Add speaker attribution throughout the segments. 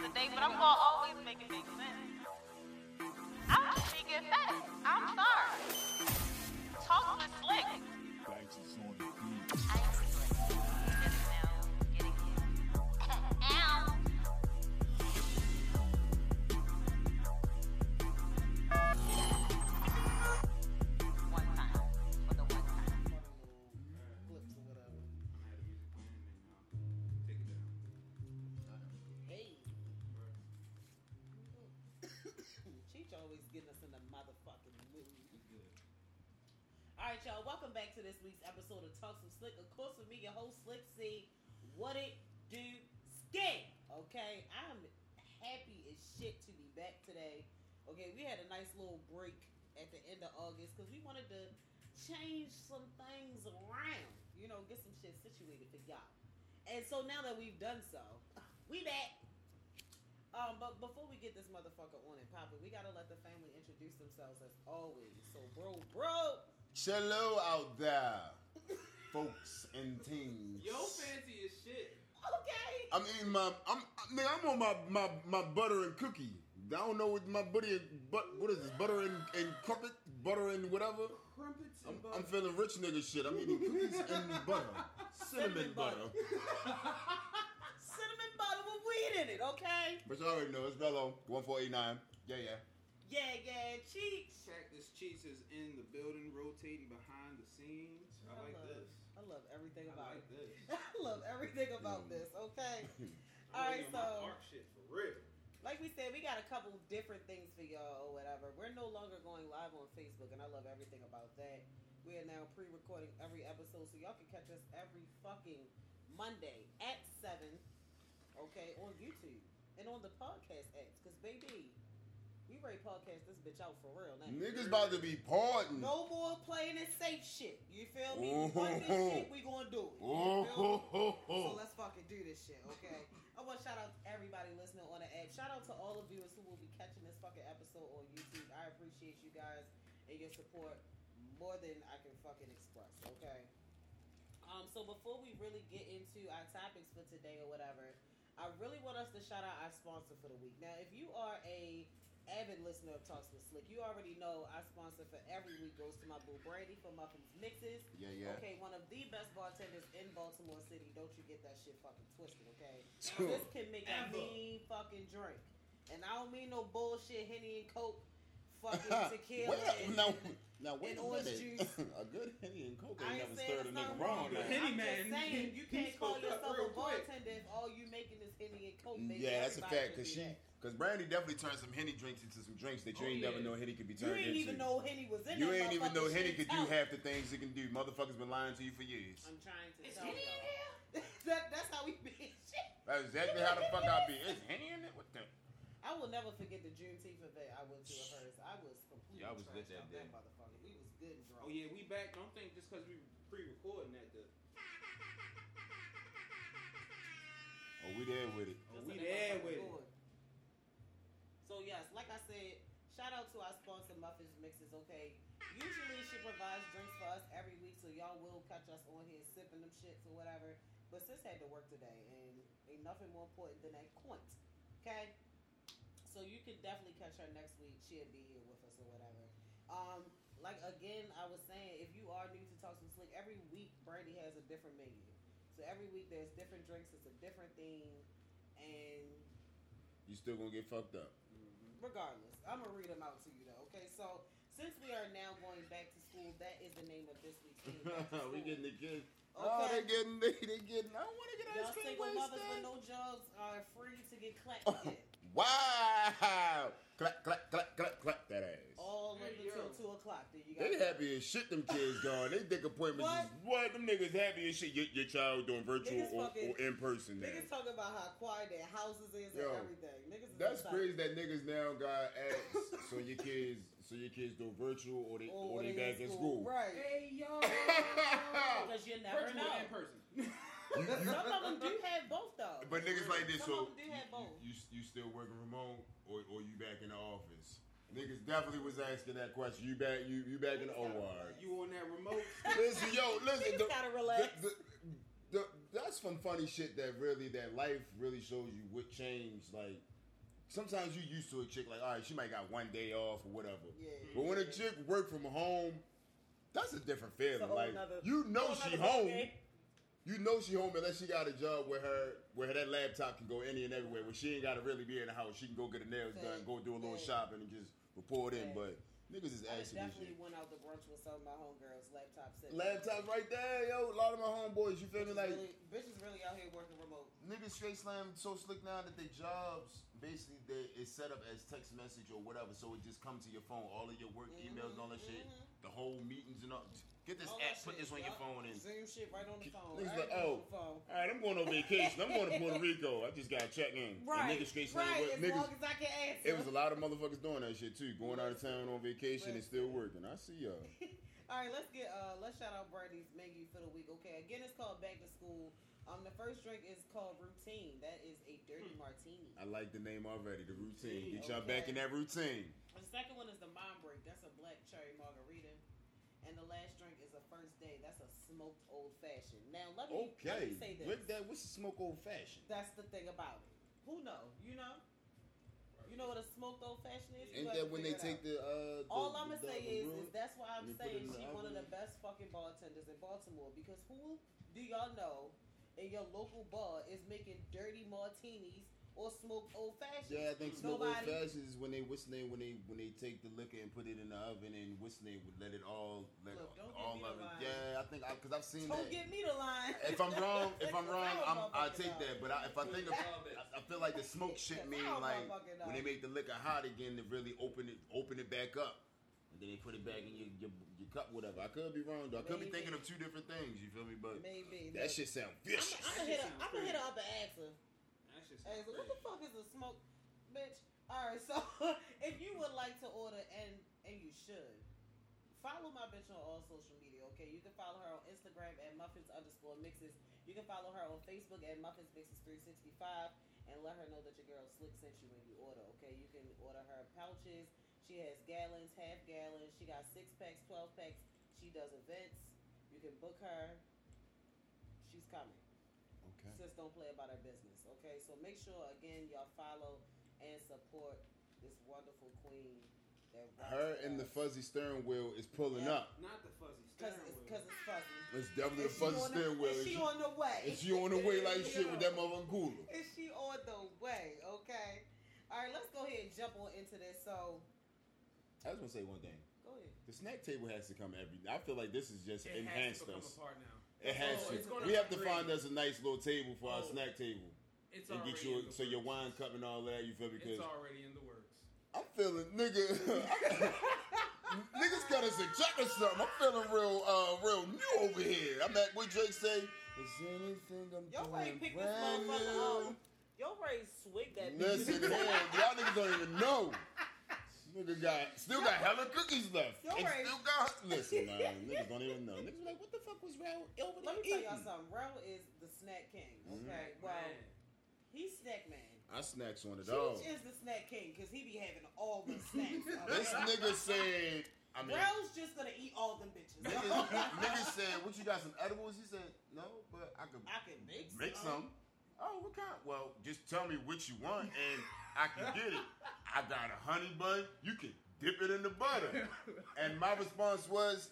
Speaker 1: today, but I'm gonna always make it make sense. I'm just speaking facts. I'm sorry. Talk was slick. I am slick. Just now getting it. Ow. One time. For the one time.
Speaker 2: Flips or whatever. Hey. Cheech always getting us in the motherfucking mood. All right, y'all. Welcome back to this week's episode of Talk Some Slick. Of course, with me, your host Slick C. What it do, skit? Okay, I'm happy as shit to be back today. Okay, we had a nice little break at the end of August because we wanted to change some things around. You know, get some shit situated for y'all. And so now that we've done so, we back. Um, but before we get this motherfucker on and popping, we gotta let the family introduce themselves as always. So, bro, bro,
Speaker 3: Hello out there, folks and things.
Speaker 4: Yo, fancy as shit.
Speaker 2: okay.
Speaker 3: I'm eating my. I'm nigga. I'm on my, my my butter and cookie. I don't know what my buddy and but what is this butter and, and crumpet butter and whatever.
Speaker 4: Crumpets and
Speaker 3: I'm,
Speaker 4: butter.
Speaker 3: I'm feeling rich nigga shit. I'm eating cookies and butter, cinnamon butter.
Speaker 2: cinnamon butter with weed in it, okay?
Speaker 3: But you already know it's Bello one four eight nine. Yeah, yeah.
Speaker 2: Yeah, yeah, cheeks.
Speaker 4: Cactus Cheats is in the building, rotating behind the scenes. I like
Speaker 2: love,
Speaker 4: this.
Speaker 2: I love everything
Speaker 4: I
Speaker 2: about
Speaker 4: like
Speaker 2: it.
Speaker 4: this.
Speaker 2: I love everything about
Speaker 3: Mm.
Speaker 2: this, okay?
Speaker 4: I'm
Speaker 2: All right,
Speaker 4: working on my
Speaker 2: so
Speaker 4: art shit for real.
Speaker 2: like we said, we got a couple different things for y'all or whatever. We're no longer going live on Facebook, and I love everything about that. We are now pre-recording every episode, so y'all can catch us every fucking Monday at seven, okay, on YouTube and on the podcast apps. Cause baby, we ready to podcast this bitch out for real now.
Speaker 3: Niggas about to be pardoned.
Speaker 2: No more playing it safe shit. You feel me? We want this shit, we gonna do it. You
Speaker 3: Oh,
Speaker 2: feel
Speaker 3: ho,
Speaker 2: me?
Speaker 3: ho, ho.
Speaker 2: So let's fucking do this shit, okay? I want to shout out to everybody listening on the app. Shout out to all the viewers who will be catching this fucking episode on YouTube. I appreciate you guys and your support more than I can fucking express, okay? Um, so before we really get into our topics for today or whatever, I really want us to shout out our sponsor for the week. Now, if you are a avid listener of Talks with Slick, you already know our sponsor for every week goes to my boo Brandy for Muffins Mixes.
Speaker 3: Yeah, yeah.
Speaker 2: Okay, one of the best bartenders in Baltimore City. Don't you get that shit fucking twisted, okay?
Speaker 3: Sure.
Speaker 2: This can make a
Speaker 4: Ever.
Speaker 2: mean fucking drink. And I don't mean no bullshit Henny and Coke, fucking tequila.
Speaker 3: Wait,
Speaker 2: and-
Speaker 3: now, now wait a
Speaker 2: and orange
Speaker 3: minute.
Speaker 2: juice.
Speaker 3: a good henny and coke
Speaker 2: I
Speaker 3: ain't never
Speaker 2: ain't saying
Speaker 3: stirred a
Speaker 2: it's not
Speaker 3: nigga wrong.
Speaker 2: wrong.
Speaker 3: now.
Speaker 4: Henny
Speaker 2: I'm
Speaker 4: man,
Speaker 2: Just saying,
Speaker 4: he-
Speaker 2: you can't
Speaker 4: he's
Speaker 2: call
Speaker 4: fucked up
Speaker 2: yourself
Speaker 4: real
Speaker 2: a
Speaker 4: quick.
Speaker 2: bartender if all you making is henny and coke. Baby.
Speaker 3: Yeah, that's a
Speaker 2: Everybody
Speaker 3: fact.
Speaker 2: should
Speaker 3: Cause
Speaker 2: do
Speaker 3: she,
Speaker 2: that.
Speaker 3: cause Brandy definitely turned some henny drinks into some drinks that you
Speaker 4: Oh,
Speaker 3: ain't never
Speaker 4: yeah.
Speaker 3: know henny could be
Speaker 2: you
Speaker 3: turned
Speaker 2: ain't
Speaker 3: into.
Speaker 2: even know henny was in
Speaker 3: You
Speaker 2: that
Speaker 3: ain't even know
Speaker 2: motherfucker.
Speaker 3: henny
Speaker 2: She
Speaker 3: could do
Speaker 2: tell-
Speaker 3: half the things it can do. Motherfuckers been lying to you for years.
Speaker 2: I'm trying to.
Speaker 4: Is
Speaker 2: tell
Speaker 4: Henny in
Speaker 2: y'all. that, that's how we be. Shit.
Speaker 3: That's exactly how the fuck I be. Is henny in it? What the?
Speaker 2: I will never forget the Juneteenth event I went to at hers. I was completely
Speaker 3: Y'all was lit
Speaker 2: trashed
Speaker 3: that
Speaker 2: out
Speaker 3: day.
Speaker 2: motherfucker. We was good and drunk.
Speaker 4: Oh yeah, we back. Don't think just because we pre-recording that the
Speaker 3: Oh, we there with it.
Speaker 4: oh,
Speaker 2: Just in
Speaker 4: we
Speaker 2: that
Speaker 4: there
Speaker 2: motherfucking
Speaker 4: with it.
Speaker 2: board. So yes, like I said, shout out to our sponsor Muffins Mixes. Okay, usually she provides drinks for us every week, so y'all will catch us on here sipping them shits or whatever. But sis had to work today, and ain't nothing more important than that quint. Okay, so you can definitely catch her next week. She'll be here with us or whatever. Um, like again, I was saying, if you are new to Talk Some Slick, every week Brandy has a different menu. So every week there's different drinks, it's a different theme, and
Speaker 3: You still gonna get fucked up.
Speaker 2: regardless, I'm gonna read them out to you though. Okay, so since we are now going back to school, that is the name of this week's theme. back to
Speaker 3: we
Speaker 2: school.
Speaker 3: getting the kids. Oh, they
Speaker 2: Okay.
Speaker 3: getting they, they getting. I don't want to get
Speaker 2: Y'all
Speaker 3: ice cream
Speaker 2: single mothers with
Speaker 3: wasted.
Speaker 2: no jobs are free to get clapped with.
Speaker 3: wow! Clap, clap, clap, clap, clap that ass.
Speaker 2: all up
Speaker 4: Hey,
Speaker 2: until
Speaker 4: yo.
Speaker 2: two o'clock. Then you
Speaker 3: They
Speaker 2: got
Speaker 3: happy as shit. Them kids gone. They dick appointments.
Speaker 2: What?
Speaker 3: Is, what? Them niggas happy as shit. Your, your child doing virtual
Speaker 2: Niggas
Speaker 3: or, or
Speaker 2: fucking-
Speaker 3: in person now.
Speaker 2: Niggas talking about how quiet their houses is
Speaker 3: Yo,
Speaker 2: and everything. Niggas is "Oh,
Speaker 3: That's
Speaker 2: outside.
Speaker 3: crazy that niggas now got apps. so your kids, so your kids do virtual or they
Speaker 2: Oh,
Speaker 3: or, they
Speaker 2: they
Speaker 3: back in school.
Speaker 2: right?
Speaker 4: Hey yo,
Speaker 2: Because you never
Speaker 4: virtual in
Speaker 2: know.
Speaker 4: person.
Speaker 2: Some of them do have both though.
Speaker 3: But niggas like this, so
Speaker 2: Some of them do
Speaker 3: you,
Speaker 2: have both.
Speaker 3: you, you still working remote or, or you back in the office? Niggas definitely was asking that question. You back, you you back in the OR?
Speaker 4: you on that remote?
Speaker 3: Listen, yo, listen.
Speaker 2: Niggas
Speaker 3: the-
Speaker 2: gotta relax.
Speaker 3: the- the- the- that's some funny shit that really that life really shows you what changed like sometimes you used to a chick like, all right, she might got one day off or whatever.
Speaker 2: Yeah.
Speaker 3: But when a chick work from home, that's a different feeling.
Speaker 2: a whole
Speaker 3: like
Speaker 2: nother-
Speaker 3: you know
Speaker 2: whole
Speaker 3: she
Speaker 2: nother
Speaker 3: home.
Speaker 2: day.
Speaker 3: You know she home unless she got a job where her where that laptop can go any and everywhere. Where she ain't gotta really be in the house. She can go get her nails done,
Speaker 2: Fact.
Speaker 3: go do a little
Speaker 2: Fact.
Speaker 3: shopping and just report in. But
Speaker 2: Fact.
Speaker 3: niggas is
Speaker 2: I
Speaker 3: asking this
Speaker 2: definitely
Speaker 3: shit.
Speaker 2: went out to brunch with some of my homegirls. Laptop sitting.
Speaker 3: Laptops right there, yo. A lot of my homeboys, you feel me?
Speaker 2: Bitches
Speaker 3: Like
Speaker 2: really, bitches really out here working remote.
Speaker 3: niggas straight slam so slick now that their jobs basically they it's set up as text message or whatever, so it just comes to your phone. All of your work emails and all that shit,
Speaker 2: Mhm.
Speaker 3: the whole meetings and all. Get this
Speaker 2: Mm-hmm.
Speaker 3: app,
Speaker 2: All that
Speaker 3: put
Speaker 2: shit,
Speaker 3: this on your
Speaker 2: yup.
Speaker 3: phone and.
Speaker 2: Zoom shit right on the phone.
Speaker 3: Niggas
Speaker 2: Right
Speaker 3: like,
Speaker 2: on
Speaker 3: oh.
Speaker 2: the phone.
Speaker 3: All right, I'm going on vacation. I'm going to Puerto Rico. I just got to check in. And
Speaker 2: Right.
Speaker 3: niggas straight slam
Speaker 2: right.
Speaker 3: work.
Speaker 2: As
Speaker 3: Niggas,
Speaker 2: long as I can answer.
Speaker 3: it was a lot of motherfuckers doing that shit too. Going out of town on vacation and still working. I see y'all.
Speaker 2: All right, let's get uh let's shout out Brandy's menu for the week. Okay, again it's called Back to School. Um, the first drink is called Routine. That is a dirty
Speaker 3: Hmm.
Speaker 2: martini.
Speaker 3: I like the name already. The routine. Get y'all
Speaker 2: Okay.
Speaker 3: back in that routine.
Speaker 2: The second one is the Mom Break. That's a black cherry margarita. And the last drink is a first day. That's a smoked old fashioned. Now let me, let
Speaker 3: Okay.
Speaker 2: me say this.
Speaker 3: Look that. What's the smoke old fashioned?
Speaker 2: That's the thing about it. Who know? You know? You know what a smoked old fashioned is? You
Speaker 3: Ain't
Speaker 2: have
Speaker 3: that
Speaker 2: to
Speaker 3: when they
Speaker 2: figure it out.
Speaker 3: take the uh? The,
Speaker 2: All I'm
Speaker 3: the
Speaker 2: gonna say
Speaker 3: dog
Speaker 2: is,
Speaker 3: and
Speaker 2: is that's why I'm
Speaker 3: and they put it
Speaker 2: saying
Speaker 3: in the
Speaker 2: she's one of the
Speaker 3: oven.
Speaker 2: best fucking bartenders in Baltimore because who do y'all know in your local bar is making dirty martinis or smoked old fashioned?
Speaker 3: Yeah, I think smoke old
Speaker 2: Nobody-
Speaker 3: fashioned is when they whistling when they when they take the liquor and put it in the oven and whistling would let it all let
Speaker 2: Look, don't give
Speaker 3: all
Speaker 2: me no
Speaker 3: of it.
Speaker 2: line.
Speaker 3: Yeah, I think because I've seen
Speaker 2: Don't
Speaker 3: that.
Speaker 2: give me the line.
Speaker 3: if I'm wrong, if I'm wrong, I'm, I
Speaker 2: don't
Speaker 3: take
Speaker 2: motherfucking
Speaker 3: that. But I, if I think of, I, I feel like the smoke shit
Speaker 2: know.
Speaker 3: mean
Speaker 2: I don't
Speaker 3: like
Speaker 2: motherfucking know.
Speaker 3: when they make the liquor hot again to really open it open it back up, and then they put it back in your your, your cup whatever. I could be wrong though. I could be
Speaker 2: Maybe.
Speaker 3: thinking of two different things. You feel me? But
Speaker 2: Maybe
Speaker 3: that shit sound
Speaker 2: I'm,
Speaker 3: vicious.
Speaker 2: I'm gonna hit her. I'm gonna hit her up and ask her.
Speaker 4: That's just
Speaker 2: Hey, so what the
Speaker 4: crazy.
Speaker 2: fuck is a smoke, bitch? All right, so if you would like to order, and and you should, follow my bitch on all social media. Okay, you can follow her on Instagram at muffins underscore mixes. You can follow her on Facebook at muffins mixes three sixty five, and let her know that your girl Slick sent you when you order. Okay, you can order her pouches. She has gallons, half gallons. She got six packs, twelve packs. She does events. You can book her. She's coming.
Speaker 3: Okay.
Speaker 2: Just don't play about our business, okay? So make sure again y'all follow and support this wonderful queen. That rocks
Speaker 3: Her and the
Speaker 2: us.
Speaker 3: fuzzy steering wheel is pulling
Speaker 2: Yeah.
Speaker 3: up.
Speaker 4: Not the fuzzy
Speaker 2: cause
Speaker 4: steering
Speaker 2: it's
Speaker 4: wheel.
Speaker 2: cause it's fuzzy.
Speaker 3: It's definitely a
Speaker 2: Is she
Speaker 3: fuzzy
Speaker 2: on the-
Speaker 3: steering wheel.
Speaker 2: Is
Speaker 3: Is
Speaker 2: she
Speaker 3: she-
Speaker 2: on the way?
Speaker 3: Is she on the way like shit with that
Speaker 2: Yeah.
Speaker 3: motherfucking cooler?
Speaker 2: Is she on the way? Okay. All right, let's go ahead and jump on into this. So
Speaker 3: I just want to say one thing.
Speaker 2: go ahead.
Speaker 3: The snack table has to come every. I feel like this is just
Speaker 5: It has
Speaker 3: enhanced
Speaker 5: to become
Speaker 3: us.
Speaker 5: a part now.
Speaker 3: It has
Speaker 2: Oh, it's
Speaker 3: to.
Speaker 5: gonna
Speaker 3: We have to
Speaker 5: upgrade.
Speaker 3: find us a nice little table for our
Speaker 5: Oh.
Speaker 3: snack table
Speaker 5: It's
Speaker 3: and
Speaker 5: already
Speaker 3: get you
Speaker 5: in the
Speaker 3: a, so your
Speaker 5: works.
Speaker 3: wine cup and all that. You feel because
Speaker 5: It's already in the works.
Speaker 3: I'm feeling nigga. Niggas got us a check or something. I'm feeling real, uh, real new over here. I'm at what Drake say. Is anything I'm
Speaker 2: Y'all
Speaker 3: doing
Speaker 2: ain't pick this
Speaker 3: brand
Speaker 2: motherfucker
Speaker 3: new?
Speaker 2: up. Y'all ready swig that bitch.
Speaker 3: Listen, man, y'all niggas don't even know. Nigga got still got hella cookies left.
Speaker 2: Don't
Speaker 3: and
Speaker 2: worry.
Speaker 3: still got listen, man. Niggas don't even know. Niggas be like, what the fuck was Raul over there
Speaker 2: Let me tell y'all
Speaker 3: eating?
Speaker 2: something. Rel is the snack king.
Speaker 3: Mhm.
Speaker 2: Okay, well
Speaker 5: Man.
Speaker 2: he's snack man.
Speaker 3: I snacks on it all.
Speaker 2: Cheech is the snack king because he be having all the snacks.
Speaker 3: This nigga said, I mean,
Speaker 2: Rel's just gonna eat all them bitches.
Speaker 3: niggas, niggas said, what you got some edibles? He said, no, but I could
Speaker 2: I can make some.
Speaker 3: make some. Oh, what kind? Well, just tell me what you want and I can get it. I got a honey bun. You can dip it in the butter. And my response was,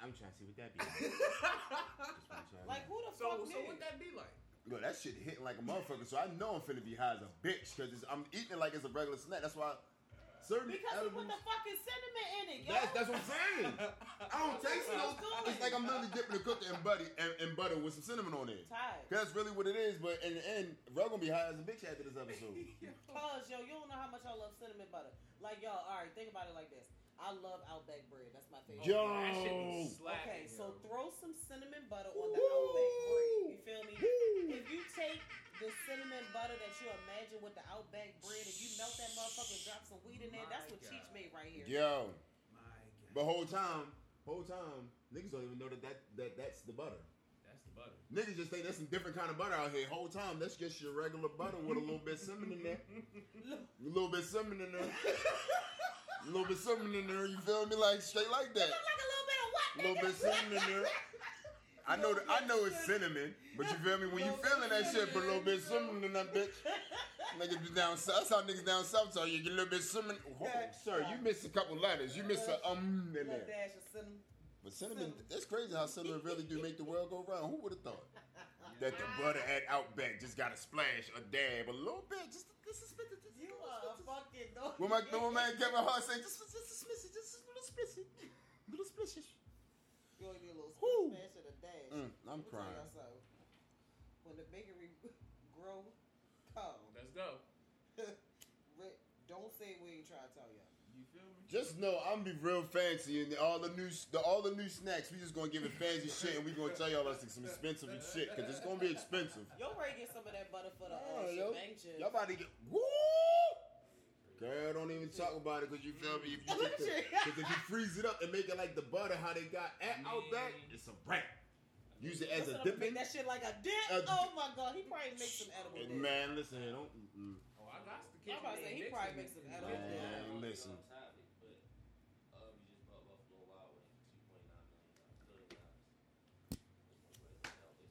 Speaker 3: I'm trying to see what that be.
Speaker 2: Like who the
Speaker 5: so,
Speaker 2: fuck
Speaker 5: so
Speaker 2: knew?
Speaker 5: what'd that be like?
Speaker 3: Yo, that shit hitting like a motherfucker, so I know I'm finna be high as a bitch because I'm eating it like it's a regular snack. That's why certain
Speaker 2: because he put
Speaker 3: edibles.
Speaker 2: the fucking cinnamon in it, yo.
Speaker 3: That's, that's what I'm saying. I don't taste
Speaker 2: what
Speaker 3: no.
Speaker 2: I'm doing.
Speaker 3: It's like I'm literally dipping the cookie in butter and, and butter with some cinnamon on it.
Speaker 2: tired.
Speaker 3: That's really what it is. But in the end, we're gonna be high as a bitch after this episode.
Speaker 2: Cause yo, you don't know how much I love cinnamon butter. Like y'all, all right, think about it like this. I love Outback bread. That's my favorite.
Speaker 3: Yo.
Speaker 5: that shit
Speaker 3: Oh.
Speaker 5: be slapping, Oh
Speaker 2: Okay, so
Speaker 5: yo.
Speaker 2: throw some cinnamon butter on the Outback bread. You feel me? If you take the cinnamon butter that you imagine with the Outback bread and you melt that motherfucker and drop some weed in there, that's what
Speaker 4: My
Speaker 2: Cheech
Speaker 4: God.
Speaker 2: made right here.
Speaker 3: Yo,
Speaker 4: My God.
Speaker 3: but whole time, whole time, niggas don't even know that that, that that's the butter.
Speaker 5: That's the butter.
Speaker 3: Niggas just think that's some different kind of butter out here. Whole time, that's just your regular butter with a little bit of cinnamon in there. A little bit something in there. A little bit something in there. You feel me? Like straight like that.
Speaker 2: Like a little bit of what?
Speaker 3: A little bit something in there. I know that I know it's cinnamon, but you feel me when you feeling that shit. But a little bit something in that bitch. Niggas be down south. That's how niggas down south talk. You get a little bit cinnamon. Whoa, sir, you missed a couple letters. You missed a um in
Speaker 2: Little
Speaker 3: there.
Speaker 2: dash of cinnamon.
Speaker 3: But cinnamon, it's crazy how cinnamon really do make the world go round. Who would have thought that the butter at Outback just got a splash, a dab, a little bit, just just a spit, just, just,
Speaker 2: You are a fucking dog.
Speaker 3: When my when my man Kevin Hart say just just a splishing, just a little splishing, little splishing.
Speaker 2: You only need a little
Speaker 3: Whew.
Speaker 2: splash of the dash.
Speaker 3: Mm, I'm
Speaker 2: Let me tell
Speaker 3: crying.
Speaker 2: y'all something. When the bakery grow cold,
Speaker 5: Let's go.
Speaker 2: Rick, don't say we ain't trying to tell y'all.
Speaker 5: You feel me?
Speaker 3: Just know I'm gonna be real fancy and all the new the, all the new snacks. We just gonna give it fancy shit and we gonna tell y'all that's some expensive and shit because it's gonna be expensive.
Speaker 2: Yo, Ray, get some of that butter for the
Speaker 3: Yeah,
Speaker 2: uh,
Speaker 3: yo.
Speaker 2: shebang chips.
Speaker 3: Y'all about to get woo. Girl, don't even talk about it because you feel me. If you,
Speaker 2: Look
Speaker 3: get the,
Speaker 2: at you.
Speaker 3: cause if you freeze it up and make it like the butter, how they got at Outback, it's a wrap. Use it as
Speaker 2: That's
Speaker 3: a
Speaker 2: what I'm-
Speaker 3: dipping.
Speaker 2: Make that shit like a dip.
Speaker 3: A-
Speaker 2: oh my god, he probably makes some edible
Speaker 3: And
Speaker 2: dip.
Speaker 3: man, listen here, don't. mm. Mm-mm.
Speaker 5: Oh, I got the
Speaker 2: I'm
Speaker 5: kitchen.
Speaker 2: about to say, he
Speaker 5: mixing
Speaker 2: probably
Speaker 5: it.
Speaker 2: makes some
Speaker 5: Yeah.
Speaker 2: edible dip.
Speaker 3: Man, listen.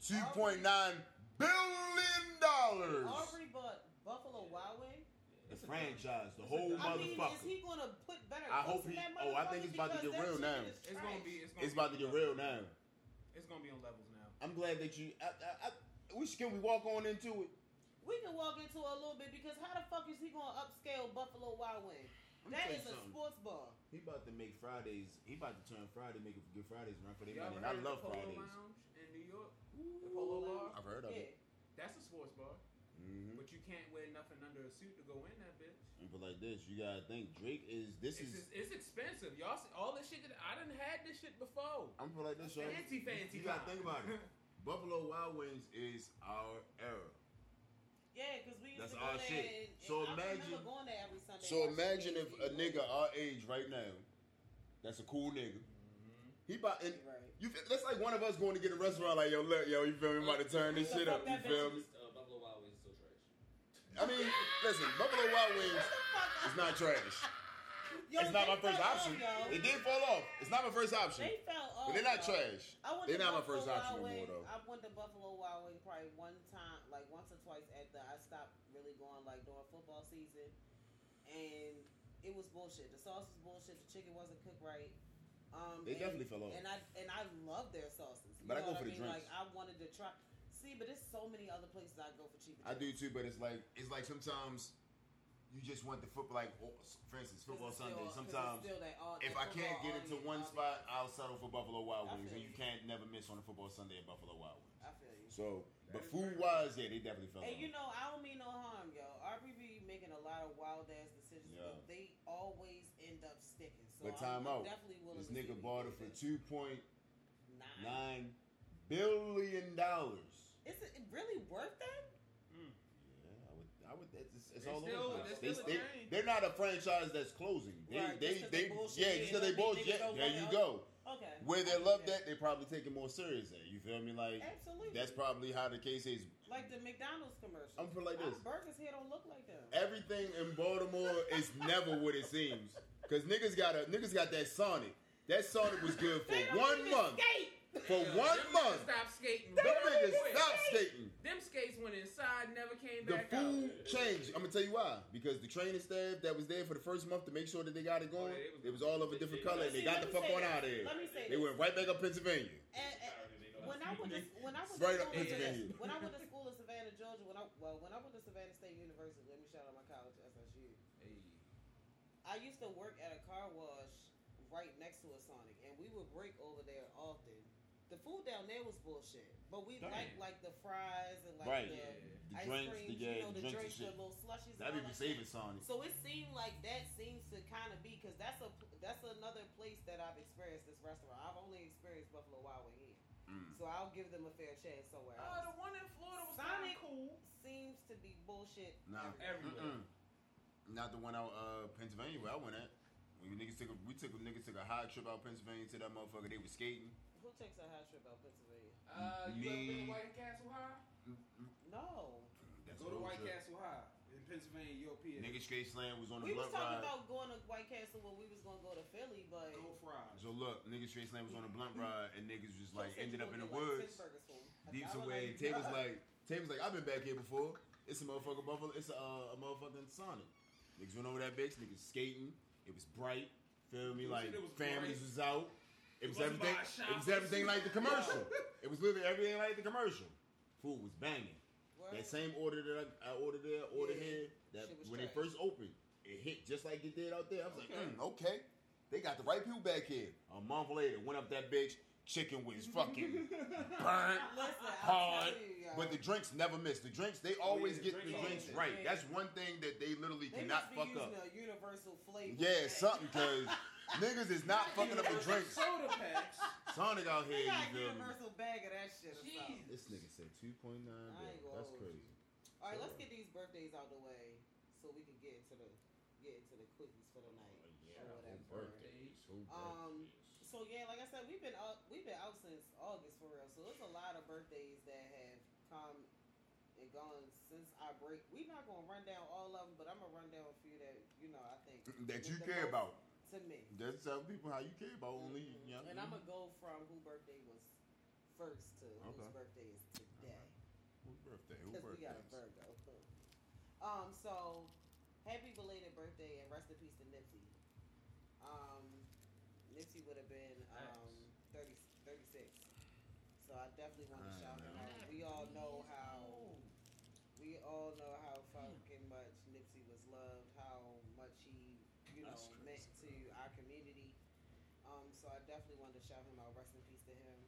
Speaker 3: Two point nine billion dollars.
Speaker 2: Aubrey bought Buffalo Wild Wings.
Speaker 3: The franchise, the
Speaker 5: It's a-
Speaker 3: whole
Speaker 2: I
Speaker 5: I
Speaker 2: mean,
Speaker 3: motherfucker.
Speaker 2: is he gonna put better?
Speaker 3: I
Speaker 2: cooks
Speaker 3: hope he-
Speaker 2: in that
Speaker 3: oh, I think
Speaker 2: motherfucker?
Speaker 3: it's about to
Speaker 2: Because
Speaker 3: get
Speaker 2: that
Speaker 3: real
Speaker 2: chicken
Speaker 3: now.
Speaker 2: is
Speaker 5: It's
Speaker 2: trash.
Speaker 5: gonna be. It's, gonna
Speaker 3: it's about to get real now.
Speaker 5: It's gonna be on levels now.
Speaker 3: I'm glad that you. I, I, I, we should, can we walk on into it?
Speaker 2: We can walk into it a little bit because how the fuck is he gonna upscale Buffalo Wild Wings?
Speaker 3: Let me
Speaker 2: That
Speaker 3: tell you
Speaker 2: is a
Speaker 3: something.
Speaker 2: sports bar.
Speaker 3: He about to make Fridays. He about to turn Friday make a good Fridays run for their
Speaker 5: Y'all
Speaker 3: money. And I
Speaker 5: ever heard of
Speaker 3: love
Speaker 5: the Polo
Speaker 3: Fridays.
Speaker 5: Lounge in New York. The Polo Bar.
Speaker 3: I've heard of it.
Speaker 2: Yeah.
Speaker 5: That's a sports bar,
Speaker 3: Mm-hmm.
Speaker 5: but you can't wear nothing under a suit to go in that bitch.
Speaker 3: But like this, you gotta think Drake is. This
Speaker 5: It's,
Speaker 3: is.
Speaker 5: just, it's expensive, y'all. See, all this shit that I done had this shit before.
Speaker 3: I'm feel like this. Right?
Speaker 5: Fancy, fancy.
Speaker 3: You gotta
Speaker 5: time.
Speaker 3: think about it. Buffalo Wild Wings is our era.
Speaker 2: Yeah, because we used
Speaker 3: That's
Speaker 2: to go
Speaker 3: our
Speaker 2: there
Speaker 3: shit.
Speaker 2: And, and
Speaker 3: So
Speaker 2: I
Speaker 3: imagine-
Speaker 2: remember going there every Sunday.
Speaker 3: So imagine if a nigga our age right now, that's a cool nigga. He about and
Speaker 2: Right.
Speaker 3: you. feel- That's like one of us going to get a restaurant. Like yo, look, yo, you feel me? I'm about to turn this shit up. You feel me? I mean, listen, Buffalo Wild Wings is not trash.
Speaker 2: Yo,
Speaker 3: it's not
Speaker 2: they
Speaker 3: my first
Speaker 2: fell
Speaker 3: option.
Speaker 2: Off, yo.
Speaker 3: It did fall off. It's not my first option.
Speaker 2: They fell
Speaker 3: But
Speaker 2: off.
Speaker 3: they're not
Speaker 2: yo.
Speaker 3: trash.
Speaker 2: I went
Speaker 3: They're
Speaker 2: to
Speaker 3: not my
Speaker 2: Buffalo
Speaker 3: first option
Speaker 2: Wild
Speaker 3: anymore,
Speaker 2: Wings-
Speaker 3: though.
Speaker 2: I went to Buffalo Wild Wings probably one time, like once or twice after I stopped really going, like during football season, and it was bullshit. The sauce was bullshit. The chicken wasn't cooked right. Um,
Speaker 3: They
Speaker 2: and-
Speaker 3: definitely fell off.
Speaker 2: And I and I love their sauces. You
Speaker 3: But I go
Speaker 2: know
Speaker 3: for
Speaker 2: what
Speaker 3: the
Speaker 2: mean?
Speaker 3: drinks.
Speaker 2: Like I wanted to try. See, but there's so many other places I go for cheaper.
Speaker 3: I
Speaker 2: drinks.
Speaker 3: do too, but it's like it's like sometimes you just want the football. Like oh, for instance,
Speaker 2: 'Cause
Speaker 3: football
Speaker 2: it's still-
Speaker 3: Sunday.
Speaker 2: 'cause it's
Speaker 3: Sometimes
Speaker 2: still that all-
Speaker 3: if
Speaker 2: that
Speaker 3: I can't
Speaker 2: football
Speaker 3: get
Speaker 2: all
Speaker 3: into
Speaker 2: year,
Speaker 3: one
Speaker 2: all day.
Speaker 3: spot, I'll settle for Buffalo Wild
Speaker 2: I
Speaker 3: Wings,
Speaker 2: feel
Speaker 3: and you
Speaker 2: you.
Speaker 3: can't never miss on a football Sunday at Buffalo Wild Wings.
Speaker 2: I feel you.
Speaker 3: So, but
Speaker 5: That is
Speaker 3: food
Speaker 5: very
Speaker 3: wise, yeah, they definitely fell
Speaker 2: And
Speaker 3: off.
Speaker 2: you know, I don't mean no harm, yo. Aubrey be making a lot of wild ass decisions,
Speaker 3: Yeah.
Speaker 2: but they always end up sticking. So
Speaker 3: But
Speaker 2: I'm
Speaker 3: time out.
Speaker 2: definitely willing
Speaker 3: this
Speaker 2: to see what
Speaker 3: nigga
Speaker 2: he
Speaker 3: bought it
Speaker 2: do
Speaker 3: for
Speaker 2: with
Speaker 3: two point
Speaker 2: Nine.
Speaker 3: nine billion dollars.
Speaker 2: Is it really worth that?
Speaker 3: Yeah, I would. I would. It's, it's
Speaker 5: They
Speaker 3: all
Speaker 5: still-
Speaker 3: over. the
Speaker 5: they
Speaker 3: place. They,
Speaker 5: still a
Speaker 3: they,
Speaker 5: chain.
Speaker 3: they're not a franchise that's closing. They,
Speaker 2: Right,
Speaker 3: they,
Speaker 2: just 'cause
Speaker 3: they,
Speaker 2: they bullshit,
Speaker 3: yeah,
Speaker 2: yeah,
Speaker 3: just because they
Speaker 2: they think
Speaker 3: bullshit.
Speaker 2: niggas don't
Speaker 3: there
Speaker 2: want
Speaker 3: you
Speaker 2: it.
Speaker 3: go.
Speaker 2: Okay.
Speaker 3: Where
Speaker 2: I
Speaker 3: they
Speaker 2: get
Speaker 3: love
Speaker 2: that.
Speaker 3: that, they probably take it more serious. At you feel me? Like
Speaker 2: Absolutely.
Speaker 3: that's probably how the case is.
Speaker 2: like the McDonald's commercial.
Speaker 3: I'm feeling like
Speaker 2: Our
Speaker 3: this.
Speaker 2: burgers here don't look like them.
Speaker 3: Everything in Baltimore is never what it seems. Cause niggas got a niggas got that Sonic. That Sonic was good
Speaker 2: They
Speaker 3: for
Speaker 2: don't
Speaker 3: one
Speaker 2: even
Speaker 3: month.
Speaker 2: skate.
Speaker 3: For
Speaker 5: Yeah,
Speaker 3: one
Speaker 5: them niggas
Speaker 3: month,
Speaker 5: Stop skating.
Speaker 3: them
Speaker 5: real
Speaker 3: niggas
Speaker 5: quick.
Speaker 3: stopped skating.
Speaker 5: Them skates went inside, never came
Speaker 3: The
Speaker 5: back
Speaker 3: food
Speaker 5: out.
Speaker 3: changed. I'm gonna tell you why. Because the training staff that was there for the first month to make sure that they got it
Speaker 5: Oh,
Speaker 3: going,
Speaker 5: yeah, it was-
Speaker 3: it was all of a different
Speaker 5: they-
Speaker 3: color, and
Speaker 2: See,
Speaker 3: they got
Speaker 2: let
Speaker 3: the
Speaker 2: me
Speaker 3: fuck
Speaker 2: say
Speaker 3: on
Speaker 2: this.
Speaker 3: out of here.
Speaker 2: Let me say
Speaker 3: They
Speaker 2: this.
Speaker 3: went right back up Pennsylvania.
Speaker 5: Eh,
Speaker 2: And- and- when I went to when I went
Speaker 3: Right
Speaker 2: to
Speaker 3: up
Speaker 2: school,
Speaker 3: into
Speaker 2: yes,
Speaker 3: you.
Speaker 2: when I went to school in Savannah, Georgia, when I well when I went to Savannah State University, let me shout out my college SSU. I used to work at a car wash right next to a Sonic, and we would break over there often. The food down there was bullshit, but we
Speaker 5: Damn.
Speaker 2: liked like the fries and
Speaker 3: Right.
Speaker 2: like the
Speaker 3: The
Speaker 2: ice
Speaker 3: drinks,
Speaker 2: creams,
Speaker 3: the
Speaker 2: you
Speaker 3: yeah,
Speaker 2: know,
Speaker 3: the
Speaker 2: the
Speaker 3: drinks and
Speaker 2: the
Speaker 3: shit.
Speaker 2: little slushies. and
Speaker 3: That
Speaker 2: all
Speaker 3: be saving Sonic.
Speaker 2: So it seemed like that seems to kind of be because that's a that's another place that I've experienced this restaurant. I've only experienced Buffalo Wild Wings here,
Speaker 3: Mm.
Speaker 2: so I'll give them a fair chance somewhere
Speaker 5: Oh,
Speaker 2: else.
Speaker 5: the one in Florida was kind
Speaker 2: Sonic
Speaker 5: of cool.
Speaker 2: seems to be bullshit.
Speaker 3: Nah.
Speaker 2: everywhere.
Speaker 5: Everywhere.
Speaker 3: Mm-mm. Not the one out uh Pennsylvania where I went at. When you niggas took a, we took a niggas took a high trip out Pennsylvania to that motherfucker. They was skating.
Speaker 2: Who takes a high trip out Pennsylvania?
Speaker 5: Uh, you ever been
Speaker 3: Me.
Speaker 5: to White Castle High?
Speaker 2: No,
Speaker 3: That's a
Speaker 4: Go to
Speaker 3: whole
Speaker 4: White
Speaker 3: trip.
Speaker 4: Castle High in Pennsylvania, your PA.
Speaker 3: Nigga straight slam was on the
Speaker 2: we
Speaker 3: blood
Speaker 2: was
Speaker 3: ride.
Speaker 2: talking about going to White Castle when we was gonna go to Philly, but
Speaker 4: Go fries.
Speaker 3: so look, nigga straight slam was on the blunt ride, and niggas was like
Speaker 2: Joseph
Speaker 3: ended up in the
Speaker 2: wanted, like, 10
Speaker 3: woods,
Speaker 2: burgers for him. A
Speaker 3: deeps
Speaker 2: dollar
Speaker 3: away.
Speaker 2: ninety
Speaker 3: Tay was
Speaker 2: nine.
Speaker 3: like, Tay was like, I've been back here before. It's a motherfucking Buffalo. It's a, uh, a motherfucking Sonic. Niggas went over that bitch. Niggas skating. It was bright. Feel me?
Speaker 5: You
Speaker 3: Like
Speaker 5: said it was
Speaker 3: families
Speaker 5: bright.
Speaker 3: was out. It
Speaker 5: You
Speaker 3: was everything.
Speaker 5: wasn't buying
Speaker 3: It was
Speaker 5: shoppers.
Speaker 3: everything like the commercial. it was literally everything like the commercial. Food was banging.
Speaker 2: Word.
Speaker 3: That same order that I, I ordered there, ordered
Speaker 2: Yeah.
Speaker 3: here, that
Speaker 2: Shit was
Speaker 3: when it
Speaker 2: trash.
Speaker 3: first opened, it hit just like it did out there. I was
Speaker 4: Okay.
Speaker 3: like, mm, okay, they got the right people back here. A month later, went up that bitch, chicken was fucking burnt.
Speaker 2: Listen, I'm
Speaker 3: Hard,
Speaker 2: telling you, y'all.
Speaker 3: But the drinks never miss. The drinks, they
Speaker 2: Oh,
Speaker 3: always
Speaker 4: the
Speaker 3: get
Speaker 4: drinks
Speaker 3: the
Speaker 4: always
Speaker 3: drinks
Speaker 4: miss.
Speaker 3: right.
Speaker 2: Yeah.
Speaker 3: That's one thing that they literally
Speaker 2: they
Speaker 3: cannot
Speaker 2: must be
Speaker 3: fuck
Speaker 2: using
Speaker 3: up.
Speaker 2: a universal flavor.
Speaker 3: Yeah,
Speaker 2: pack.
Speaker 3: something, because niggas is not fucking up the drinks.
Speaker 5: Soda packs.
Speaker 3: Sonic out
Speaker 2: They
Speaker 3: here,
Speaker 2: got a
Speaker 3: you feel me?
Speaker 2: universal bag of that shit. Or something.
Speaker 3: This nigga said 2.9
Speaker 2: I ain't
Speaker 3: billion.
Speaker 2: gonna
Speaker 3: That's
Speaker 2: hold you.
Speaker 3: crazy.
Speaker 2: All right, let's
Speaker 3: So-
Speaker 2: get these birthdays out the way so we can get into the get into the quickies for the night.
Speaker 3: Yeah,
Speaker 2: or
Speaker 3: whole
Speaker 2: whatever.
Speaker 3: birthdays, whole
Speaker 2: Um,
Speaker 3: birthdays.
Speaker 2: So yeah, like I said, we've been out we've been out since August for real. So there's a lot of birthdays that have come and gone since our break. We're not gonna run down all of them, but I'm gonna run down a few that you know I think
Speaker 3: that you
Speaker 2: the
Speaker 3: care
Speaker 2: most
Speaker 3: about.
Speaker 2: to me.
Speaker 3: Just tell people how you care about only
Speaker 2: Mhm.
Speaker 3: young.
Speaker 2: And I'm gonna go from who birthday was first to whose
Speaker 3: Okay.
Speaker 2: birthday is today.
Speaker 3: Who birthday? Who
Speaker 2: Because we
Speaker 3: birthday?
Speaker 2: got a Virgo. Um, so happy belated birthday and rest in peace to Nipsey. Um, Nipsey would have been um, 30, 36. So I definitely want to
Speaker 3: I
Speaker 2: shout him
Speaker 3: know.
Speaker 2: out. We all know how we all know how fucking much Nipsey was loved, how much he you know
Speaker 3: That's
Speaker 2: meant
Speaker 3: crazy,
Speaker 2: to our community. Um, so I definitely wanted to shout him out. Rest in peace to him.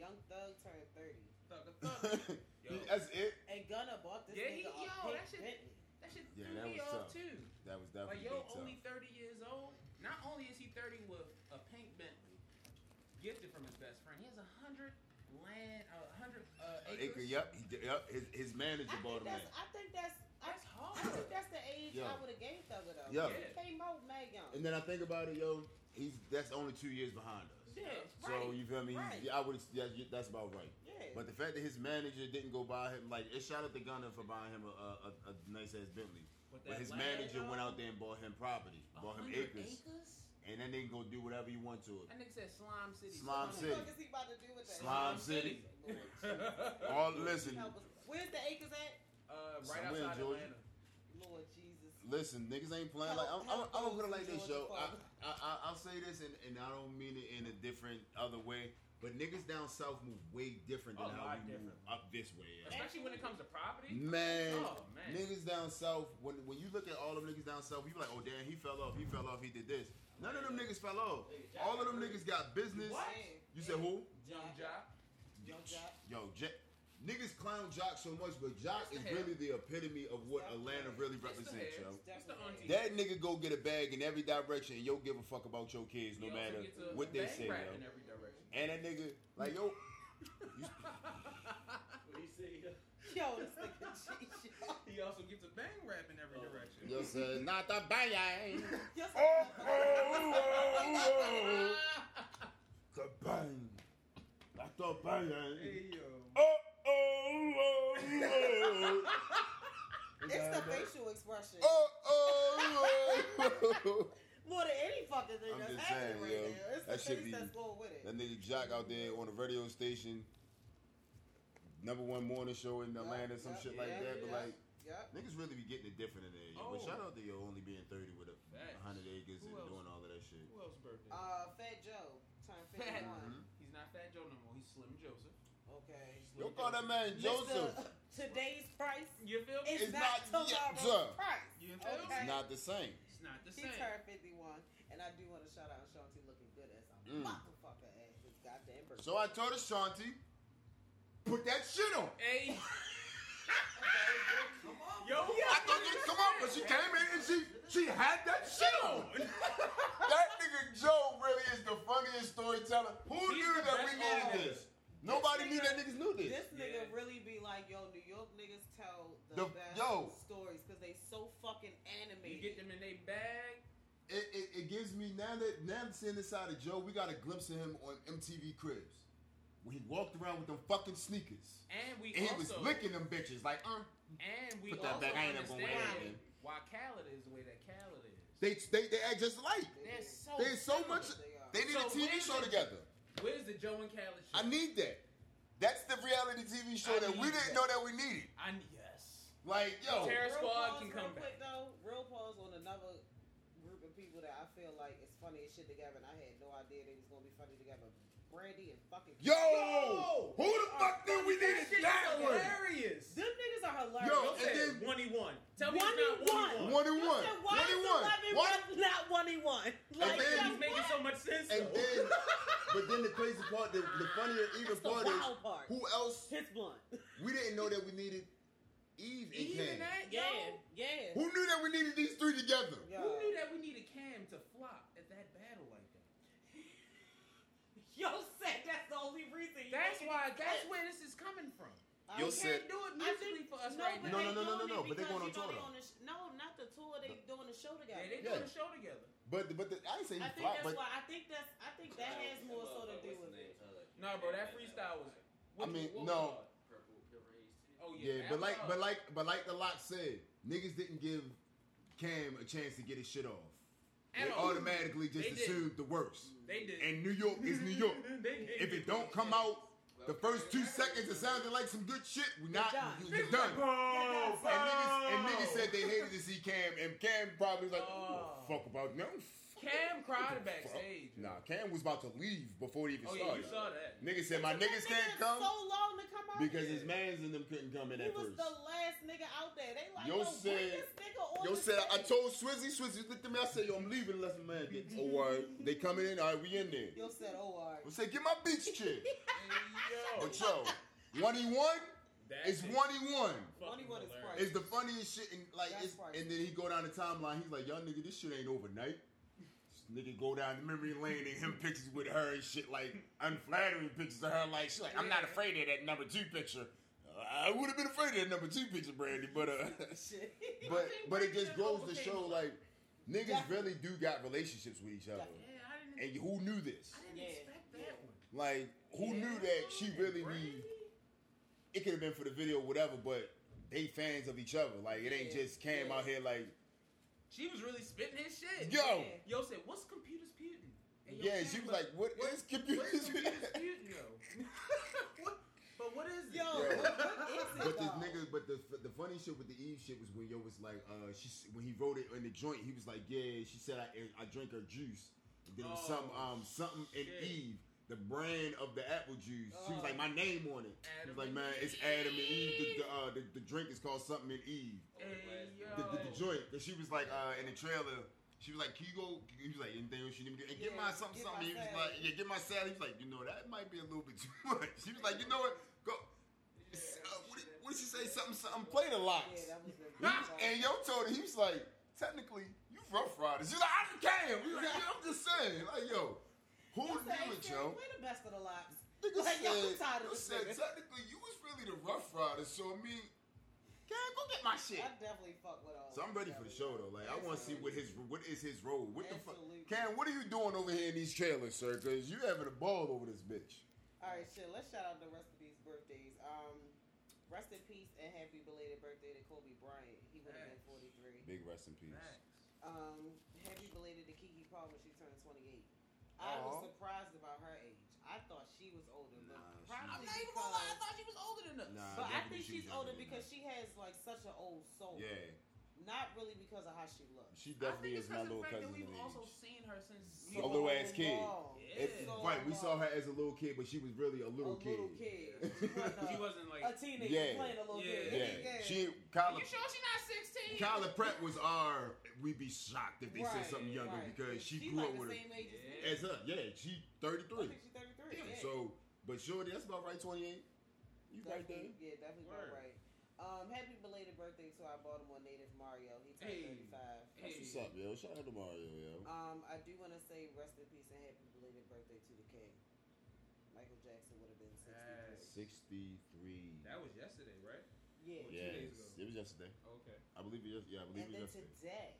Speaker 2: Young Thug turned thirty.
Speaker 5: Thugga thugga. Yo,
Speaker 3: That's it.
Speaker 2: And Gunna bought this
Speaker 5: Yeah, he-
Speaker 2: nigga a
Speaker 5: yo,
Speaker 2: pink
Speaker 5: that shit-
Speaker 2: Bentley.
Speaker 5: that shit
Speaker 3: Yeah,
Speaker 5: threw
Speaker 3: that
Speaker 5: me
Speaker 3: was
Speaker 5: off
Speaker 3: tough.
Speaker 5: too.
Speaker 3: That was
Speaker 5: Like
Speaker 3: definitely
Speaker 5: yo,
Speaker 3: big
Speaker 5: only
Speaker 3: time.
Speaker 5: thirty years old. Not only is he thirty with a pink Bentley, gifted from his best friend. He has a hundred land, a hundred uh,
Speaker 3: An
Speaker 5: acres.
Speaker 3: Acre, yep, he, did- yep. His, his manager
Speaker 2: I
Speaker 3: bought
Speaker 2: think
Speaker 3: him that.
Speaker 2: that's. I think that's. I,
Speaker 5: That's
Speaker 2: I
Speaker 5: hard.
Speaker 2: think that's the age
Speaker 3: Yo.
Speaker 2: I would have gave Thugger though.
Speaker 3: Yo.
Speaker 2: He came out mad young.
Speaker 3: And then I think about it, yo, he's that's only two years behind us.
Speaker 2: yeah,
Speaker 5: Yeah.
Speaker 3: So
Speaker 2: right.
Speaker 3: you feel me?
Speaker 2: right.
Speaker 3: Yeah, I would. Yeah, you- that's about right.
Speaker 2: yeah.
Speaker 3: But the fact that his manager didn't go buy him, like, it shout out to Gunner for buying him a, a, a, a nice ass Bentley.
Speaker 5: With
Speaker 3: But
Speaker 5: that
Speaker 3: his
Speaker 5: land,
Speaker 3: manager
Speaker 5: yo,
Speaker 3: went out there and bought him property,
Speaker 5: a
Speaker 3: bought him
Speaker 5: hundred
Speaker 3: acres, and then they can go do whatever you want to it.
Speaker 5: That nigga said Slime City.
Speaker 3: Slime
Speaker 2: what
Speaker 3: City.
Speaker 2: the fuck is he about to do with that?
Speaker 3: Slime City.
Speaker 2: Lord Jesus.
Speaker 3: All listen,
Speaker 2: Help us. Where's the acres at?
Speaker 5: Uh, right
Speaker 3: Somewhere in
Speaker 5: outside
Speaker 3: Georgia.
Speaker 5: Atlanta.
Speaker 2: Lord Jesus.
Speaker 3: listen, niggas ain't playing. Like I'm, I'm, I'm gonna put it like this, yo. I, I, I, I'll say this, and, and I don't mean it in a different other way, but niggas down south move way different than
Speaker 5: A
Speaker 3: how
Speaker 5: lot
Speaker 3: we move
Speaker 5: different.
Speaker 3: up this way. yo.
Speaker 5: Especially when it comes to property.
Speaker 3: Man,
Speaker 5: Oh man.
Speaker 3: niggas down south. When when you look at all them niggas down south, you be like, oh damn, he fell off. He fell off. He did this. None of them niggas fell off. All of them niggas got business.
Speaker 5: What?
Speaker 3: You said who?
Speaker 5: Young Jock.
Speaker 2: Yo, Jock.
Speaker 3: Yo, J- niggas clown Jock so much, but Jock
Speaker 5: It's
Speaker 3: is
Speaker 5: the hair.
Speaker 3: really the epitome of what
Speaker 2: It's the
Speaker 3: Atlanta
Speaker 2: hair.
Speaker 3: really
Speaker 5: It's the
Speaker 3: represents,
Speaker 5: hair.
Speaker 3: yo.
Speaker 5: It's the auntie.
Speaker 3: That nigga go get a bag in every direction and yo give a fuck about your kids no
Speaker 5: He also
Speaker 3: matter
Speaker 5: gets a
Speaker 3: what they
Speaker 5: bang
Speaker 3: say, yo.
Speaker 5: rap in every direction.
Speaker 3: And that nigga, like yo,
Speaker 6: uh,
Speaker 2: Yo, this nigga G. Yo.
Speaker 5: he also gets a bang rap in every direction.
Speaker 3: yo said not the bang,
Speaker 2: Yes,
Speaker 3: Oh, oh, the bang, not the bang.
Speaker 5: Hey yo.
Speaker 3: Oh, oh, oh, oh.
Speaker 2: It's the facial expression.
Speaker 3: Oh, oh, oh.
Speaker 2: More than any fucking thing
Speaker 3: I'm
Speaker 2: that's
Speaker 3: just saying,
Speaker 2: happening right
Speaker 3: yo.
Speaker 2: now. It's
Speaker 3: That
Speaker 2: the
Speaker 3: should be-
Speaker 2: face that's going with it.
Speaker 3: That nigga Jock out there on the radio station, number one morning show in Atlanta, some shit like that. But like,
Speaker 2: Yep.
Speaker 3: niggas really be getting it different in there. Yo. But
Speaker 5: Oh.
Speaker 3: shout out to yo only being thirty with a
Speaker 5: Facts.
Speaker 3: hundred acres
Speaker 5: Who
Speaker 3: and
Speaker 5: else?
Speaker 3: doing all of that shit.
Speaker 5: Who else birthday?
Speaker 2: Uh, Fat Joe turned 51.
Speaker 3: Mhm.
Speaker 5: He's not Fat Joe no more. He's Slim Joseph.
Speaker 2: Okay.
Speaker 3: Yo, call that man Joseph.
Speaker 2: Mr. Today's price
Speaker 5: You feel me?
Speaker 2: is
Speaker 3: It's
Speaker 2: not
Speaker 3: not yet, sir.
Speaker 2: tomorrow's price.
Speaker 5: You feel me?
Speaker 2: Okay.
Speaker 3: It's not the same.
Speaker 5: It's not the
Speaker 2: She
Speaker 5: same.
Speaker 2: turned 51, and I do want to shout out Shanti looking good as a
Speaker 3: Mm.
Speaker 2: motherfucker at his goddamn birthday.
Speaker 3: So I told Ashanti, put that shit on.
Speaker 5: Hey.
Speaker 4: Come on.
Speaker 5: Yo,
Speaker 3: I thought it come up, but she came in and she she had that shit on. that nigga Joe really is the funniest storyteller. Who
Speaker 5: He's
Speaker 3: knew
Speaker 5: the
Speaker 3: that we
Speaker 5: best
Speaker 3: needed
Speaker 5: artist.
Speaker 3: this? Nobody knew
Speaker 2: nigga-
Speaker 3: that niggas knew this.
Speaker 2: This nigga
Speaker 5: Yeah.
Speaker 2: really be like, yo, New York niggas tell the,
Speaker 3: The-
Speaker 2: best
Speaker 3: yo.
Speaker 2: stories because they so fucking
Speaker 5: You
Speaker 2: animated.
Speaker 5: get them in they bag.
Speaker 3: It, it, it gives me now that now that seeing this side of Joe, we got a glimpse of him on MTV Cribs when he walked around with them fucking sneakers
Speaker 5: And we
Speaker 3: and he was
Speaker 5: also
Speaker 3: licking them bitches like, uh,
Speaker 5: and we
Speaker 3: Put that
Speaker 5: also
Speaker 3: back. I ain't never gonna
Speaker 5: understand
Speaker 3: wear that again.
Speaker 5: why Khaled is the way that Khaled is.
Speaker 3: they they they act just alike.
Speaker 5: They're so
Speaker 3: There's so
Speaker 5: similar.
Speaker 3: much.
Speaker 2: They are.
Speaker 3: They did
Speaker 5: So
Speaker 3: a TV show
Speaker 5: where's it-
Speaker 3: together.
Speaker 5: Where's the Joe and Khaled shit?
Speaker 3: I need that. That's the reality TV show
Speaker 5: I
Speaker 3: that we
Speaker 5: need
Speaker 3: didn't
Speaker 5: that.
Speaker 3: know that we needed.
Speaker 5: I yes.
Speaker 3: Like, yo,
Speaker 5: Terror
Speaker 2: Real
Speaker 5: Squad
Speaker 2: pause
Speaker 5: can
Speaker 2: real
Speaker 5: come
Speaker 2: quick though. Real pause on another group of people that I feel like is funny as shit together, and I had no idea they was gonna be funny together. Brandy and fucking
Speaker 3: yo,
Speaker 5: Yo!
Speaker 3: who the fuck knew we needed
Speaker 5: shit
Speaker 3: that
Speaker 5: is
Speaker 3: one?
Speaker 5: hilarious.
Speaker 2: Them niggas are hilarious.
Speaker 3: Yo,
Speaker 5: Don't
Speaker 3: and
Speaker 5: say
Speaker 3: then-
Speaker 5: one e one. Tell me
Speaker 2: One E
Speaker 5: it's not one e
Speaker 2: one.
Speaker 5: one.
Speaker 3: One and
Speaker 2: You
Speaker 3: one.
Speaker 2: said,
Speaker 3: One
Speaker 2: why
Speaker 3: and
Speaker 2: is
Speaker 3: one.
Speaker 2: eleven
Speaker 3: What?
Speaker 2: one not one and one?
Speaker 3: then-
Speaker 2: Like, yo,
Speaker 5: He's making
Speaker 2: what?
Speaker 5: so much sense
Speaker 3: And
Speaker 5: though.
Speaker 3: then, but then the crazy part, the, the funnier even
Speaker 2: That's the
Speaker 3: part is,
Speaker 2: wild part.
Speaker 3: who else?
Speaker 2: His blunt.
Speaker 3: We didn't know that we needed Eve and Cam.
Speaker 5: Even that, yo.
Speaker 2: Yeah, yeah.
Speaker 3: Who knew that we needed these three together?
Speaker 2: Yo.
Speaker 5: Who knew that we needed Cam to flop at that battle like that?
Speaker 2: Yo said that's the only reason. you
Speaker 5: That's
Speaker 2: made it.
Speaker 5: why. That's where this is coming from.
Speaker 2: I
Speaker 3: Yo
Speaker 2: don't
Speaker 5: You
Speaker 3: said-
Speaker 5: can't do it
Speaker 2: I
Speaker 5: musically
Speaker 2: think-
Speaker 5: for us
Speaker 2: no,
Speaker 5: right
Speaker 2: but
Speaker 5: now.
Speaker 3: No, no, no,
Speaker 2: they
Speaker 3: no,
Speaker 2: doing
Speaker 3: no,
Speaker 2: it
Speaker 3: but they
Speaker 2: because,
Speaker 3: going on
Speaker 2: you know,
Speaker 3: tour,
Speaker 2: they
Speaker 3: though.
Speaker 2: on the sh- no, not the tour. They doing the show
Speaker 5: Yeah,
Speaker 2: together.
Speaker 5: they
Speaker 3: Yeah.
Speaker 5: doing a show together.
Speaker 3: But the, but the, I didn't say he
Speaker 2: I think
Speaker 3: flopped, but
Speaker 2: that's why. I think that's. I think that has more so to do with it.
Speaker 5: Nah, bro, that freestyle was.
Speaker 3: I mean, no.
Speaker 6: Purple Purees.
Speaker 5: Oh yeah,
Speaker 3: yeah,
Speaker 5: that
Speaker 3: but like,
Speaker 5: was-
Speaker 3: but like, but like the lock said, niggas didn't give Cam a chance to get his shit off. They
Speaker 5: At all.
Speaker 3: automatically just
Speaker 5: They did.
Speaker 3: assumed the worst.
Speaker 5: they did.
Speaker 3: And New York is New York.
Speaker 5: They did.
Speaker 3: If it don't come out the first two seconds, it sounded like some good shit. We not
Speaker 2: done.
Speaker 3: you- you're done.
Speaker 5: Boom,
Speaker 3: And niggas, and
Speaker 5: boom.
Speaker 3: niggas said they hated to see Cam, and Cam probably was like,
Speaker 5: Oh.
Speaker 3: oh, fuck about no. fuck
Speaker 5: Cam
Speaker 3: the
Speaker 5: cried
Speaker 3: fuck."
Speaker 5: backstage.
Speaker 3: Nah, Cam was about to leave before he even
Speaker 5: Oh yeah,
Speaker 3: started.
Speaker 5: you saw that.
Speaker 3: Niggas said my
Speaker 2: It took
Speaker 3: niggas
Speaker 2: that
Speaker 3: can't
Speaker 2: nigga
Speaker 3: come
Speaker 2: So long to come out
Speaker 3: because
Speaker 2: there.
Speaker 3: his mans and them couldn't come in
Speaker 2: He
Speaker 3: at
Speaker 2: was
Speaker 3: first.
Speaker 2: the last nigga out there. They like,
Speaker 3: Yo
Speaker 2: yo, bring
Speaker 3: said-
Speaker 2: this nigga on
Speaker 3: Yo
Speaker 2: the
Speaker 3: said I
Speaker 2: stage.
Speaker 3: told Swizzy, Swizzy looked at me. I said, Yo, I'm leaving unless my man gets. Oh, all right. they coming in. All right, we in there.
Speaker 2: Yo said, oh,
Speaker 3: I
Speaker 2: alright.
Speaker 3: said, Get my beach chair.
Speaker 5: Yo,
Speaker 3: But yo, one e one
Speaker 5: that
Speaker 3: is one e one.
Speaker 5: fucking
Speaker 2: Funny one is
Speaker 5: hilarious.
Speaker 2: crazy.
Speaker 3: It's the funniest shit, and like,
Speaker 2: That's
Speaker 3: it's,
Speaker 2: right.
Speaker 3: and then he go down the timeline. He's like, "Y'all nigga, this shit ain't overnight." This nigga go down the memory lane and him pictures with her and shit, like unflattering pictures of her. Like she's like, "I'm not
Speaker 5: Yeah.
Speaker 3: afraid of that number two picture." Uh, I would have been afraid of that number two picture, Brandy, but uh,
Speaker 2: Shit.
Speaker 3: but but it just
Speaker 5: Brandy
Speaker 3: goes to
Speaker 5: overcame
Speaker 3: show
Speaker 5: it.
Speaker 3: like niggas
Speaker 2: Definitely.
Speaker 3: really do got relationships with each other,
Speaker 2: Definitely.
Speaker 5: Yeah, I
Speaker 3: and
Speaker 5: didn't.
Speaker 3: who knew this?
Speaker 5: I didn't
Speaker 2: Yeah.
Speaker 5: expect that one.
Speaker 3: Like who knew that she really need? It could have been for the video, whatever, but they fans of each other. Like it ain't
Speaker 2: Yeah.
Speaker 3: just Cam
Speaker 2: Yeah.
Speaker 3: out here like,
Speaker 5: She was really spitting his shit.
Speaker 3: yo.
Speaker 2: Yeah.
Speaker 5: Yo said, "What's computers putin?" And yo
Speaker 3: Yeah,
Speaker 5: said,
Speaker 3: she was
Speaker 5: "But
Speaker 3: like, "What is
Speaker 5: what- what is
Speaker 3: computers?"
Speaker 5: computers putin, yo?" What? But what is it?
Speaker 2: Yo,
Speaker 3: Yo.
Speaker 2: what, what is it,
Speaker 3: But this
Speaker 2: dog?
Speaker 3: nigga, but the the funny shit with the Eve shit was when yo was like, uh, she s- when he wrote it on the joint, he was like, yeah, she said I I drink her juice. And then it was
Speaker 5: Oh,
Speaker 3: some um something in
Speaker 5: shit.
Speaker 3: Eve, the brand of the apple juice. She was
Speaker 2: Oh.
Speaker 3: like, my name on it. He
Speaker 5: Adam
Speaker 3: was like,
Speaker 5: and
Speaker 3: man, it's Adam and Eve. The, the, uh, the, the drink is called something in Eve. The, the, the joint. Cause she was like, uh, in the trailer. She was like, can you go? He was like, anything else you need me to get? And get
Speaker 2: Yeah,
Speaker 3: my something,
Speaker 2: get
Speaker 3: something.
Speaker 2: my
Speaker 3: He was
Speaker 2: salad.
Speaker 3: like, yeah, get my salad. He was like, you know, that might be a little bit too much. She was like, you know what? Go, It's, uh, what, did, what did she say? Something, something. Play the locks.
Speaker 2: Yeah, that was the
Speaker 3: He- and yo told her, he was like, technically, you rough riders. She's like, I can. We like, yo, I'm just saying. Like, yo, who knew
Speaker 2: Yo said,
Speaker 3: it, yo?
Speaker 2: We're the best of the locks.
Speaker 3: Nigga
Speaker 2: Like, yo, I'm
Speaker 3: said,
Speaker 2: tired of
Speaker 3: yo
Speaker 2: this
Speaker 3: said
Speaker 2: nigga.
Speaker 3: technically, you was really the rough riders. So, I mean, can go get my shit.
Speaker 2: I definitely fuck with all
Speaker 3: So I'm
Speaker 2: this
Speaker 3: ready for the
Speaker 2: stuff.
Speaker 3: show though. Like I want to see what his what is his role. What the fuck,
Speaker 2: Absolutely.
Speaker 3: Cam? What are you doing over here in these trailers, sir? Because you having a ball over this bitch.
Speaker 2: All right, shit. Let's shout out the rest of these birthdays. Um, rest in peace and happy belated birthday to Kobe Bryant. He would have been 43.
Speaker 3: Big rest in peace.
Speaker 2: Um, happy belated to Kiki Palmer. She turned 28. I was
Speaker 3: Aw.
Speaker 2: surprised about her age. I thought she was older, but
Speaker 3: Nah, she-
Speaker 2: probably
Speaker 5: I'm not even gonna lie. I
Speaker 2: because.
Speaker 5: thought she was older than us.
Speaker 3: Nah.
Speaker 2: But I
Speaker 3: definitely
Speaker 2: think
Speaker 3: she was
Speaker 2: she's
Speaker 3: younger
Speaker 2: older
Speaker 3: than
Speaker 2: because she has like such an old soul.
Speaker 3: Yeah,
Speaker 2: Not really because of how she looks.
Speaker 3: she
Speaker 5: I
Speaker 3: definitely
Speaker 5: think
Speaker 3: is
Speaker 5: it's
Speaker 3: my
Speaker 5: because of
Speaker 3: little
Speaker 5: the fact
Speaker 3: cousin
Speaker 5: that
Speaker 3: in
Speaker 5: we've also
Speaker 3: age.
Speaker 5: seen her since
Speaker 3: A little ass kid.
Speaker 2: long.
Speaker 5: Yeah.
Speaker 3: It-
Speaker 2: So
Speaker 3: right, we saw
Speaker 2: long.
Speaker 3: her as a little kid, but she was really a
Speaker 2: A
Speaker 3: little,
Speaker 2: little kid. She wasn't
Speaker 5: she
Speaker 2: a-
Speaker 5: wasn't like.
Speaker 2: a teenager
Speaker 3: Yeah.
Speaker 2: playing a little
Speaker 5: Yeah.
Speaker 2: kid.
Speaker 3: Yeah, she Kyla,
Speaker 5: you sure she's not sixteen?
Speaker 3: Kyla Pratt was our. We'd be shocked if they
Speaker 2: Right,
Speaker 3: said something younger
Speaker 2: right.
Speaker 3: because she
Speaker 2: She
Speaker 3: grew up
Speaker 2: like
Speaker 3: with
Speaker 2: the
Speaker 3: her
Speaker 2: same age as me.
Speaker 5: Yeah.
Speaker 3: as her. Yeah, she
Speaker 2: I
Speaker 3: 33.
Speaker 2: think she's 33. Yeah.
Speaker 3: So, but sure, that's about right. 28. You right there?
Speaker 2: Definitely- Yeah, definitely about
Speaker 5: Word.
Speaker 2: right. Um, happy belated birthday to our Baltimore native Mario. He turned
Speaker 5: Hey.
Speaker 2: 35.
Speaker 3: That's what's
Speaker 5: Hey.
Speaker 3: up, yo. Shout out to Mario, yo.
Speaker 2: Um, I do want to say rest in peace and happy belated birthday to the king. Michael Jackson would have been 63.
Speaker 5: Yes.
Speaker 3: 63.
Speaker 5: That was yesterday, right?
Speaker 2: Yeah.
Speaker 5: was two
Speaker 3: yes.
Speaker 5: days ago.
Speaker 3: It was yesterday.
Speaker 5: Okay.
Speaker 3: I believe it was, yeah, I believe
Speaker 2: And
Speaker 3: it
Speaker 2: then
Speaker 3: was yesterday.
Speaker 2: today,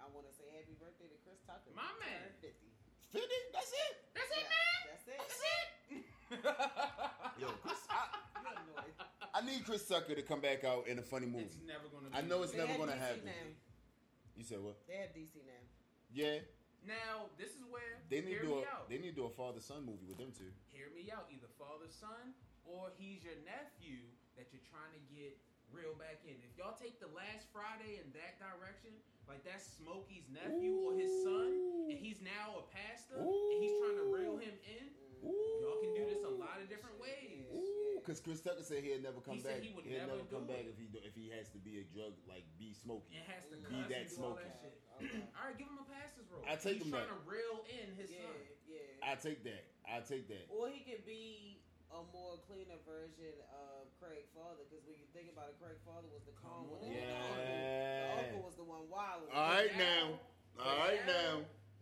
Speaker 2: I want to say happy birthday to Chris Tucker.
Speaker 5: My
Speaker 2: He
Speaker 5: man.
Speaker 2: turned 50.
Speaker 3: 50? That's it?
Speaker 5: That's
Speaker 2: Yeah,
Speaker 5: it, man.
Speaker 2: That's it.
Speaker 5: That's it.
Speaker 3: Yo, Chris, I,
Speaker 2: You're annoyed.
Speaker 3: I need Chris Tucker to come back out in a funny movie.
Speaker 5: It's never gonna. Be
Speaker 3: I know it's
Speaker 2: They
Speaker 3: never
Speaker 2: have
Speaker 3: gonna
Speaker 2: DC
Speaker 3: happen.
Speaker 2: Now.
Speaker 3: You said what?
Speaker 2: They have DC now.
Speaker 3: Yeah.
Speaker 5: Now this is where
Speaker 3: They need,
Speaker 5: hear
Speaker 3: to do
Speaker 5: me
Speaker 3: a,
Speaker 5: out.
Speaker 3: they need to do a father son movie with them two.
Speaker 5: hear me out. Either father son or he's your nephew that you're trying to get reel back in. If y'all take the last Friday in that direction, like that's Smokey's nephew or his son, and he's now a pastor, and he's trying to reel him in.
Speaker 2: Mm.
Speaker 5: Y'all can do this a lot of different ways.
Speaker 3: Because Chris Tucker said he'd never come
Speaker 5: He
Speaker 3: back.
Speaker 5: said he would
Speaker 3: he'd
Speaker 5: never
Speaker 3: never come
Speaker 5: do
Speaker 3: back
Speaker 5: it.
Speaker 3: if he do- if he has to be a drug like be smoky.
Speaker 5: And has to
Speaker 2: Be
Speaker 5: cuss and
Speaker 3: that
Speaker 5: do all
Speaker 3: Smokey.
Speaker 5: that shit. All right, give him a pastor's role.
Speaker 3: I take
Speaker 5: he's
Speaker 3: him
Speaker 5: trying
Speaker 3: that.
Speaker 5: to reel in his
Speaker 2: yeah,
Speaker 5: son.
Speaker 2: yeah.
Speaker 3: I take that. I take that.
Speaker 2: Or he could be a more cleaner version of Craig Father, because when you think about it, Craig Father was the calm one. and the uncle- The
Speaker 3: Yeah.
Speaker 2: uncle was the one wild. one.
Speaker 3: All right
Speaker 5: But
Speaker 3: now. All right now.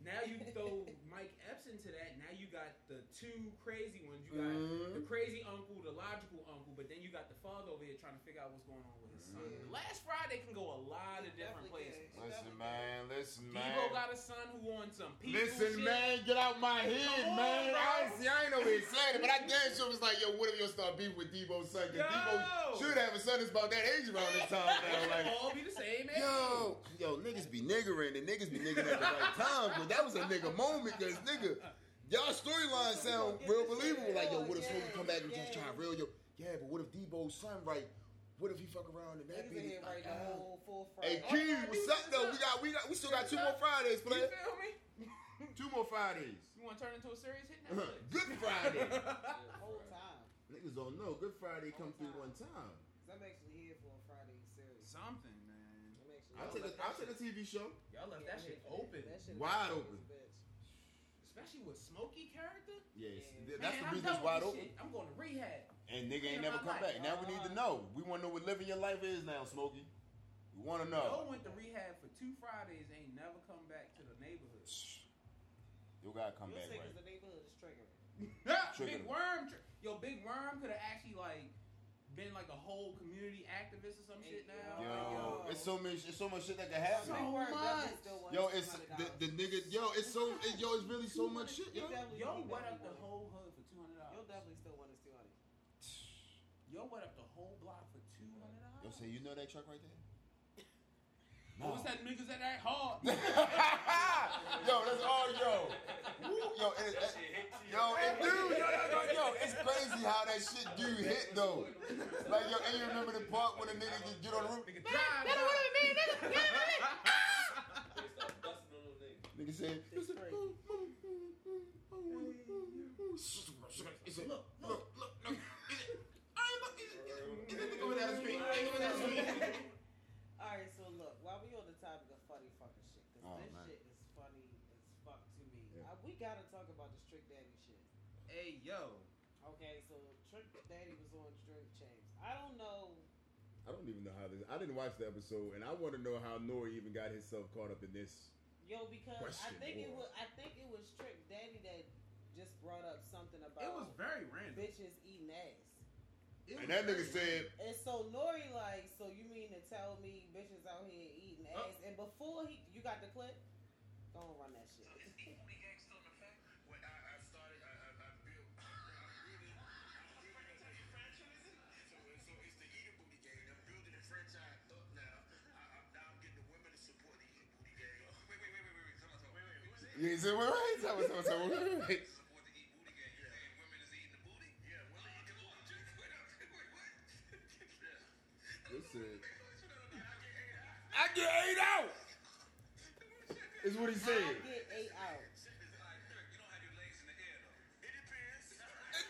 Speaker 5: Now you throw Mike Epps into that. Now you got the two crazy ones. You got the
Speaker 3: Mhm.
Speaker 2: Mm-hmm.
Speaker 5: crazy uncle, the logical uncle, but then you got the father over here trying to figure out what's going on with his son.
Speaker 2: Mhm.
Speaker 5: Last Friday can go a lot of
Speaker 2: It
Speaker 5: different
Speaker 2: definitely
Speaker 5: places.
Speaker 2: can.
Speaker 3: Listen, man. Listen, man.
Speaker 5: Debo got a son who on some people
Speaker 3: Listen,
Speaker 5: shit.
Speaker 3: man, get out my head,
Speaker 5: Come on,
Speaker 3: man.
Speaker 5: bro.
Speaker 3: Honestly, I ain't over here saying it, but I damn sure was like, yo, what if y'all start beefing with Debo's son? Because Debo
Speaker 5: Yo.
Speaker 3: should have a son that's about that age around this time now. Like,
Speaker 5: all be the same age.
Speaker 3: yo, yo, niggas be niggering and niggas be niggering at the right time, but that was a nigga moment because nigga, y'all storyline sound real believable. Like, yo, what if Smokey come back and just try to real yo? Yeah, but what if Debo's son, right? What if he fuck around and that uh,
Speaker 2: Niggas
Speaker 3: be
Speaker 2: in here right the whole full
Speaker 3: Hey,
Speaker 2: Friday.
Speaker 5: Oh,
Speaker 3: Key,
Speaker 5: yeah,
Speaker 3: what's
Speaker 5: dude,
Speaker 3: up though? We
Speaker 5: what's up?
Speaker 3: got we got we still got two more
Speaker 5: What's up?
Speaker 3: Fridays,
Speaker 5: You
Speaker 3: player.
Speaker 5: feel me?
Speaker 3: Two more Fridays.
Speaker 5: You want to turn into a serious hit
Speaker 3: Good
Speaker 5: Netflix?
Speaker 3: Friday.
Speaker 2: The whole time.
Speaker 3: Niggas don't know. Good Friday come through one time.
Speaker 2: 'Cause I'm actually here for a Friday series.
Speaker 4: Something, man.
Speaker 2: I'm actually
Speaker 3: I'll take a, I'll take a TV show.
Speaker 5: Y'all left
Speaker 2: Yeah, I'm
Speaker 5: that shit
Speaker 2: here for
Speaker 5: open,
Speaker 2: That shit is
Speaker 3: Wide
Speaker 2: big as
Speaker 3: open.
Speaker 2: a bitch.
Speaker 5: especially with Smokey character.
Speaker 3: Yes,
Speaker 2: Yeah.
Speaker 3: th- that's
Speaker 5: Man,
Speaker 3: the
Speaker 5: I'm
Speaker 3: reason
Speaker 5: done
Speaker 3: it's wide
Speaker 5: with
Speaker 3: open.
Speaker 5: this shit. I'm going to rehab.
Speaker 3: And nigga ain't
Speaker 5: Clean
Speaker 3: never
Speaker 5: my
Speaker 3: come
Speaker 5: life.
Speaker 3: back. Now we need to know. We want to know what living your life is now, Smokey. We want to know.
Speaker 5: Yo went to rehab for two Fridays, ain't never come back to the neighborhood.
Speaker 3: You gotta come
Speaker 2: You'll
Speaker 3: back,
Speaker 2: see 'cause
Speaker 3: right?
Speaker 2: the neighborhood is triggering.
Speaker 5: Big
Speaker 3: Triggered.
Speaker 5: Worm, tr- yo, Big Worm could have actually like been like a whole community activist or some shit now.
Speaker 2: Oh,
Speaker 3: Yo,
Speaker 2: yo.
Speaker 3: it's so much. It's so much shit that can
Speaker 5: So
Speaker 3: happen.
Speaker 2: Big Worm definitely
Speaker 5: much.
Speaker 2: still wants
Speaker 3: Yo, it's
Speaker 2: $200.
Speaker 3: the, the nigga. Yo, it's so. It, yo, it's really so much shit. Yo,
Speaker 2: He definitely-
Speaker 5: Yo,
Speaker 2: he
Speaker 5: what up
Speaker 2: definitely
Speaker 5: the
Speaker 2: wants-
Speaker 5: whole hood for two hundred
Speaker 2: You'll
Speaker 5: dollars?
Speaker 2: definitely still want his 200.
Speaker 5: Yo, what up the whole block for two hundred
Speaker 3: yo,
Speaker 5: dollars?
Speaker 3: say you know that truck right there.
Speaker 5: What was that niggas that act hard?
Speaker 3: yo, that's all yo. Woo, yo, it, it, yo, it do. Yo, yo, yo, yo, it's crazy how that shit do hit though. Like yo, and you remember the part when the nigga just get on the roof?
Speaker 5: Nigga, drive by.
Speaker 3: Nigga said,
Speaker 2: It's crazy.
Speaker 3: Is it- look, look, look, no, is it- I ain't look- is it- is it nigga without a street? Nigga without a street.
Speaker 2: All right, so look, while we on the topic of funny fucking shit, because
Speaker 3: Oh,
Speaker 2: this
Speaker 3: man.
Speaker 2: shit is funny as fuck to me.
Speaker 3: Yeah.
Speaker 2: Uh, we gotta talk about this Trick Daddy shit.
Speaker 5: Hey yo,
Speaker 2: Okay, so Trick Daddy was on Drink Champs. I don't know.
Speaker 3: I don't even know how this. I didn't watch the episode, and I want to know how Nori even got himself caught up in this.
Speaker 2: Yo, because I
Speaker 3: Question
Speaker 2: think it
Speaker 3: mark.
Speaker 2: was I think it was Trick Daddy that just brought up something about
Speaker 5: it was very random.
Speaker 2: bitches eating ass.
Speaker 5: It was
Speaker 3: And that
Speaker 5: very
Speaker 3: nigga said,
Speaker 2: And so Nori like, so you mean to tell me bitches out here eating
Speaker 5: Oh.
Speaker 2: ass? And before he, you got the clip? Don't run that shit.
Speaker 3: "Yeah, he said, wait, wait, tell us, tell us, tell us, wait, wait, wait." They said, I get eight out. Is what he
Speaker 2: I
Speaker 3: said.
Speaker 2: get eight out.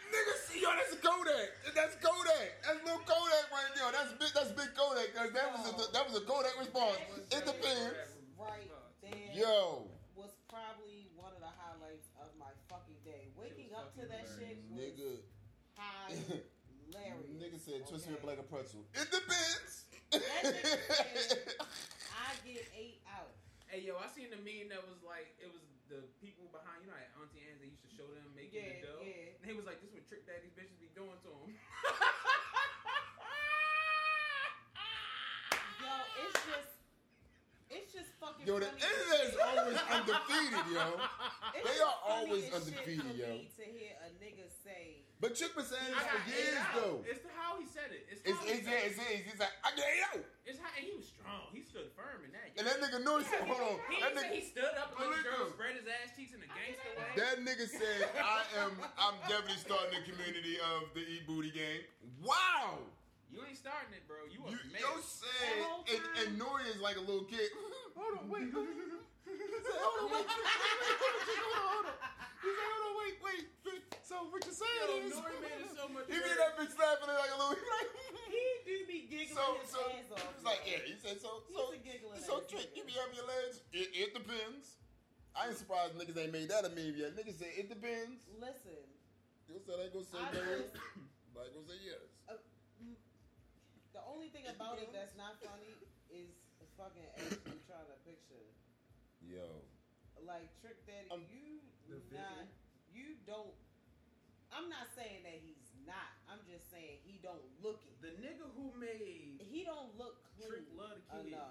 Speaker 3: Niggas, yo, that's Kodak. That's Kodak. That's little Kodak right there. That's big. That's big Kodak. Cause that was a, that was a Kodak response. It depends.
Speaker 2: Right there
Speaker 3: Yo,
Speaker 2: was probably one of the highlights of my fucking day. Waking up to
Speaker 5: fucking
Speaker 2: that shit was
Speaker 3: nigga,
Speaker 2: hilarious.
Speaker 3: nigga said, twist me
Speaker 2: okay?
Speaker 3: up like a pretzel. It depends.
Speaker 2: nigga I get eight out.
Speaker 5: Hey yo, I seen the meme that was like it was the people behind you know how Auntie Anne's they used to show them making
Speaker 2: Yeah,
Speaker 5: the dough.
Speaker 2: yeah.
Speaker 5: And they was like, this what Trick Daddy's bitches be doing to him.
Speaker 2: Yo, it's just, it's just fucking.
Speaker 3: yo, the
Speaker 2: funny
Speaker 3: internet
Speaker 2: as
Speaker 3: is
Speaker 2: shit.
Speaker 3: always undefeated, yo.
Speaker 2: It's
Speaker 3: They are
Speaker 2: just funny
Speaker 3: always
Speaker 2: as shit
Speaker 3: undefeated,
Speaker 2: for
Speaker 3: yo.
Speaker 2: me To hear a nigga say,
Speaker 3: But Chick been saying
Speaker 5: I
Speaker 3: this
Speaker 5: got
Speaker 3: for
Speaker 5: eight
Speaker 3: years,
Speaker 5: out.
Speaker 3: though.
Speaker 5: It's the how he said it. It's,
Speaker 3: It's
Speaker 5: how he
Speaker 3: it's
Speaker 5: said
Speaker 3: it's
Speaker 5: it.
Speaker 3: it's, it's like I get eight out,
Speaker 5: It's how, and he was strong. He stood firm in that.
Speaker 3: and that nigga knew he said, hold on.
Speaker 5: he,
Speaker 3: That
Speaker 5: said
Speaker 3: nigga
Speaker 5: he stood up and
Speaker 3: Malika.
Speaker 5: the girl spread his ass cheeks in a gangster way.
Speaker 3: That nigga said, I am I'm definitely starting the community of the E Booty game. Wow.
Speaker 5: You ain't starting it, bro. You
Speaker 3: You,
Speaker 5: are
Speaker 3: you
Speaker 5: mad.
Speaker 3: said
Speaker 2: That whole
Speaker 3: and,
Speaker 2: time?
Speaker 3: and Nori is like a little kid. Hold on, wait. He said, hold on, wait. Hold on, He said, hold on, wait, wait. So what you saying is,
Speaker 5: Yo, Nori made it so much.
Speaker 3: he made that
Speaker 5: better.
Speaker 3: bitch laughing like a little. He like,
Speaker 2: He do be giggling
Speaker 3: so
Speaker 2: his
Speaker 3: so.
Speaker 2: ass off.
Speaker 3: He was like,
Speaker 2: yo.
Speaker 3: yeah. He said, so
Speaker 2: He's
Speaker 3: so.
Speaker 2: a giggling
Speaker 3: It's so
Speaker 2: ass
Speaker 3: trick.
Speaker 2: nigga.
Speaker 3: You be having your legs. It, it depends. I ain't surprised niggas ain't made that a meme yet. Niggas say it depends.
Speaker 2: Listen,
Speaker 3: You said I ain't gonna say
Speaker 2: I
Speaker 3: no.
Speaker 2: just-
Speaker 3: But I ain't gonna say yes.
Speaker 2: the only thing
Speaker 3: It
Speaker 2: about it
Speaker 3: depends.
Speaker 2: that's not funny is fucking actually trying to picture.
Speaker 3: Yo.
Speaker 2: Like Trick Daddy,
Speaker 3: Um,
Speaker 2: you
Speaker 4: the
Speaker 2: not,
Speaker 4: vision.
Speaker 2: you don't. I'm not saying that he's not. I'm just saying he don't look it.
Speaker 5: The nigga who made
Speaker 2: He don't look clean
Speaker 5: Trick Love the Kid.
Speaker 2: enough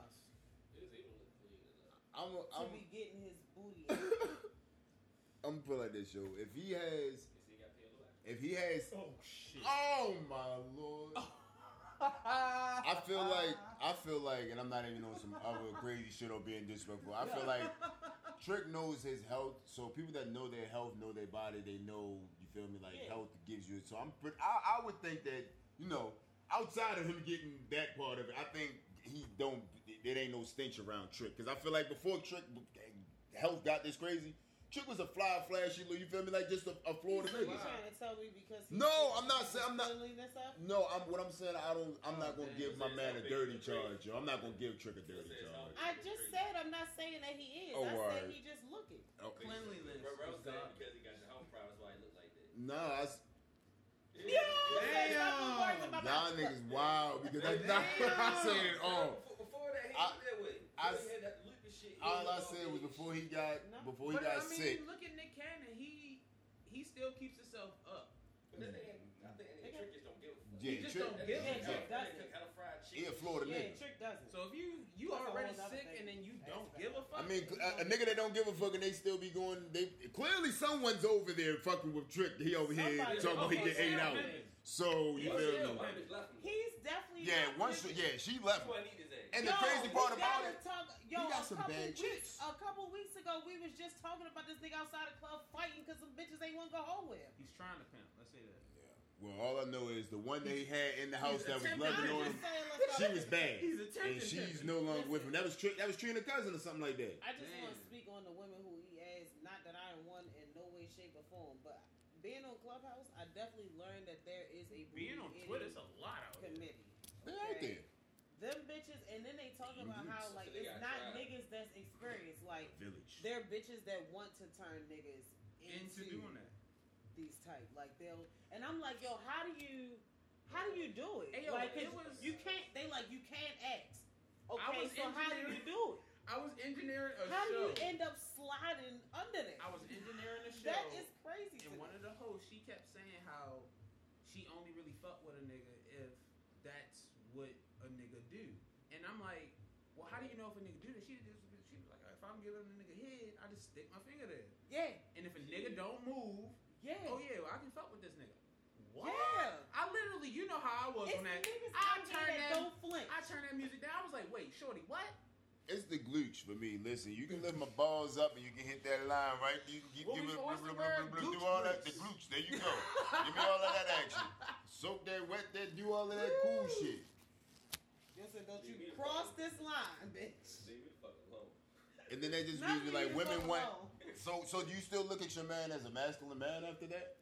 Speaker 3: I'm. a-
Speaker 2: to
Speaker 3: I'm.
Speaker 2: be getting his booty.
Speaker 3: I'm put like this, yo. If he has, if he has,
Speaker 5: Oh shit.
Speaker 3: oh my lord. I feel like I feel like, and I'm not even on some other crazy shit or being disrespectful. I feel like Trick knows his health, so people that know their health know their body. They know you feel me. Like
Speaker 2: Yeah.
Speaker 3: health gives you. So I'm, but I, I would think that you know, outside of him getting that part of it, I think he don't. There ain't no stench around Trick because I feel like before Trick eh, health got this crazy, Trick was a fly, flashy. little- You feel me? Like just a, a Florida
Speaker 2: you
Speaker 3: nigga.
Speaker 2: trying to tell me because he
Speaker 3: No,
Speaker 2: picks
Speaker 3: I'm not saying- I'm not-
Speaker 2: cleanliness up?
Speaker 3: No, I'm what I'm saying. I don't. I'm
Speaker 5: Oh,
Speaker 3: not gonna
Speaker 5: man,
Speaker 3: give
Speaker 5: you
Speaker 3: my
Speaker 6: said
Speaker 3: man a
Speaker 6: something
Speaker 3: dirty
Speaker 6: to Trick.
Speaker 3: charge, yo. I'm not gonna give Trick a dirty
Speaker 6: said
Speaker 3: charge.
Speaker 6: something.
Speaker 2: I just said I'm not saying that he is.
Speaker 3: Oh,
Speaker 2: I said
Speaker 3: alright.
Speaker 2: he just looking.
Speaker 3: Okay.
Speaker 5: Cleanliness.
Speaker 6: But Rose
Speaker 5: is
Speaker 6: said
Speaker 5: God.
Speaker 6: because he got the health problems, why he looked like that.
Speaker 3: No, that's,
Speaker 2: Yeah,
Speaker 5: Damn.
Speaker 3: y'all niggas wild because that's not what I said at all.
Speaker 6: Before, before that, he
Speaker 3: I-
Speaker 6: looked that way.
Speaker 3: I-
Speaker 6: Before he had that lupus shit. he
Speaker 3: All I
Speaker 6: looked
Speaker 3: said was
Speaker 6: all
Speaker 3: before he got
Speaker 2: No.
Speaker 3: before he
Speaker 5: but
Speaker 3: got
Speaker 5: I mean,
Speaker 3: sick.
Speaker 5: look at Nick Cannon. He he still keeps himself up.
Speaker 6: But this nigga- I think that nigga Trick just don't give a fuck.
Speaker 3: Mm-hmm. Yeah,
Speaker 5: he just
Speaker 3: Trick-
Speaker 5: don't
Speaker 6: That
Speaker 5: give
Speaker 6: nigga
Speaker 5: a
Speaker 2: Yeah,
Speaker 6: cook-
Speaker 5: fuck.
Speaker 2: Trick
Speaker 6: that
Speaker 2: doesn't.
Speaker 6: nigga cook fried
Speaker 3: He a
Speaker 6: chicken.
Speaker 3: Florida
Speaker 2: Yeah,
Speaker 3: nigga.
Speaker 2: Trick doesn't.
Speaker 5: So if you you
Speaker 2: That's a
Speaker 5: already
Speaker 2: whole nother
Speaker 5: sick
Speaker 2: thing.
Speaker 5: and then you
Speaker 2: That's
Speaker 5: don't
Speaker 2: fair.
Speaker 5: give a fuck.
Speaker 3: I mean, a, a nigga that don't give a fuck and they still be going. They clearly someone's over there fucking with Trick. He over here
Speaker 2: Somebody-
Speaker 3: talking about he
Speaker 2: okay,
Speaker 3: get ate
Speaker 2: yeah,
Speaker 3: out.
Speaker 2: man.
Speaker 3: So
Speaker 6: He
Speaker 3: you
Speaker 6: was
Speaker 3: feel me?
Speaker 6: ill. My bitch left him.
Speaker 2: He's definitely
Speaker 3: Yeah,
Speaker 2: not
Speaker 3: once
Speaker 2: living-
Speaker 3: yeah, she left. him.
Speaker 6: That's why I need his ass.
Speaker 3: And the crazy part
Speaker 2: we
Speaker 3: about
Speaker 2: gotta
Speaker 3: it,
Speaker 2: talk, yo,
Speaker 3: got
Speaker 2: a
Speaker 3: some
Speaker 2: couple
Speaker 3: bad
Speaker 2: weeks,
Speaker 3: chicks.
Speaker 2: a couple weeks ago, we was just talking about this nigga outside the club fighting because some bitches ain't want to go home with him.
Speaker 5: He's trying to pimp. Let's say that.
Speaker 3: Well, all I know is the one that he had in the house that was
Speaker 5: He's
Speaker 3: loving on
Speaker 2: I'm
Speaker 3: him,
Speaker 2: just saying, let's
Speaker 3: she
Speaker 2: not-
Speaker 3: was bad.
Speaker 5: He's a
Speaker 3: And she's no longer with him. That was Tri- that was Trina cousin or something like that.
Speaker 2: I just want to
Speaker 5: Damn.
Speaker 2: speak on the women who he has. Not that I am one in no way, shape, or form, but being on Clubhouse, I definitely learned that there is a
Speaker 5: Being on
Speaker 2: booty
Speaker 5: Twitter
Speaker 2: eating
Speaker 5: is a lot out here.
Speaker 2: committee.
Speaker 3: They out there.
Speaker 2: Them bitches, and then they talking about how like
Speaker 6: So they
Speaker 2: it's
Speaker 6: got
Speaker 2: not
Speaker 6: tried.
Speaker 2: niggas that's experienced. Like
Speaker 3: Village.
Speaker 2: they're bitches that want to turn niggas into,
Speaker 5: Into doing that.
Speaker 2: these type. Like they'll, and I'm like, yo, how do you, how do you do it?
Speaker 5: Hey, yo,
Speaker 2: like
Speaker 5: it
Speaker 2: 'cause
Speaker 5: was-
Speaker 2: you can't. They like you can't ask. Okay,
Speaker 5: was
Speaker 2: so how do you
Speaker 5: engineering-
Speaker 2: do it?
Speaker 5: I was engineering a
Speaker 2: How do
Speaker 5: show.
Speaker 2: you end up sliding under there?
Speaker 5: I was engineering a show.
Speaker 2: That is crazy. To me.
Speaker 5: And one of the hosts, she kept saying how she only really fuck with a nigga if that's what a nigga do. And I'm like, well, how do you know if a nigga do that? She just, she was like, if I'm giving a nigga head, I just stick my finger there.
Speaker 2: Yeah,
Speaker 5: And if a nigga don't move,
Speaker 2: yeah.
Speaker 5: oh yeah, well, I can fuck with this nigga. What?
Speaker 2: Yeah.
Speaker 5: I literally, you know how I was
Speaker 2: It's
Speaker 5: on that.
Speaker 2: niggas
Speaker 5: I
Speaker 2: out
Speaker 5: turned
Speaker 2: there that
Speaker 5: that-
Speaker 2: don't flinch.
Speaker 5: I turned that music down. I was like, wait, shorty, what?
Speaker 3: It's the glooch for me. Listen, you can lift my balls up and you can hit that line right. You can give
Speaker 5: What
Speaker 3: give
Speaker 5: we
Speaker 3: it,
Speaker 5: call
Speaker 3: blah,
Speaker 5: us the
Speaker 3: blah, blah,
Speaker 5: word?
Speaker 3: blah,
Speaker 5: Glooch
Speaker 3: do all that. The
Speaker 5: glitch.
Speaker 3: glooch. There you go. give me all of that action. Soak that, wet that, do all of that cool shit.
Speaker 2: Listen, don't
Speaker 6: Leave me
Speaker 2: you
Speaker 6: the
Speaker 2: cross
Speaker 6: fuck
Speaker 2: this line, bitch.
Speaker 6: Leave me the fuck alone.
Speaker 3: And then they just
Speaker 2: Not
Speaker 3: be
Speaker 2: leave
Speaker 3: like,
Speaker 2: you
Speaker 3: women
Speaker 2: alone.
Speaker 3: want. So, so do you still look at your man as a masculine man after that?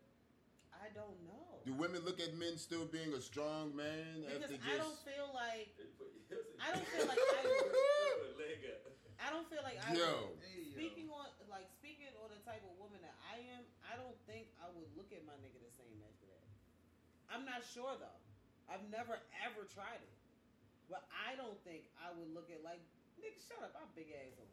Speaker 2: I don't know.
Speaker 3: Do women look at men still being a strong man
Speaker 2: because
Speaker 3: after
Speaker 2: I don't
Speaker 3: just?
Speaker 2: feel like
Speaker 6: If you put your heels in-
Speaker 2: I don't feel like I
Speaker 6: Put a leg up.
Speaker 2: I don't feel like I
Speaker 3: Yo,
Speaker 5: Hey,
Speaker 2: speaking on like speaking on the type of woman that I am, I don't think I would look at my nigga the same after that. I'm not sure though. I've never ever tried it. But I don't think I would look at like nigga, shut up, I'm big ass on.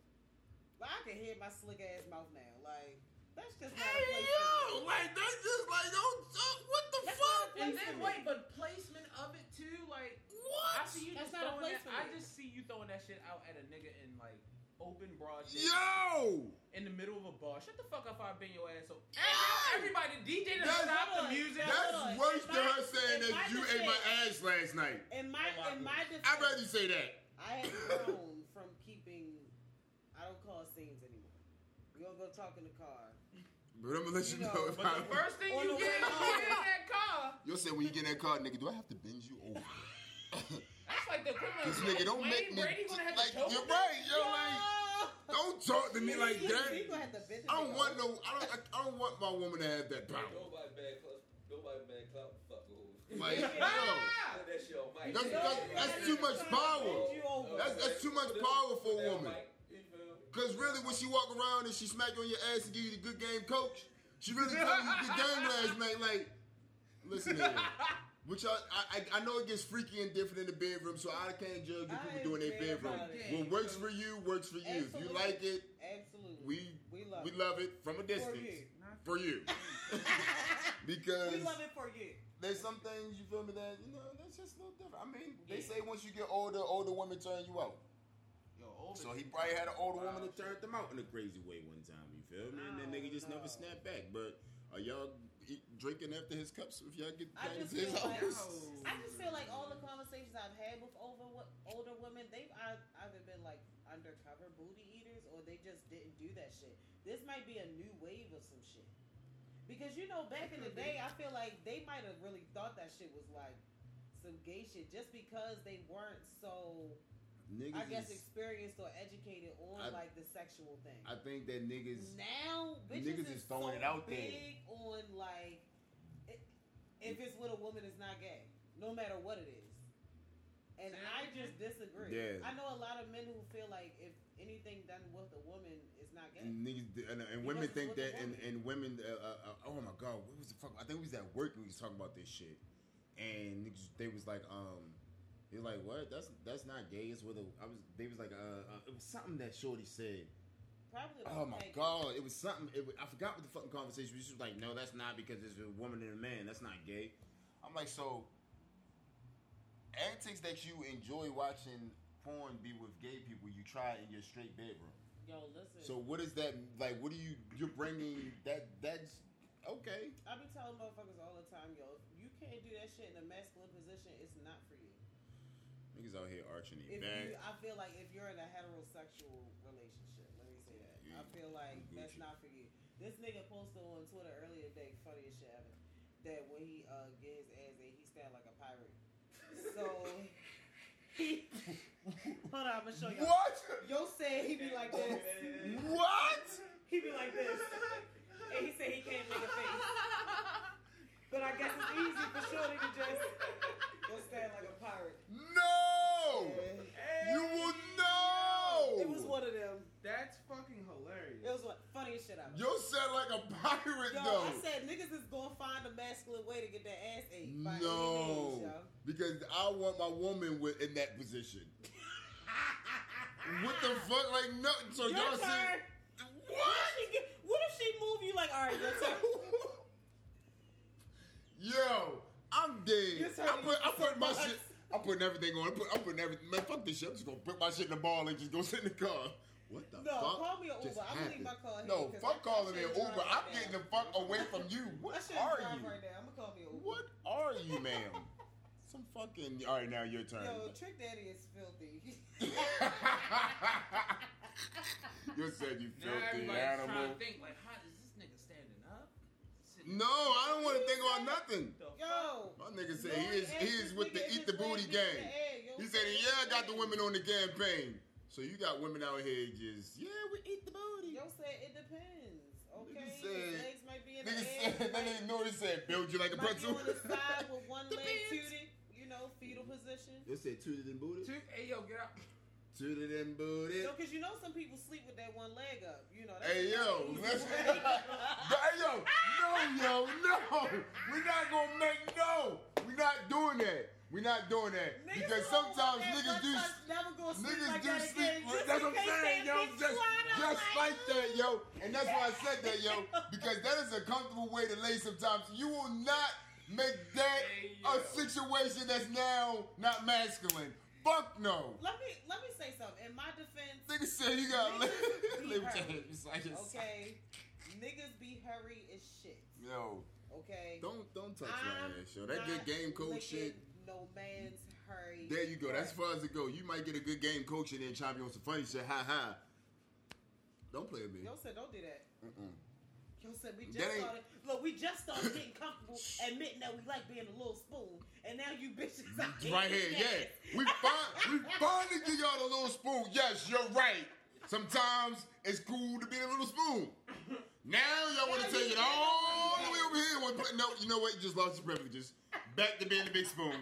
Speaker 2: But I can hear my slick ass mouth now. Like that's just not a place for me.
Speaker 3: like that's just like don't. What the
Speaker 2: That's not a place
Speaker 5: And
Speaker 2: for
Speaker 5: then
Speaker 2: me.
Speaker 5: wait, but placement of it too, like I
Speaker 3: What?
Speaker 5: see you
Speaker 2: That's
Speaker 5: just
Speaker 2: not a
Speaker 5: throwing
Speaker 2: place for
Speaker 5: that,
Speaker 2: me.
Speaker 5: I just see you throwing that shit out at a nigga in like open broad day,
Speaker 3: Yo,
Speaker 5: in the middle of a bar. Shut the fuck up! I've been your asshole.
Speaker 3: Yo!
Speaker 5: Everybody, DJ, to
Speaker 3: That's-
Speaker 5: stop
Speaker 2: Hold
Speaker 5: the
Speaker 2: on.
Speaker 5: music.
Speaker 2: That's-
Speaker 3: that's worse than her saying
Speaker 2: If I
Speaker 3: that you
Speaker 2: could
Speaker 3: ate my
Speaker 2: say-
Speaker 3: ass last night.
Speaker 2: In my in my defense
Speaker 3: I'd rather you say that.
Speaker 2: I have grown from keeping. I don't call scenes anymore. We gonna go talk in the car.
Speaker 3: But I'm gonna let you
Speaker 2: You
Speaker 3: know
Speaker 2: know,
Speaker 3: if
Speaker 5: But
Speaker 3: I.
Speaker 5: the first thing
Speaker 2: On
Speaker 5: you
Speaker 2: the way
Speaker 5: get when you get in that car.
Speaker 3: You'll say when you get in that car, nigga, do I have to bend you over?
Speaker 5: That's like the equivalent
Speaker 3: This
Speaker 5: of
Speaker 3: nigga don't
Speaker 5: Wayne
Speaker 3: make me.
Speaker 5: Brady gonna have
Speaker 3: like
Speaker 5: to choke
Speaker 3: you're
Speaker 5: him?
Speaker 3: right, yo. Like don't talk to me like
Speaker 2: He
Speaker 3: that.
Speaker 2: gonna have to bitch
Speaker 3: I don't want no. I don't. I- I don't want my woman to have that power.
Speaker 6: Nobody bad clout. Nobody bad clout. Fuck who.
Speaker 3: Like yo,
Speaker 5: Ah!
Speaker 6: Put that shit on mic.
Speaker 3: That's- that's- that's too much power. That's- that's too much
Speaker 6: Put it-
Speaker 3: power for a
Speaker 6: put that on
Speaker 3: woman.
Speaker 6: mic. You feel me?
Speaker 3: cause really, when she walk around and she smack you on your ass and give you the good game, coach, she really tell you the game last night. Like, listen here. Which I, I I know it gets freaky and different in the bedroom, so I can't judge what
Speaker 2: I
Speaker 3: people do in their
Speaker 2: agree
Speaker 3: bedroom.
Speaker 2: about it.
Speaker 3: What works for you works for you. If you
Speaker 2: Absolutely.
Speaker 3: like it,
Speaker 2: Absolutely.
Speaker 3: we
Speaker 2: we love
Speaker 3: we
Speaker 2: it.
Speaker 3: love it from a distance
Speaker 2: you.
Speaker 3: for you, because
Speaker 2: we love it for you.
Speaker 3: there's some things you feel me that you know that's just a little different. I mean, they say once you get older, older women turn you out.
Speaker 5: Yo, older
Speaker 3: So he probably had an older woman that
Speaker 5: Wow.
Speaker 3: turned them out in a crazy way one time. You feel me? And that
Speaker 2: No,
Speaker 3: nigga just
Speaker 2: Oh, no.
Speaker 3: never snapped back. But are y'all eat, drinking after his cups? If y'all get
Speaker 2: I
Speaker 3: back
Speaker 2: just
Speaker 3: to his
Speaker 2: feel like- oh.
Speaker 3: house,
Speaker 5: No.
Speaker 2: I just feel like all the conversations I've had with older wo- older women, they've ei- either been like undercover booty eaters or they just didn't do that shit. This might be a new wave of some shit. Because you know, back in the day, I feel like they might have really thought that shit was like some gay shit just because they weren't so,
Speaker 3: niggas.
Speaker 2: I guess,
Speaker 3: is,
Speaker 2: experienced or educated on
Speaker 3: I-
Speaker 2: like the sexual thing.
Speaker 3: I think that niggas.
Speaker 2: now bitches
Speaker 3: niggas
Speaker 2: is
Speaker 3: is throwing
Speaker 2: so
Speaker 3: it out there.
Speaker 2: big on like i if it's with a woman it's not gay no matter what it is and
Speaker 5: Say that
Speaker 2: i
Speaker 5: again?
Speaker 2: just disagree
Speaker 3: Yeah.
Speaker 2: i know a lot of men who feel like if anything done with a woman is not gay
Speaker 3: And, niggas, and, and
Speaker 2: He
Speaker 3: women
Speaker 2: wasn't
Speaker 3: think
Speaker 2: with a
Speaker 3: that, and,
Speaker 2: woman.
Speaker 3: and women, uh, uh, uh, oh my god, what was the fuck? I think we was at work and we was talking about this shit, and niggas, they was like, um, they was like, what? That's that's not gay. It's with a. I was. They was like, uh, uh it was something that Shorty said.
Speaker 2: probably
Speaker 3: Oh
Speaker 2: about
Speaker 3: my
Speaker 2: gay.
Speaker 3: god, it was something. It was, I forgot what the fucking conversation was. She was like, no, that's not because it's a woman and a man. That's not gay. I'm like, so antics that you enjoy watching porn be with gay people, you try in your straight bedroom.
Speaker 2: yo listen
Speaker 3: So what is that like? What are you? You're bringing that? That's okay.
Speaker 2: i be telling motherfuckers all the time yo if you can't do that shit in a masculine position it's not for you
Speaker 3: Niggas out here arching their
Speaker 2: if
Speaker 3: back.
Speaker 2: you, I feel like if you're in a heterosexual relationship, let me say that.
Speaker 3: Yeah,
Speaker 2: I feel like
Speaker 3: you
Speaker 2: that's
Speaker 3: Gucci.
Speaker 2: not for you. This nigga posted on Twitter earlier today, funniest shit ever, that when he uh, get his ass ate, he stand like a pirate. So he hold on, I'm gonna show you. all
Speaker 3: What?
Speaker 2: Yo said he be like this.
Speaker 3: What?
Speaker 2: He be like this, and he said he can't make a face. But I guess it's easy for Shorty to just go stand like a pirate.
Speaker 3: No!
Speaker 2: Yeah.
Speaker 3: You will know.
Speaker 2: It was one of them.
Speaker 5: That's fucking hilarious.
Speaker 2: It was what funniest shit I've
Speaker 3: You said like a pirate
Speaker 2: Yo,
Speaker 3: though.
Speaker 2: I said niggas is gonna find a masculine way to get their ass ate.
Speaker 3: No.
Speaker 2: By Any means, yo.
Speaker 3: Because I want my woman with in that position. what the fuck? Like no. So
Speaker 2: Your
Speaker 3: y'all
Speaker 2: turn.
Speaker 3: said
Speaker 2: What
Speaker 3: what?
Speaker 2: if, she get, what if she move you like, all right, your turn?
Speaker 3: Yo, I'm dead.
Speaker 2: Your turn.
Speaker 3: I put I put my
Speaker 2: Box.
Speaker 3: shit. I'm putting everything on. I put, I'm putting everything. Man, fuck this shit. I'm just gonna put my shit in the ball and just go sit in the car. What the
Speaker 2: No,
Speaker 3: fuck?
Speaker 2: call me an Uber.
Speaker 3: just
Speaker 2: I'm gonna leave my car here.
Speaker 3: no,
Speaker 2: 'cause I-
Speaker 3: fuck
Speaker 2: I
Speaker 3: calling me an Uber.
Speaker 2: shouldn't drive right
Speaker 3: I'm
Speaker 2: now.
Speaker 3: getting the fuck away from you.
Speaker 2: I
Speaker 3: What
Speaker 2: shouldn't
Speaker 3: are
Speaker 2: drive
Speaker 3: you?
Speaker 2: right now. I'm gonna call me an Uber.
Speaker 3: What are you, ma'am? Some fucking. All right, now your turn.
Speaker 2: Yo, Trick Daddy is filthy.
Speaker 3: you said you
Speaker 5: Now
Speaker 3: filthy
Speaker 5: everybody's
Speaker 3: animal.
Speaker 5: trying to think like, how is this nigga standing up? Sitting-
Speaker 3: No, I don't want to think about nothing.
Speaker 5: The fuck?
Speaker 2: Yo.
Speaker 3: My nigga said
Speaker 2: Lori
Speaker 3: he is
Speaker 2: asked
Speaker 3: he
Speaker 2: this
Speaker 3: is with the
Speaker 2: nigga
Speaker 3: eat
Speaker 2: if
Speaker 3: the
Speaker 2: his leg
Speaker 3: booty
Speaker 2: been in
Speaker 3: game.
Speaker 2: the air. Yo,
Speaker 3: He said, "Yeah,
Speaker 2: said,
Speaker 3: I got the
Speaker 2: depends."
Speaker 3: women on the campaign." So you got women out here just yeah, we eat the booty.
Speaker 2: Yo said it depends. Okay, his
Speaker 3: said-
Speaker 2: legs might be in the
Speaker 3: Nigga
Speaker 2: air.
Speaker 3: said, that
Speaker 2: might-
Speaker 3: nigga know he said, "Build you like a
Speaker 2: Might be
Speaker 3: pretzel."
Speaker 2: on the side with one leg
Speaker 3: Depends.
Speaker 2: tooted, you know, fetal position.
Speaker 3: You said tooted and booted.
Speaker 5: Two- Hey yo, get out.
Speaker 3: Tooted and booted.
Speaker 2: No, because you know some people sleep with that one leg up. You know. that's
Speaker 3: Hey yo,
Speaker 2: the easy
Speaker 3: let's.
Speaker 2: way.
Speaker 3: hey yo, no yo, no. We're not gonna make no. We're not doing that. We're not doing that
Speaker 2: Niggas
Speaker 3: because
Speaker 2: who don't want
Speaker 3: sometimes
Speaker 2: that
Speaker 3: niggas
Speaker 2: one
Speaker 3: do.
Speaker 2: touch never gonna sleep
Speaker 3: Niggas
Speaker 2: like
Speaker 3: do sleep.
Speaker 2: that again.
Speaker 3: well,
Speaker 2: Just
Speaker 3: that's
Speaker 2: in
Speaker 3: what I'm
Speaker 2: case
Speaker 3: saying,
Speaker 2: they
Speaker 3: yo.
Speaker 2: bitch
Speaker 3: Just, just
Speaker 2: you out, I'm
Speaker 3: like that, yo. And that's why I said that, yo, because that is a comfortable way to lay. Sometimes you will not make that
Speaker 5: Hey,
Speaker 3: a
Speaker 5: yo.
Speaker 3: situation that's now not masculine. Fuck no.
Speaker 2: Let me let me say something. In my defense,
Speaker 3: Nigga said you got.
Speaker 2: Niggas
Speaker 3: Let
Speaker 2: be
Speaker 3: me tell
Speaker 2: hurt.
Speaker 3: you, it's like it's-
Speaker 2: okay, niggas be hurry as shit.
Speaker 3: Yo,
Speaker 2: Okay.
Speaker 3: don't don't touch
Speaker 2: I'm
Speaker 3: my ass, yo. That good
Speaker 2: not
Speaker 3: game coach shit.
Speaker 2: licking No man's hurry.
Speaker 3: There you go. That's as far as it go. You might get a good game coach and then chop you on some funny shit. Ha ha. Don't play with me.
Speaker 2: Yo said, don't do that.
Speaker 3: Mm-mm.
Speaker 2: Yo said we just
Speaker 3: That ain't-
Speaker 2: started. Look, we just started getting comfortable, admitting that we like being a little spoon, and now you bitches out
Speaker 3: Right here, yeah. We fin- we finally give y'all the little spoon. Yes, you're right. Sometimes it's cool to be the little spoon. Now y'all want to take it all the way over here. One pla- no, you know what? You just lost your privileges. Back to being the big spoon.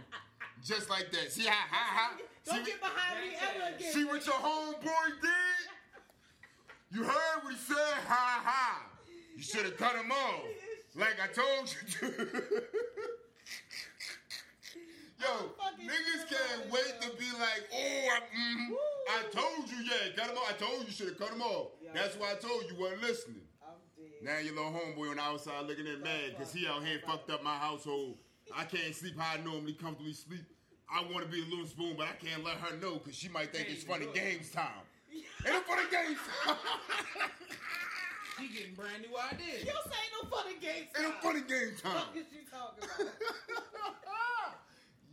Speaker 3: Just like that. See how, how, how?
Speaker 2: Don't
Speaker 3: See,
Speaker 2: get behind me ever
Speaker 3: what-
Speaker 2: again.
Speaker 3: see what your homeboy did? You heard what he said? Ha ha. You should have cut him off. Like I told you to. Yo,
Speaker 2: I'm fucking
Speaker 3: niggas can't
Speaker 2: sorry,
Speaker 3: wait to
Speaker 2: yo.
Speaker 3: be like, oh, I, mm,
Speaker 2: Woo.
Speaker 3: I told you, yeah, cut him off. I told you, you should have cut him off.
Speaker 2: Yeah.
Speaker 3: That's why I told you, you weren't listening.
Speaker 2: I'm dead.
Speaker 3: Now your little homeboy on the outside looking at mad because he out here fucked up my household. I can't sleep how I normally comfortably sleep. I want to be a little spoon, but I can't let her know because she might think it's funny games time. Ain't it funny games time?
Speaker 5: She getting brand new ideas.
Speaker 2: You say no funny games.
Speaker 3: Ain't it funny game time?
Speaker 2: Fuck is you talking about?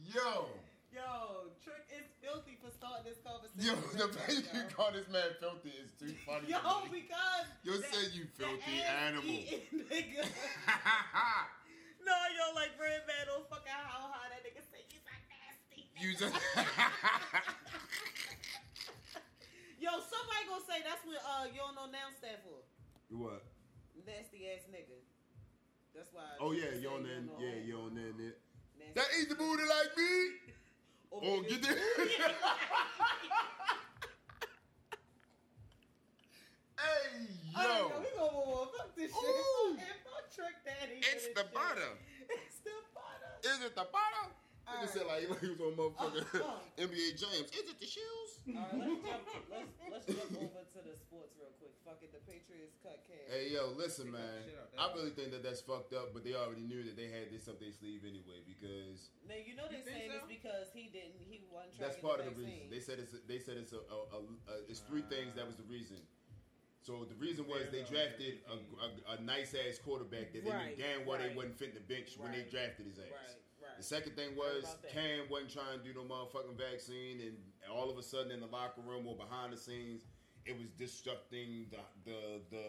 Speaker 3: Yo,
Speaker 2: Yo, Trick is filthy for starting this
Speaker 3: yo,
Speaker 2: conversation.
Speaker 3: the fact you call this man filthy is too funny.
Speaker 2: Yo,
Speaker 3: to me.
Speaker 2: because
Speaker 3: yo,
Speaker 2: that-
Speaker 3: say you
Speaker 2: the
Speaker 3: filthy
Speaker 2: ass
Speaker 3: animal.
Speaker 2: eating nigga. no, yo, like Red Man don't fucking how hard that nigga say he's like nasty.
Speaker 3: you just.
Speaker 2: nigga. yo, somebody gonna say that's what uh you don't know now stand for.
Speaker 3: what?
Speaker 2: Nasty ass nigga. That's why.
Speaker 3: Oh yeah,
Speaker 2: they
Speaker 3: yo,
Speaker 2: say
Speaker 3: and then
Speaker 2: know
Speaker 3: yeah,
Speaker 2: that.
Speaker 3: yo, and then that.
Speaker 2: Nasty
Speaker 3: That eat the booty like me.
Speaker 2: Or
Speaker 3: Oh,
Speaker 2: niggas-
Speaker 3: get there. hey,
Speaker 2: Oh, no,
Speaker 3: yo.
Speaker 2: we gonna move on. Fuck this shit.
Speaker 3: Ooh.
Speaker 2: Fuck it. Fuck Trick Daddy. for
Speaker 3: It's
Speaker 2: this
Speaker 3: the
Speaker 2: shit.
Speaker 3: butter.
Speaker 2: It's the butter.
Speaker 3: Is it the bottom? Nigga
Speaker 2: Alright.
Speaker 3: said like, like he was on motherfucking
Speaker 2: Oh, oh.
Speaker 3: NBA James. Is it the shoes?
Speaker 2: All right, let's jump, let's, let's jump over to the sports real quick. Fucking the Patriots cut Cam.
Speaker 3: Hey yo, listen,
Speaker 4: Take
Speaker 3: man.
Speaker 4: that shit out,
Speaker 3: I
Speaker 4: that-
Speaker 3: really think that that's fucked up, but they already knew that they had this up their sleeve anyway because
Speaker 2: Now you know they
Speaker 4: You
Speaker 2: saying
Speaker 4: think so?
Speaker 2: it's because he didn't. He wasn't trying
Speaker 3: that's
Speaker 2: to get
Speaker 3: part of
Speaker 2: the
Speaker 3: the reason.
Speaker 2: vaccine.
Speaker 3: They said it's a, they said it's a, a, a, a- it's three things that was the reason. So the reason was they drafted a, a, nice ass quarterback that they knew
Speaker 2: Right,
Speaker 3: damn well they
Speaker 2: right.
Speaker 3: wasn't fitting the bench when they
Speaker 2: Right.
Speaker 3: drafted his ass.
Speaker 2: Right, right.
Speaker 3: The second thing was
Speaker 2: about that.
Speaker 3: Cam wasn't trying to do no motherfucking vaccine, and all of a sudden in the locker room or behind the scenes, it was disrupting the the the,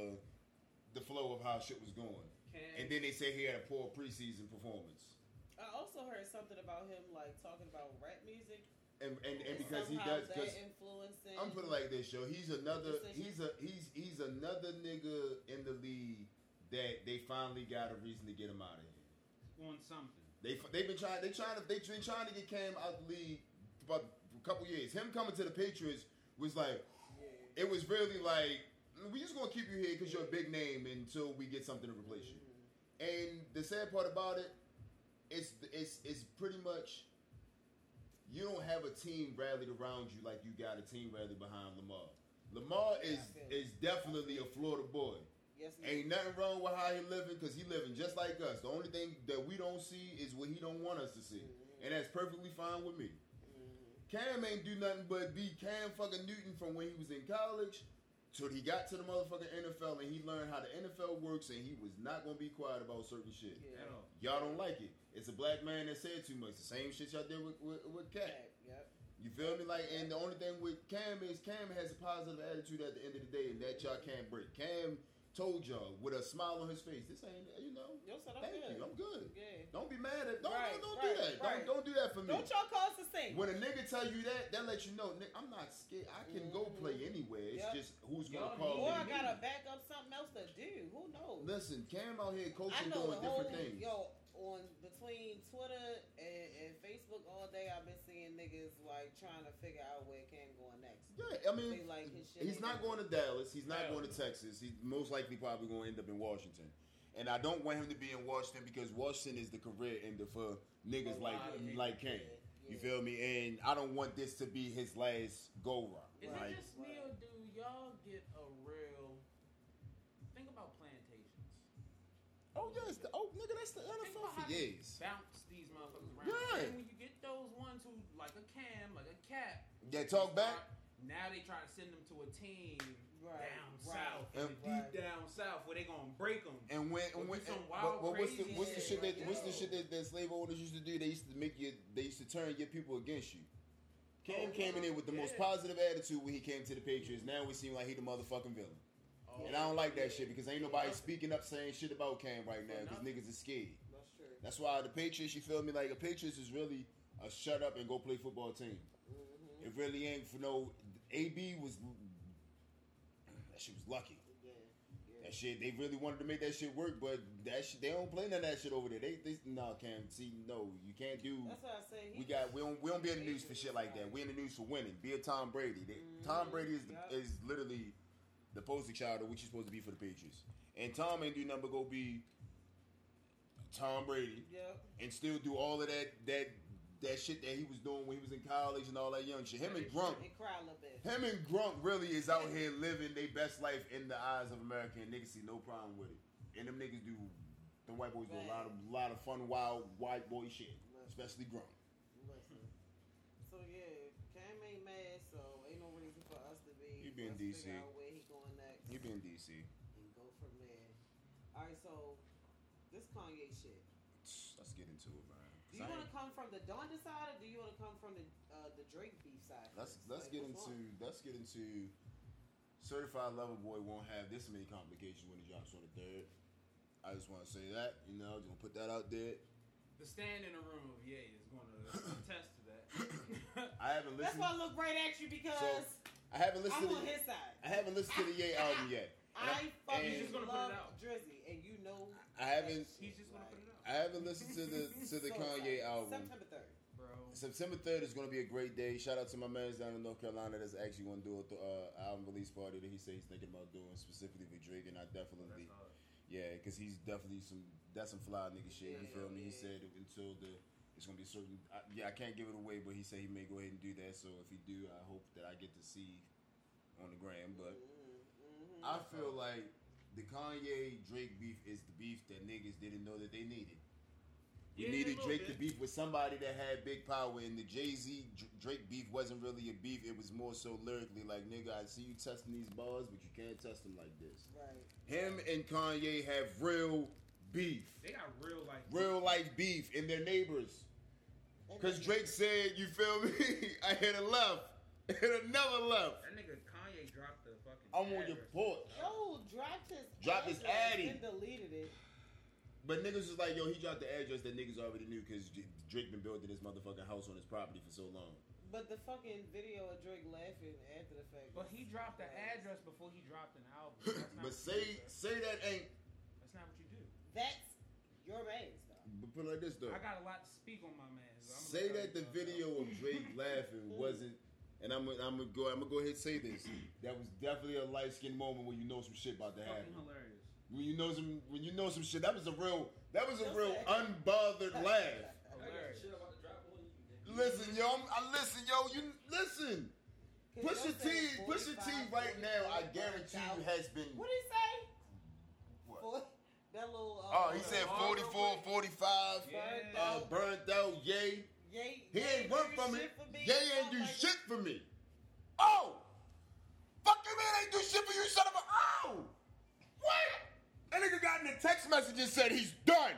Speaker 3: the flow of how shit was going. And then they said he had a poor preseason performance,
Speaker 2: I also heard something about him like talking about rap music
Speaker 3: and and, and because he
Speaker 2: somehow
Speaker 3: does because.
Speaker 2: that influencing.
Speaker 3: I'm putting it like this, yo. He's another.
Speaker 2: Decision.
Speaker 3: He's a. He's he's another nigga in the league that they finally got a reason to get him out of here.
Speaker 4: on something.
Speaker 3: They they've been trying. They trying to they been trying to get Cam out the league for about a couple years. Him coming to the Patriots was like,
Speaker 2: Yeah.
Speaker 3: it was really like, we just gonna keep you here because you're a big name until we get something to replace you.
Speaker 2: Mm-hmm.
Speaker 3: And the sad part about it, it's it's it's pretty much. You don't have a team rallied around you like you got a team rallied behind Lamar. Lamar is
Speaker 2: Yeah, I feel you.
Speaker 3: is definitely a Florida boy.
Speaker 2: Yes, he
Speaker 3: Ain't nothing wrong with how he living because he living just like us. The only thing that we don't see is what he don't want us to see,
Speaker 2: Mm-hmm.
Speaker 3: and that's perfectly fine with me. Cam ain't do nothing but be Cam fucking Newton from when he was in college till he got to the motherfucking NFL and he learned how the NFL works and he was not gonna be quiet about certain shit.
Speaker 2: Yeah.
Speaker 4: At all.
Speaker 3: Y'all don't like it. It's a black man that said too much. The same shit y'all did with with, with Cat.
Speaker 2: Fact, Yep.
Speaker 3: You feel me? Like, and the only thing with Cam is Cam has a positive attitude at the end of the day, and that y'all can't break. Cam told y'all with a smile on his face, "This ain't, you know,
Speaker 2: Yo said I'm
Speaker 3: thank
Speaker 2: good.
Speaker 3: you, I'm good.
Speaker 2: Yeah.
Speaker 3: Don't be mad at, don't,
Speaker 2: Right,
Speaker 3: don't, don't
Speaker 2: right,
Speaker 3: do that.
Speaker 2: right.
Speaker 3: Don't, don't do that for me.
Speaker 2: Don't y'all cause the same.
Speaker 3: when a nigga tell you that, that lets you know, "Nigga, I'm not scared. I can go
Speaker 2: Mhm.
Speaker 3: play anywhere. It's
Speaker 2: Yep.
Speaker 3: just who's gonna
Speaker 5: Y'all
Speaker 3: call me.
Speaker 2: or I gotta back up something else to do. Who knows?
Speaker 3: Listen, Cam out here
Speaker 2: I
Speaker 3: coaching,
Speaker 2: know
Speaker 3: doing
Speaker 2: the whole
Speaker 3: different things.
Speaker 2: yo on between Twitter and, and Facebook all day. I've been seeing niggas like trying to figure out where Cam going next.
Speaker 3: Yeah, I mean,
Speaker 2: They like his shit
Speaker 3: he's
Speaker 2: ain't
Speaker 3: not
Speaker 2: good.
Speaker 3: going to Dallas. He's not
Speaker 5: Hell
Speaker 3: going to Texas. He's most likely probably going to end up in Washington. And I don't want him to be in Washington because Washington is the career ender for niggas
Speaker 5: A
Speaker 3: like
Speaker 5: lot of niggas,
Speaker 3: like Cam.
Speaker 2: Yeah,
Speaker 3: You
Speaker 2: yeah.
Speaker 3: feel me? And I don't want this to be his last go round.
Speaker 5: Is
Speaker 2: Right.
Speaker 5: it
Speaker 3: Like,
Speaker 5: just me or do y'all get a real think about plantations?
Speaker 3: oh yes, the, oh nigga, that's the NFL for years.
Speaker 5: Bounce these motherfuckers around.
Speaker 3: Yeah.
Speaker 5: And when you get those ones who like a cam, like a cap,
Speaker 3: Yeah, talk back.
Speaker 5: Now they try to send them to a team
Speaker 2: Right,
Speaker 5: down
Speaker 2: right,
Speaker 5: south,
Speaker 3: And-
Speaker 2: right.
Speaker 5: deep down south, where they gonna break them.
Speaker 3: And when and
Speaker 5: Well,
Speaker 3: when
Speaker 5: do some
Speaker 3: and-
Speaker 5: wild,
Speaker 3: but, but what's the
Speaker 5: crazy
Speaker 3: what's the
Speaker 2: shit
Speaker 3: shit that
Speaker 2: like
Speaker 3: what's the
Speaker 2: that.
Speaker 3: shit that, that slave owners used to do? They used to make you they used to turn your people against you. Cam
Speaker 5: Oh,
Speaker 3: came in here with the most
Speaker 5: yeah.
Speaker 3: positive attitude when he came to the Patriots. Now it seems like he the motherfucking villain.
Speaker 5: Oh,
Speaker 3: And I don't like that shit because ain't nobody speaking up saying shit about Cam right now because niggas is scared.
Speaker 2: That's true.
Speaker 3: That's why the Patriots, you feel me? Like, the Patriots is really a shut up and go play football team.
Speaker 2: Mm-hmm.
Speaker 5: Mm.
Speaker 3: It really ain't for no. AB was. That shit was lucky.
Speaker 2: Yeah. yeah.
Speaker 3: That shit, they really wanted to make that shit work, but that shit, they don't play none of that shit over there. They, they nah, Cam, see, no, you can't do.
Speaker 2: That's why I said he
Speaker 3: We got we don't we don't be in the news for shit like that. We in the news for winning. Be a Tom Brady. They- Tom Brady is
Speaker 2: Mm-hmm. Yup.
Speaker 3: is literally the poster child of what you're supposed to be for the Patriots. And Tom ain't do nothing but go be Tom Brady
Speaker 2: Yep.
Speaker 3: and still do all of that that that shit that he was doing when he was in college and all that young shit. Him and Grunk,
Speaker 2: And cry a little bit.
Speaker 3: him and Grunk really is out here living their best life in the eyes of America, and niggas see no problem with it. And them niggas do, them white boys do a lot of lot of fun, wild white boy shit,
Speaker 2: Listen,
Speaker 3: especially Grunk.
Speaker 2: listen. So yeah, Cam ain't mad, so ain't no reason for us to be.
Speaker 3: He been DC.
Speaker 2: let's Figure out where he going next.
Speaker 3: He be in D.C.
Speaker 2: and go from there. All right, so this Kanye shit.
Speaker 3: Let's get into it, man.
Speaker 2: Do you want to come from the Donda side, or do you want to come from the uh, the Drake beef side?
Speaker 3: Let's
Speaker 2: first?
Speaker 3: let's get
Speaker 2: Like, which
Speaker 3: into
Speaker 2: one?
Speaker 3: let's get into certified lover boy won't have this many complications when it drops on the third. I just want to say that you know, just gonna put that out there.
Speaker 5: The stand in the room of Ye is going to attest to that.
Speaker 3: I haven't
Speaker 2: That's
Speaker 3: listened.
Speaker 2: why I look right at you because
Speaker 3: I haven't
Speaker 2: I'm
Speaker 3: listened to
Speaker 2: on
Speaker 3: the,
Speaker 2: his side.
Speaker 3: I haven't listened to the Ye album yet. and
Speaker 2: I
Speaker 3: He's
Speaker 2: fucking
Speaker 3: just
Speaker 5: gonna put
Speaker 2: love
Speaker 5: it out.
Speaker 2: Drizzy, and you know
Speaker 3: I haven't
Speaker 5: He's just going to put it out,
Speaker 3: I haven't listened to the to the Kanye album.
Speaker 2: uh, September third.
Speaker 5: bro.
Speaker 3: September third is gonna be a great day. Shout out to my man's down in North Carolina that's actually gonna do a th- uh, album release party that he said he's thinking about doing specifically with Drake, and I definitely
Speaker 5: That's all.
Speaker 3: Yeah, because he's definitely some. That's some fly nigga shit. you
Speaker 2: Yeah,
Speaker 3: feel me? He
Speaker 2: yeah.
Speaker 3: said until the it's gonna be a certain. I, yeah, I can't give it away, but he said he may go ahead and do that. So if he do, I hope that I get to see on the gram. But
Speaker 2: mm-hmm.
Speaker 3: I feel like the Kanye Drake beef is the beef that niggas didn't know that they needed. We
Speaker 5: Yeah,
Speaker 3: needed
Speaker 5: a little
Speaker 3: Drake to
Speaker 5: bit.
Speaker 3: beef with somebody that had big power, and the Jay Z Drake beef wasn't really a beef. It was more so lyrically like, nigga, I see you testing these bars, but you can't test them like this.
Speaker 2: right.
Speaker 3: Him and Kanye have real beef,
Speaker 5: They got real like
Speaker 3: real life beef, and they're neighbors.
Speaker 2: And
Speaker 3: Cause
Speaker 2: then-
Speaker 3: Drake said, "You feel me? I hit a left, hit another left.
Speaker 5: That nigga Kanye dropped the fucking.
Speaker 3: I'm on your
Speaker 5: address.
Speaker 3: porch."
Speaker 2: Yo dropped his
Speaker 3: Dropped his
Speaker 2: address
Speaker 3: addy.
Speaker 2: and deleted it.
Speaker 3: But niggas was like, "Yo, he dropped the address that niggas already knew because Drake been building his motherfucking house on his property for so long."
Speaker 2: But the fucking video of Drake laughing after the fact.
Speaker 5: But he dropped the
Speaker 2: Right.
Speaker 5: address before he dropped an album. That's not
Speaker 3: but
Speaker 5: what you
Speaker 3: say
Speaker 5: do, bro.
Speaker 3: say that ain't.
Speaker 5: that's not what you do.
Speaker 2: That's your man's though.
Speaker 3: But put it like this though.
Speaker 5: I got a lot to speak on my man. So I'm gonna
Speaker 3: Say
Speaker 5: tell
Speaker 3: that the
Speaker 5: you, uh,
Speaker 3: video of Drake laughing wasn't, and I'm gonna I'm gonna go I'm gonna go ahead and say this. That was definitely a light skinned moment when you know some shit about to happen.
Speaker 5: Fucking hilarious.
Speaker 3: When you know some, when you know some shit, that was a real, that was a
Speaker 2: That's
Speaker 3: real
Speaker 2: it.
Speaker 3: unbothered laugh.
Speaker 6: I got
Speaker 5: Hilarious.
Speaker 6: shit about to drop on you. nigga.
Speaker 3: Listen, yo, I'm, I listen, yo, you listen. Push your T, push your T right now. I guarantee you has been.
Speaker 2: What did he say?
Speaker 3: What?
Speaker 2: Four, that little. Uh,
Speaker 3: Oh, he said
Speaker 5: Oh,
Speaker 3: 44, 45,
Speaker 5: Yeah.
Speaker 3: uh, burned out, yay.
Speaker 2: Yay,
Speaker 3: He
Speaker 2: yay,
Speaker 3: ain't work
Speaker 2: do
Speaker 3: for me.
Speaker 2: shit for me.
Speaker 3: Yay ain't
Speaker 2: Something
Speaker 3: do
Speaker 2: like
Speaker 3: shit for me. Oh, fucking man ain't do shit for you, son of a. Oh, what? That nigga got in a text message and said he's done.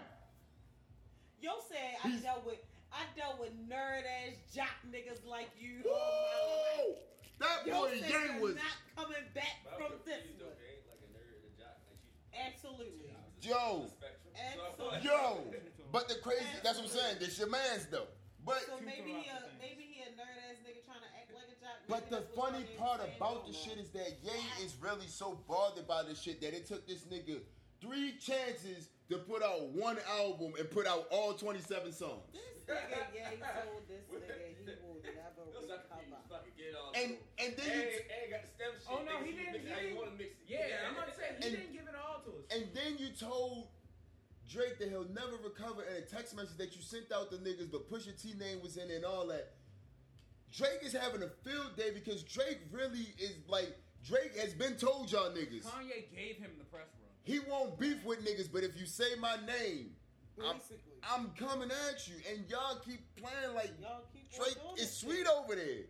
Speaker 2: Yo said I
Speaker 3: He's-
Speaker 2: dealt with I dealt with nerd ass jock niggas like you. all
Speaker 3: Woo! That
Speaker 2: my life. Yo
Speaker 3: boy
Speaker 2: said
Speaker 3: Ye
Speaker 2: you're
Speaker 3: was.
Speaker 2: not coming back
Speaker 6: But I'm
Speaker 2: from this
Speaker 6: confused though,
Speaker 2: one.
Speaker 6: 'cause ain't like a nerd and a jock. Like you,
Speaker 2: Absolutely.
Speaker 3: Yo.
Speaker 6: The spectrum.
Speaker 2: Absolutely.
Speaker 3: Yo, but the crazy, that's what I'm saying. This your man's though. But
Speaker 2: So
Speaker 5: Two
Speaker 2: maybe he a
Speaker 5: Karate Things.
Speaker 2: maybe he a nerd ass nigga trying to act like a jock.
Speaker 3: but
Speaker 2: Maybe
Speaker 3: the
Speaker 2: that's what
Speaker 3: funny
Speaker 2: Kanye
Speaker 3: part
Speaker 2: was saying. I
Speaker 3: about
Speaker 2: don't
Speaker 3: the
Speaker 2: know.
Speaker 3: shit is that Ye is really so bothered by this shit that it took this nigga three chances to put out one album and put out all 27 songs.
Speaker 2: This nigga Ye told this nigga he will never
Speaker 6: Those sucker
Speaker 2: recover.
Speaker 6: dudes fucking get off.
Speaker 3: And and then
Speaker 6: Hey,
Speaker 3: you,
Speaker 6: hey, got the stem shit.
Speaker 5: Oh, no,
Speaker 6: Niggas
Speaker 5: he
Speaker 6: who
Speaker 5: didn't-
Speaker 6: mix-
Speaker 5: he
Speaker 6: I ain't
Speaker 5: didn't-
Speaker 6: wanna mix it.
Speaker 5: Yeah, I'm about to say he
Speaker 3: And-
Speaker 5: didn't give it all to us.
Speaker 3: and then you told Drake that he'll never recover in a text message that you sent out to niggas, but Pusha T name was in it and all that. Drake is having a field day because Drake really is like Drake has been told y'all niggas.
Speaker 5: Kanye gave him the press run.
Speaker 3: He won't beef with niggas, but if you say my name, I'm,
Speaker 2: Basically,
Speaker 3: I'm coming at you. And y'all keep playing like
Speaker 2: y'all keep on
Speaker 3: Drake
Speaker 2: doing
Speaker 3: is
Speaker 2: this
Speaker 3: sweet
Speaker 2: shit.
Speaker 3: over there. It,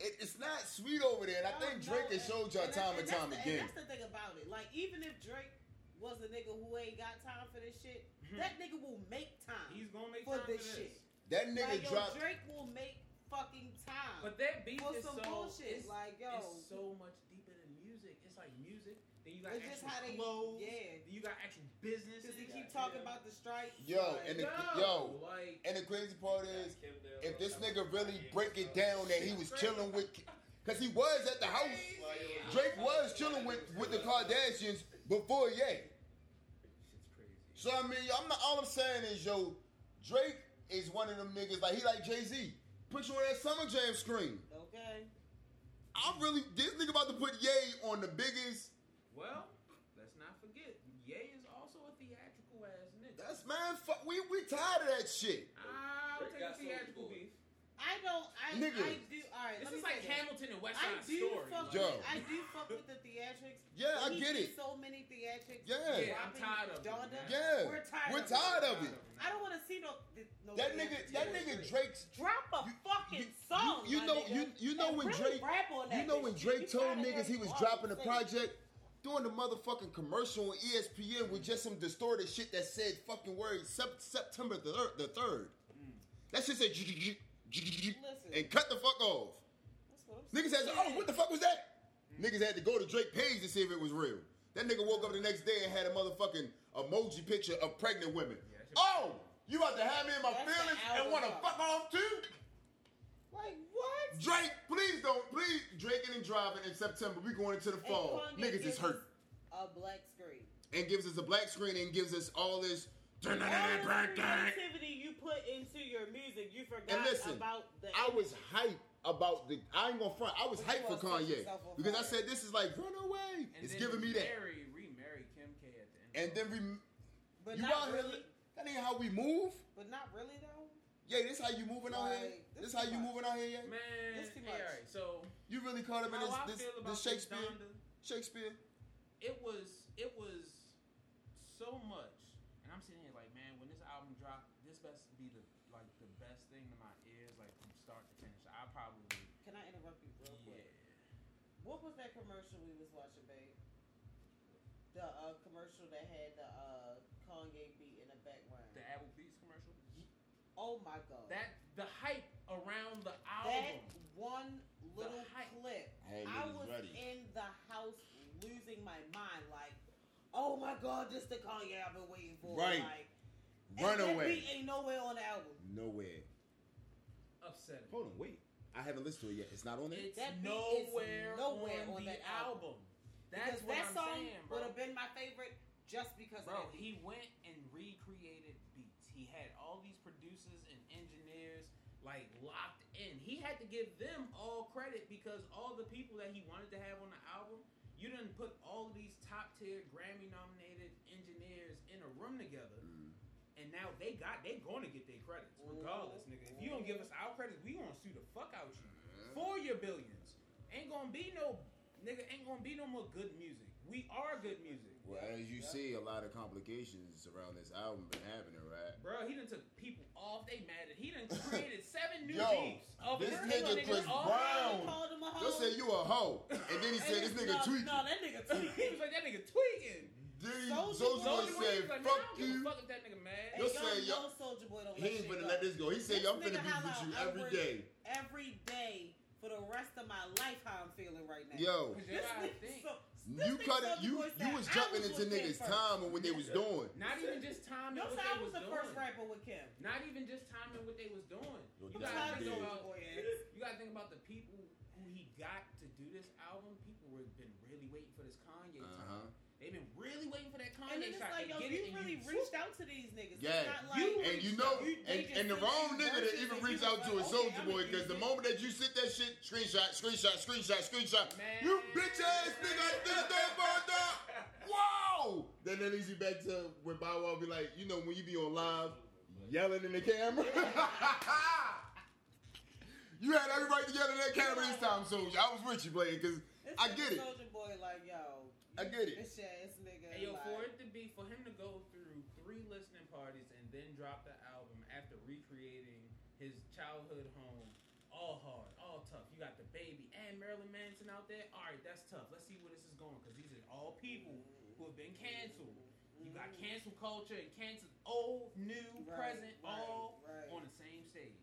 Speaker 3: it's not sweet over there. And I
Speaker 2: Y'all
Speaker 3: think
Speaker 2: know
Speaker 3: Drake
Speaker 2: it.
Speaker 3: has showed y'all
Speaker 2: And that-
Speaker 3: time and
Speaker 2: that's
Speaker 3: time
Speaker 2: the-
Speaker 3: again.
Speaker 2: That's the thing about it. Like even if Drake was a nigga who ain't got time for this shit,
Speaker 3: Mhm.
Speaker 2: that nigga will make time.
Speaker 5: Hmm. He's gonna make
Speaker 2: For
Speaker 5: time
Speaker 2: this
Speaker 5: for this.
Speaker 2: shit.
Speaker 3: That
Speaker 2: like
Speaker 3: nigga
Speaker 2: yo,
Speaker 3: dropped.
Speaker 2: Drake will make fucking time.
Speaker 5: But that beef
Speaker 2: For
Speaker 5: is
Speaker 2: some
Speaker 5: so
Speaker 2: bullshit,
Speaker 5: it's-
Speaker 2: like, yo.
Speaker 5: it's so much deeper than music. It's like music. Then you got
Speaker 2: It's just
Speaker 5: actual
Speaker 2: how they-
Speaker 5: clothes.
Speaker 2: yeah.
Speaker 5: Then you got actual businesses.
Speaker 2: Because they
Speaker 6: Yeah,
Speaker 2: keep talking
Speaker 6: yeah.
Speaker 2: about the strikes.
Speaker 3: Yo,
Speaker 2: like,
Speaker 3: and the-
Speaker 5: no,
Speaker 3: yo.
Speaker 5: like
Speaker 3: And the crazy part is,
Speaker 6: Got Kim there,
Speaker 3: if this
Speaker 6: uh,
Speaker 3: nigga really
Speaker 6: Kanye
Speaker 3: break it
Speaker 6: stuff.
Speaker 3: down that he was chilling with, because he was at the house.
Speaker 6: Well, yeah,
Speaker 3: Drake was chilling with, with the Kardashians before Ye.
Speaker 5: shit's crazy.
Speaker 3: So I mean, I'm not. All I'm saying is, yo, Drake is one of them niggas. Like he like Jay Z. Put you on that Summer Jam screen.
Speaker 2: Okay.
Speaker 3: I'm really this nigga about to put Ye on the biggest.
Speaker 5: Well, let's not forget, Ye is also a theatrical ass nigga.
Speaker 3: That's man. Fuck. We we tired of that shit.
Speaker 5: I'll
Speaker 6: Drake
Speaker 5: take
Speaker 6: got
Speaker 5: a theatrical
Speaker 6: soul.
Speaker 5: beef.
Speaker 2: I don't. I,
Speaker 3: Nigga.
Speaker 2: I do. All right. let
Speaker 5: This
Speaker 2: me
Speaker 5: is
Speaker 2: say
Speaker 5: like
Speaker 2: this.
Speaker 5: Hamilton and West
Speaker 2: I
Speaker 5: Side
Speaker 2: do
Speaker 5: Story.
Speaker 2: fuck.
Speaker 3: Yo.
Speaker 2: With, I do fuck with the theatrics.
Speaker 3: Yeah,
Speaker 2: but
Speaker 3: I get
Speaker 2: he did
Speaker 3: it.
Speaker 2: So many theatrics.
Speaker 3: Yeah.
Speaker 5: Yeah, I'm
Speaker 2: Robin,
Speaker 5: tired of it,
Speaker 2: Donda.
Speaker 5: man.
Speaker 3: Yeah,
Speaker 2: We're tired.
Speaker 3: we're
Speaker 2: of it.
Speaker 3: tired of it.
Speaker 2: I don't want to see no. no
Speaker 3: That nigga.
Speaker 2: theatrics.
Speaker 3: That nigga Drake's.
Speaker 2: Drop a
Speaker 3: You-
Speaker 2: fucking
Speaker 3: you-
Speaker 2: song.
Speaker 3: You
Speaker 2: my
Speaker 3: know.
Speaker 2: nigga.
Speaker 3: You you know
Speaker 2: And
Speaker 3: when
Speaker 2: really
Speaker 3: Drake.
Speaker 2: rap on that
Speaker 3: You know when
Speaker 2: bitch.
Speaker 3: Drake
Speaker 2: You
Speaker 3: told
Speaker 2: gotta
Speaker 3: niggas
Speaker 2: have
Speaker 3: he was
Speaker 2: balls
Speaker 3: dropping a
Speaker 2: to say-
Speaker 3: project, doing the motherfucking commercial on E ESPN with just some distorted shit that said fucking words Sep- September the third. The third.
Speaker 2: Mm.
Speaker 3: That shit said
Speaker 2: Listen.
Speaker 3: and cut the fuck off.
Speaker 2: That's what I'm
Speaker 3: Niggas had to, oh, what the fuck was that?
Speaker 2: Mm-hmm.
Speaker 3: Niggas had to go to Drake page to see if it was real. That nigga woke up the next day and had a motherfucking emoji picture of pregnant women.
Speaker 5: Yeah, that shit-
Speaker 3: Oh, you about to have me in my
Speaker 2: That's the
Speaker 3: feelings and
Speaker 2: album
Speaker 3: want to
Speaker 2: cover.
Speaker 3: fuck off too?
Speaker 2: Like what?
Speaker 3: Drake, please don't, please drinking and driving in September. We going into the
Speaker 2: And
Speaker 3: fall.
Speaker 2: Kanye
Speaker 3: Niggas is
Speaker 2: gives
Speaker 3: hurt
Speaker 2: us A black screen.
Speaker 3: and gives us a black screen and gives us all this.
Speaker 2: All the
Speaker 3: "Da-da-da-da-da-da."
Speaker 2: creativity you put into your music, you forgot
Speaker 3: And listen,
Speaker 2: about the.
Speaker 3: I was hyped about the. I ain't gonna front. I was
Speaker 2: But
Speaker 3: hyped
Speaker 2: you
Speaker 3: for
Speaker 2: wanna set
Speaker 3: Kanye
Speaker 2: yourself on
Speaker 3: because I
Speaker 2: fire.
Speaker 3: said this is like run away.
Speaker 5: And
Speaker 3: It's
Speaker 5: then
Speaker 3: giving me that.
Speaker 5: Marry, remarry Kim K at the end.
Speaker 3: And then we.
Speaker 2: but
Speaker 3: you
Speaker 2: not
Speaker 3: out here.
Speaker 2: really.
Speaker 3: li- That ain't how we move.
Speaker 2: But not really though.
Speaker 3: Yeah, this how you moving out here.
Speaker 2: Like,
Speaker 3: This
Speaker 2: this
Speaker 3: how
Speaker 2: too
Speaker 3: you
Speaker 2: much.
Speaker 3: moving out here. Yeah.
Speaker 5: man,
Speaker 2: That's too
Speaker 5: hey,
Speaker 2: much.
Speaker 5: all right. So
Speaker 3: You really caught up in
Speaker 5: how I
Speaker 3: this this,
Speaker 5: feel about
Speaker 3: this Shakespeare.
Speaker 5: Donda,
Speaker 3: Shakespeare.
Speaker 5: it was it was so much, and I'm sitting here like, man, when this album dropped, this best be the like the best thing to my ears, like from start to finish. I probably
Speaker 2: Can I interrupt you real quick?
Speaker 5: yeah.
Speaker 2: What was that commercial we was watching, babe? The uh, commercial that had the uh, Kanye beat in the background.
Speaker 5: The Applebee's commercial.
Speaker 2: oh my god!
Speaker 5: That the hype around the
Speaker 2: That
Speaker 5: album.
Speaker 2: one little
Speaker 5: hype.
Speaker 2: clip.
Speaker 3: Hey,
Speaker 2: I was in the house losing my mind, like, oh my god, this the Kanye I've been waiting for.
Speaker 3: Right.
Speaker 2: Like, and
Speaker 3: Run
Speaker 2: that
Speaker 3: away.
Speaker 2: beat ain't nowhere on the album.
Speaker 3: Nowhere.
Speaker 5: upsetting.
Speaker 3: Hold on, wait. I haven't listened to it yet. It's not on there.
Speaker 5: It's
Speaker 2: That beat is
Speaker 5: nowhere,
Speaker 2: nowhere on
Speaker 5: on, the
Speaker 2: that
Speaker 5: album.
Speaker 2: album. because
Speaker 5: That's what
Speaker 2: that
Speaker 5: I'm
Speaker 2: song
Speaker 5: saying, bro.
Speaker 2: would have been my favorite just because of
Speaker 5: Bro,
Speaker 2: that beat.
Speaker 5: he went and recreated beats. He had all these producers and engineers like locked in. He had to give them all credit because all the people that he wanted to have on the album, you didn't put all these top tier Grammy nominated engineers in a room together.
Speaker 3: Mm.
Speaker 5: And now they got they gonna get their credits regardless, nigga. If you don't give us our credits, we gonna sue the fuck out you for your billions. Ain't gonna be no nigga. Ain't gonna be no more good music. We are good music,
Speaker 3: Well, as you see, a lot of complications around this album been happening, right?
Speaker 5: bro. He done took people off. They mad at. He done created seven new
Speaker 3: Yo,
Speaker 5: beats of
Speaker 3: this
Speaker 5: her
Speaker 3: nigga
Speaker 5: nigga
Speaker 3: Chris
Speaker 5: all
Speaker 3: Brown.
Speaker 5: out.
Speaker 2: He called him a hoe.
Speaker 3: They said you a hoe, and then he
Speaker 2: And
Speaker 3: said this
Speaker 2: it's-
Speaker 3: nigga
Speaker 2: Oh. no,
Speaker 3: tweaking.
Speaker 2: No, that nigga
Speaker 5: he was
Speaker 2: tweaking.
Speaker 5: like that nigga tweaking.
Speaker 3: Then
Speaker 2: Soulja
Speaker 3: Soulja Boy
Speaker 2: Boy
Speaker 5: Soulja Boy
Speaker 3: said,
Speaker 5: was
Speaker 3: "Fuck
Speaker 5: like, nah, I don't give a
Speaker 3: you."
Speaker 5: fuck if that nigga mad.
Speaker 2: And
Speaker 3: Yo,
Speaker 2: y'all
Speaker 3: say, yo-
Speaker 2: know Soulja Boy don't
Speaker 3: He
Speaker 2: let
Speaker 3: ain't
Speaker 2: shit
Speaker 3: gonna
Speaker 2: go.
Speaker 3: let this go. He said,
Speaker 2: This
Speaker 3: "Yo, I'm finna
Speaker 2: nigga
Speaker 3: be with
Speaker 2: holla
Speaker 3: you
Speaker 2: out
Speaker 3: every
Speaker 2: every-
Speaker 3: day."
Speaker 2: every day for the rest of my life how I'm feeling right now.
Speaker 3: Yo,
Speaker 5: Cause
Speaker 2: This
Speaker 5: that's what I
Speaker 2: nigga-
Speaker 5: think.
Speaker 2: so- this
Speaker 3: you
Speaker 2: nigga
Speaker 3: cut it.
Speaker 2: Soulja
Speaker 3: You
Speaker 2: Boy
Speaker 3: you
Speaker 2: said,
Speaker 3: was
Speaker 2: "I
Speaker 3: jumping
Speaker 2: was
Speaker 3: into
Speaker 2: with Kim
Speaker 3: niggas'
Speaker 2: first."
Speaker 3: time and what they was doing.
Speaker 5: Not even just time and
Speaker 2: No, so
Speaker 5: what
Speaker 2: I
Speaker 5: they
Speaker 2: was the
Speaker 5: was
Speaker 2: first
Speaker 5: doing.
Speaker 2: rapper with Kim.
Speaker 5: Not even just time and what they was doing.
Speaker 3: Yo, Nah,
Speaker 2: That's
Speaker 5: You gotta
Speaker 2: how
Speaker 3: Dr.
Speaker 5: think
Speaker 3: Dre.
Speaker 5: about
Speaker 2: Soulja Boy is.
Speaker 5: You gotta think about the people who he got to do this album. People were been really waiting for this Kanye
Speaker 3: Uh-huh.
Speaker 5: time. They've been really waiting for that Kanye
Speaker 2: And then it's
Speaker 5: shot.
Speaker 2: like,
Speaker 5: They
Speaker 2: yo,
Speaker 5: get
Speaker 2: you
Speaker 5: it and
Speaker 2: really
Speaker 5: you-
Speaker 2: reached out to these niggas.
Speaker 3: Yeah.
Speaker 2: It's not like,
Speaker 5: You
Speaker 3: And you know,
Speaker 2: You-
Speaker 3: and,
Speaker 2: they just
Speaker 3: and the
Speaker 2: see
Speaker 3: wrong
Speaker 2: these
Speaker 3: nigga
Speaker 2: verses
Speaker 3: to even
Speaker 2: and
Speaker 3: reach
Speaker 2: you
Speaker 3: out
Speaker 2: was
Speaker 3: to
Speaker 2: like,
Speaker 3: is
Speaker 2: okay,
Speaker 3: Soulja
Speaker 2: I'ma
Speaker 3: Boy,
Speaker 2: use
Speaker 3: because the
Speaker 2: it.
Speaker 3: moment that you sit that shit, screenshot, screenshot, screenshot, screenshot,
Speaker 5: Man.
Speaker 3: you bitch ass nigga, I did that, but that- Whoa! Then that leads you back to where Bow Wow be like, you know, when you be on live yelling in the camera. you had every right to yell in that camera this time, Soulja. I was with you, Blade, because
Speaker 2: This
Speaker 3: I
Speaker 2: nigga
Speaker 3: get it.
Speaker 2: Soulja Boy, like, yo,
Speaker 3: I get it.
Speaker 2: This ass nigga.
Speaker 5: Hey, yo,
Speaker 2: like, mm-hmm.
Speaker 5: for it to be for him to go through three listening parties and then drop the album after recreating his childhood home, all hard, all tough. You got the baby and Marilyn Manson out there. All right, that's tough. Let's see where this is going because these are all people who have been canceled. You
Speaker 3: Mm.
Speaker 5: got cancel culture and cancel old, new,
Speaker 2: Mm-hmm. Right,
Speaker 5: present,
Speaker 2: right,
Speaker 5: all
Speaker 2: right.
Speaker 5: on the same stage.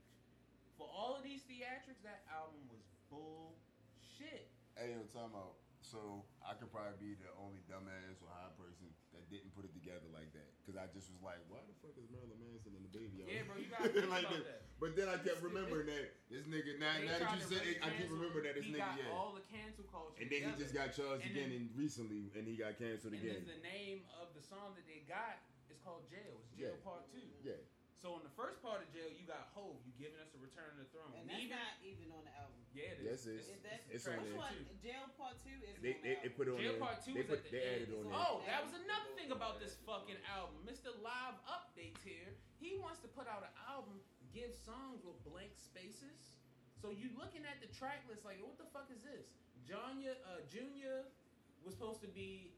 Speaker 5: For all of these theatrics, that album was bullshit.
Speaker 3: Hey, yo, time out. so I could probably be the only dumbass or high person that didn't put it together like that. Because I just was like, why the fuck is Marilyn Manson and the baby? out
Speaker 5: Yeah,
Speaker 3: here?"
Speaker 5: bro, you gotta think
Speaker 3: Like
Speaker 5: about
Speaker 3: that.
Speaker 5: that.
Speaker 3: But then I kept remembering that this nigga. Now, now
Speaker 5: They
Speaker 3: that you
Speaker 5: tried to
Speaker 3: said it,
Speaker 5: really
Speaker 3: I keep
Speaker 5: cancel-
Speaker 3: remembering that this
Speaker 5: he
Speaker 3: nigga.
Speaker 5: got
Speaker 3: Yeah.
Speaker 5: all the cancel culture.
Speaker 3: And then he
Speaker 5: together.
Speaker 3: just got charged
Speaker 5: And
Speaker 3: again and
Speaker 5: then-
Speaker 3: recently, and he got canceled
Speaker 5: And
Speaker 3: again.
Speaker 5: then the name of the song that they got is called Jail. It's Jail
Speaker 3: Yeah.
Speaker 5: Part Two.
Speaker 3: yeah,
Speaker 5: So in the first part of Jail, you got Hove. You giving us a return to the throne.
Speaker 2: And that's
Speaker 5: Even-
Speaker 2: not even on the album.
Speaker 5: yeah, it
Speaker 3: Yes,
Speaker 5: is.
Speaker 3: it is.
Speaker 2: Is that
Speaker 3: It's
Speaker 5: trash
Speaker 3: on
Speaker 2: which
Speaker 3: there.
Speaker 2: one?
Speaker 5: too.
Speaker 2: Jail Part Two is
Speaker 3: they
Speaker 2: on
Speaker 3: they,
Speaker 2: the
Speaker 3: they
Speaker 2: album.
Speaker 3: put it on.
Speaker 5: Jail
Speaker 3: there.
Speaker 5: Part Two
Speaker 3: they
Speaker 5: was
Speaker 3: put,
Speaker 5: at the
Speaker 3: they
Speaker 5: end.
Speaker 3: added on there.
Speaker 5: Oh, that was another thing about this fucking album. Mr. Live updates here. He wants to put out an album, give songs with blank spaces. So you looking at the track list like, what the fuck is this? Junior, uh, Junior was supposed to be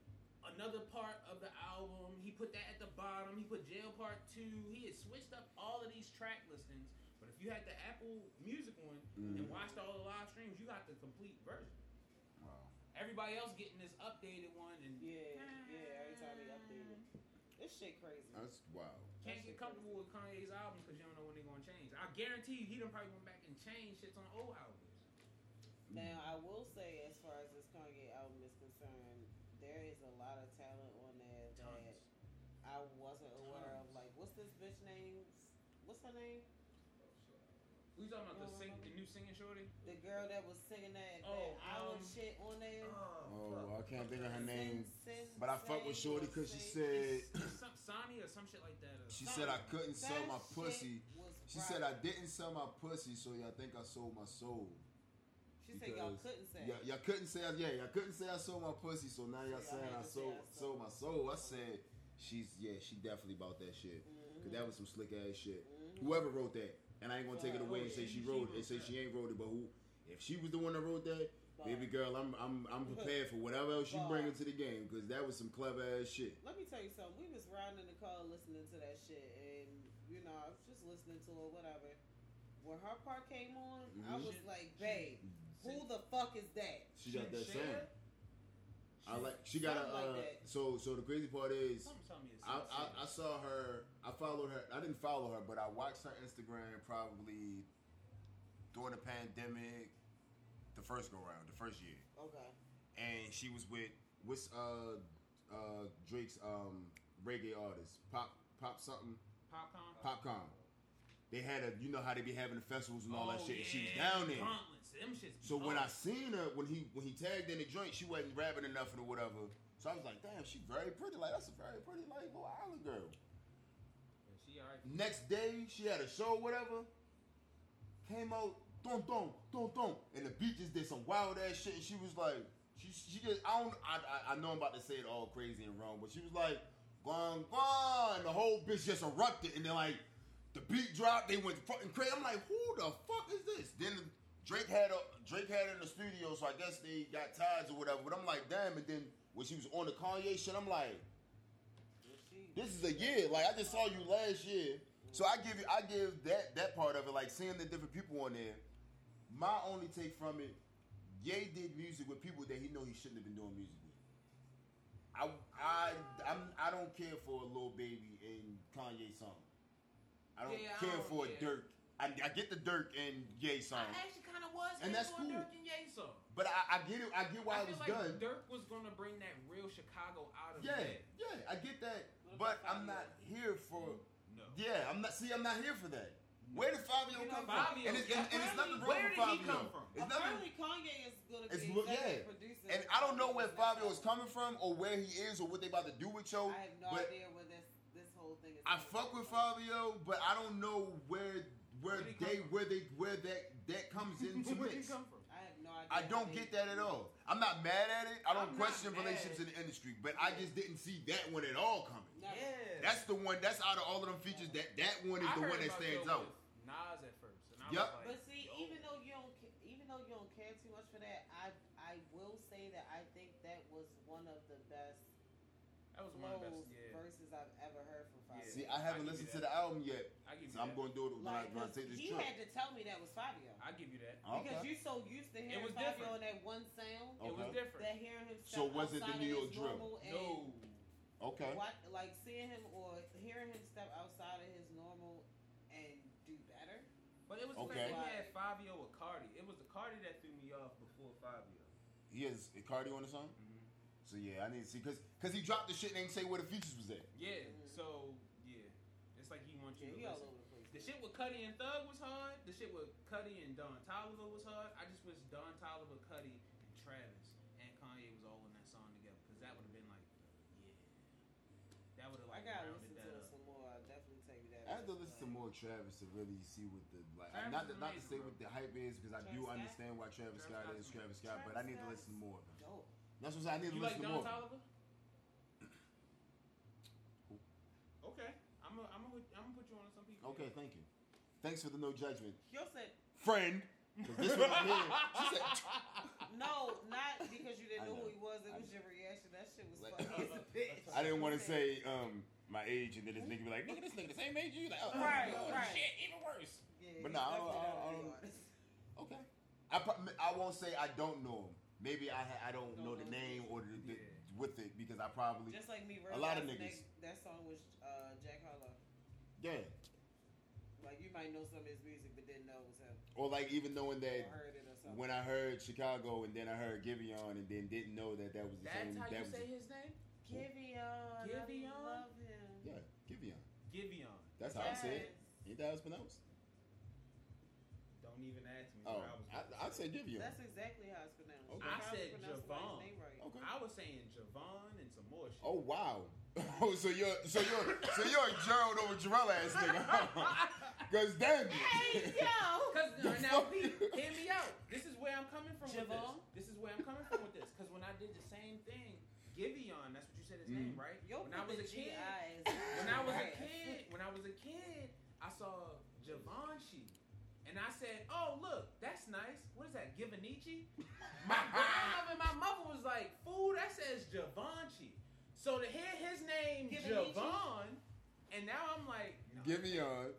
Speaker 5: another part of the album. He put that at the bottom. He put Jail Part Two. He had switched up all of these track listings. But if you had the Apple Music one and
Speaker 3: Mhm.
Speaker 5: watched all the live streams, you got the complete version.
Speaker 3: Wow.
Speaker 5: Everybody else getting this updated one and
Speaker 2: Yeah, yeah. Every time they update it, this shit crazy.
Speaker 3: That's wild.
Speaker 5: Can't get comfortable with Kanye's albums because you don't know when they're gonna change. I guarantee you, he done probably went back and changed shits on old albums.
Speaker 2: Now, I will say, as far as this Kanye album is concerned, there is a lot of talent on there that
Speaker 5: Tons.
Speaker 2: I wasn't aware of.
Speaker 5: Tons.
Speaker 2: Like, what's this bitch name? What's her name?
Speaker 5: We talking about the sing, the new singing shorty?
Speaker 2: The girl that was singing that,
Speaker 5: Oh,
Speaker 2: that island
Speaker 5: um,
Speaker 2: shit on there.
Speaker 3: Oh, I can't think of her
Speaker 2: Sin-
Speaker 3: name.
Speaker 2: Sin-
Speaker 3: But I fuck with
Speaker 2: Sin-
Speaker 3: Shorty because she
Speaker 2: Sin-
Speaker 3: said
Speaker 5: some Sonny or some shit like that. uh,
Speaker 3: she said I couldn't
Speaker 2: That
Speaker 3: sell my
Speaker 2: shit
Speaker 3: pussy.
Speaker 2: was
Speaker 3: She said I
Speaker 2: right.
Speaker 3: didn't sell my pussy, so y'all think I sold my soul.
Speaker 2: She said y'all
Speaker 3: because-
Speaker 2: couldn't say.
Speaker 3: Yeah, y'all couldn't say I, yeah, y'all couldn't say I sold my pussy, so now y'all
Speaker 2: So y'all
Speaker 3: saying
Speaker 2: had
Speaker 3: I
Speaker 2: to say
Speaker 3: sold
Speaker 2: I sold
Speaker 3: sold
Speaker 2: my
Speaker 3: my soul. I said she's yeah, she definitely bought that shit. Cause
Speaker 2: Mm-hmm.
Speaker 3: that was some slick ass shit. Whoever wrote that, and I ain't gonna take it
Speaker 2: Fuck.
Speaker 3: away and
Speaker 5: Oh,
Speaker 3: say
Speaker 5: yeah,
Speaker 3: she
Speaker 5: she
Speaker 3: wrote it
Speaker 5: wrote
Speaker 3: and say
Speaker 5: that.
Speaker 3: she ain't wrote it, but who? If she was the one that wrote that, baby girl, I'm I'm I'm prepared for whatever else you bring
Speaker 2: Fuck.
Speaker 3: into the game, cause that was some clever ass shit.
Speaker 2: Let me tell you something. We was riding in the car listening to that shit, and you know, I was just listening to it, whatever. When her part came on, I
Speaker 3: Mhm.
Speaker 2: was like, "Babe, who
Speaker 5: Sin-
Speaker 2: the fuck is that?"
Speaker 3: She got that
Speaker 5: Shan-
Speaker 3: sound. I like she got a
Speaker 2: Something like
Speaker 3: uh,
Speaker 2: that.
Speaker 3: so so the crazy part is
Speaker 5: Something tell me it's
Speaker 3: I,
Speaker 5: Sin-
Speaker 3: I I saw her I followed her I didn't follow her but I watched her Instagram probably during the pandemic the first go round the first year
Speaker 2: Okay.
Speaker 3: and she was with what's uh uh Drake's um reggae artist pop pop something
Speaker 5: Popcorn.
Speaker 3: popcorn they had a you know how they be having the festivals and all that
Speaker 5: Oh,
Speaker 3: shit and she was
Speaker 5: yeah, Oh.
Speaker 3: down there
Speaker 5: gauntlets. Them shits be
Speaker 3: so when I
Speaker 5: hard.
Speaker 3: seen her, when he when he tagged in the joint, she wasn't rapping enough or whatever. So I was like, damn, she very pretty. Like that's a very pretty like little island girl.
Speaker 5: Yeah, she alright.
Speaker 3: Next day, she had a show, whatever. Came out, thump thump thump thump, and the beat just did some wild ass shit. And she was like, she she just I don't I I, I know I'm about to say it all crazy and wrong, but she was like, gone gone, and the whole bitch just erupted, and then like. The beat dropped. They went fucking crazy. I'm like, who the fuck is this? Then Drake had a Drake had her in the studio, so I guess they got ties or whatever. But I'm like, damn. And then when she was on the Kanye shit, I'm like, this is a year. Like I just saw you last year, so I give you, I give that that part of it. Like seeing the different people on there. My only take from it, Ye did music with people that he know he shouldn't have been doing music with. I I I'm, I don't care for a little baby and Kanye song. I don't
Speaker 5: Yeah, I
Speaker 3: care
Speaker 5: don't-
Speaker 3: for
Speaker 5: yeah.
Speaker 3: a Dirk. I, I get the Dirk and Ye song,
Speaker 5: I actually kind of was.
Speaker 3: And
Speaker 5: into
Speaker 3: that's
Speaker 5: a
Speaker 3: cool.
Speaker 5: Dirk and Ye song.
Speaker 3: but I, I get it. I get why
Speaker 5: I
Speaker 3: it
Speaker 5: feel
Speaker 3: was
Speaker 5: like
Speaker 3: done.
Speaker 5: Dirk was gonna bring that real Chicago out of
Speaker 3: Yeah,
Speaker 5: that.
Speaker 3: yeah, I get that,
Speaker 2: What
Speaker 3: but
Speaker 2: about
Speaker 3: I'm
Speaker 2: Fabio?
Speaker 3: not here for.
Speaker 5: No.
Speaker 3: Yeah, I'm not. See, I'm not here for that. Where did Fabio
Speaker 2: You know,
Speaker 3: come from?
Speaker 5: Fabio,
Speaker 3: And, it's,
Speaker 5: yeah,
Speaker 3: and, and it's nothing
Speaker 5: apparently,
Speaker 3: wrong
Speaker 5: where
Speaker 3: with
Speaker 5: did
Speaker 3: Fabio.
Speaker 5: he come from?
Speaker 3: It's nothing.
Speaker 2: Apparently, Kanye is gonna be
Speaker 3: It's
Speaker 2: executive
Speaker 3: look- yeah.
Speaker 2: producer.
Speaker 3: And I don't know where Fabio is coming from or where he is or what they about to do with yo.
Speaker 2: I have no
Speaker 3: but
Speaker 2: idea where this this whole thing is.
Speaker 3: I
Speaker 2: gonna
Speaker 3: fuck
Speaker 2: go.
Speaker 3: with Fabio, but I don't know where where
Speaker 5: Where'd he come
Speaker 3: they
Speaker 5: from?
Speaker 3: where they where that that comes into
Speaker 5: Where did he
Speaker 3: mix.
Speaker 5: come from?
Speaker 2: I have no idea.
Speaker 3: I don't
Speaker 2: how
Speaker 3: get
Speaker 2: they-
Speaker 3: that at all. I'm not mad at it. I don't
Speaker 5: I'm not
Speaker 3: question
Speaker 5: mad.
Speaker 3: relationships in the industry, but I just didn't see that one at all coming.
Speaker 2: No.
Speaker 3: That's the one. That's out of all of them features. That that one is
Speaker 5: I
Speaker 3: the
Speaker 5: heard
Speaker 3: one that
Speaker 5: about
Speaker 3: stands
Speaker 5: Joe
Speaker 3: out.
Speaker 5: with Nas at first, and I
Speaker 3: Yup.
Speaker 5: was like,
Speaker 2: But see,
Speaker 5: yo.
Speaker 2: even though you don't, ca- even though you don't care too much for that, I I will say that I think that was one of the best
Speaker 5: that was one of the
Speaker 2: flows
Speaker 5: best. Yeah,
Speaker 2: verses I've ever heard from Fabio.
Speaker 5: Yeah.
Speaker 3: See, I haven't
Speaker 5: I
Speaker 3: listened to
Speaker 5: give you
Speaker 3: the album yet,
Speaker 5: I give you
Speaker 3: so I'm
Speaker 5: that.
Speaker 3: going to do it when I
Speaker 2: Like
Speaker 3: when I
Speaker 2: 'cause
Speaker 3: take this Oh,
Speaker 2: he
Speaker 3: trip.
Speaker 2: had to tell me that was Fabio
Speaker 5: I give you that.
Speaker 2: because you're so used to hearing
Speaker 5: was
Speaker 2: Fabio
Speaker 5: different.
Speaker 2: on that one sound
Speaker 3: Okay.
Speaker 5: It was different.
Speaker 2: that hearing him.
Speaker 3: So
Speaker 2: step
Speaker 3: was it the
Speaker 2: outside of
Speaker 3: New
Speaker 2: his
Speaker 3: York drill?
Speaker 2: normal and
Speaker 5: no,
Speaker 3: Okay.
Speaker 2: What, like seeing him or hearing him step outside of his normal and do better.
Speaker 5: but it was
Speaker 3: Okay.
Speaker 5: the fact that he had Fabio with Cardi. It was the Cardi that threw me off before Fabio.
Speaker 3: He has Icardi on the song. So yeah, I need to see because because he dropped the shit and didn't say where the features was at.
Speaker 5: Yeah, so yeah, it's like he wants
Speaker 2: Mm.
Speaker 5: you
Speaker 2: Yeah, he
Speaker 5: to
Speaker 2: all
Speaker 5: listen.
Speaker 2: over the place.
Speaker 5: The shit with Cuddy and Thug was hard. The shit with Cuddy and Don Tolliver was hard. I just wish Don Tolliver, Cuddy, and Travis and Kanye was all in that song together because that would have been like, yeah, that would have
Speaker 2: I
Speaker 5: like
Speaker 2: gotta
Speaker 5: rounded
Speaker 2: listen
Speaker 5: that
Speaker 2: to it
Speaker 5: up.
Speaker 2: some more. I definitely take that.
Speaker 3: I have to
Speaker 2: as,
Speaker 3: listen to
Speaker 2: like,
Speaker 3: more Travis to really see what the like.
Speaker 5: Travis
Speaker 3: not to, not to
Speaker 5: is amazing,
Speaker 3: say
Speaker 5: bro.
Speaker 3: what the hype is because I
Speaker 2: Travis
Speaker 3: do
Speaker 2: Scott?
Speaker 3: understand why Travis
Speaker 5: Travis
Speaker 3: Scott
Speaker 5: Scott's
Speaker 3: is
Speaker 5: amazing.
Speaker 3: Travis Scott, but I
Speaker 2: Travis
Speaker 3: need to
Speaker 2: Scott
Speaker 3: listen
Speaker 2: is
Speaker 3: to more. of him.
Speaker 2: Dope.
Speaker 3: That's what I need to
Speaker 5: You like
Speaker 3: listen to
Speaker 5: Don
Speaker 3: more. of him.
Speaker 5: Tolliver? Okay, I'm gonna I'm gonna I'm gonna put you on to some people.
Speaker 3: Okay, thank you. Thanks for the no judgment,
Speaker 2: Yo said
Speaker 3: friend. 'Cause this one right here, she said,
Speaker 2: no, not because you
Speaker 3: I
Speaker 2: didn't know,
Speaker 3: know.
Speaker 2: who he was. It
Speaker 3: I
Speaker 2: was your reaction. That shit was
Speaker 3: Like-
Speaker 2: funny as a bitch.
Speaker 3: I didn't want to say um my age and then this nigga be like, look at this nigga the same age you. Like, oh,
Speaker 2: Right,
Speaker 3: oh,
Speaker 2: right.
Speaker 3: shit, even worse.
Speaker 2: Yeah,
Speaker 3: But
Speaker 2: he's
Speaker 3: nah, I don't- I
Speaker 2: definitely not a
Speaker 3: don't- I
Speaker 2: real
Speaker 3: don't-
Speaker 2: artist.
Speaker 3: Okay. I prob- I won't say I don't know him. Maybe I ha- I don't
Speaker 2: Don't
Speaker 3: know the
Speaker 2: know.
Speaker 3: name or the, the
Speaker 5: Yeah.
Speaker 3: with it because I probably
Speaker 2: Just like me,
Speaker 3: A lot of
Speaker 2: realizing
Speaker 3: niggas.
Speaker 2: That, that song was uh, Jack Harlow.
Speaker 3: yeah.
Speaker 2: Like you might know some of his music, but didn't know it was him.
Speaker 3: Or like even knowing that
Speaker 2: or heard it or something.
Speaker 3: when I heard Chicago and then I heard Giveon and then didn't know that that was the
Speaker 5: That's
Speaker 3: same.
Speaker 5: how
Speaker 3: that
Speaker 5: you
Speaker 3: was
Speaker 5: say his name?
Speaker 2: Giveon, I
Speaker 5: Giveon?
Speaker 2: love him.
Speaker 3: yeah, Giveon.
Speaker 5: Giveon.
Speaker 3: That's how I said. it. Ain't that how it's pronounced?
Speaker 5: Don't even ask me.
Speaker 3: Oh,
Speaker 5: what I, was
Speaker 3: I, I
Speaker 5: gonna say.
Speaker 3: said Giveon.
Speaker 2: That's exactly how it's pronounced.
Speaker 3: Okay. Oh,
Speaker 2: You
Speaker 5: I
Speaker 2: probably
Speaker 5: said
Speaker 2: pronounced somebody's
Speaker 5: Javon.
Speaker 2: name right.
Speaker 3: Okay.
Speaker 5: I was saying Javon and some more shit.
Speaker 3: Oh wow. Oh, so you're so you're so you're a Gerald over Jarrell ass nigga. Cause damn. it.
Speaker 2: Hey yo!
Speaker 5: Because
Speaker 3: The
Speaker 5: now,
Speaker 3: fuck?
Speaker 5: Pete, hear me out. This is where I'm coming from with this.
Speaker 2: Javon?
Speaker 5: This is where I'm coming from with this. Because when I did the same thing, Giveon, that's what you said his
Speaker 3: Mm.
Speaker 5: name, right?
Speaker 2: Yo,
Speaker 5: when I was a kid, when I was a kid, when I was a kid, I saw Givenchy, and I said, "Oh, look, that's nice. What is that, Givenchy?" My grandmother and my mother was like, "Fool, that says Givenchy." So to hear his name,
Speaker 2: Givenchy?
Speaker 5: Javon, and now I'm like, no.
Speaker 3: Giveon.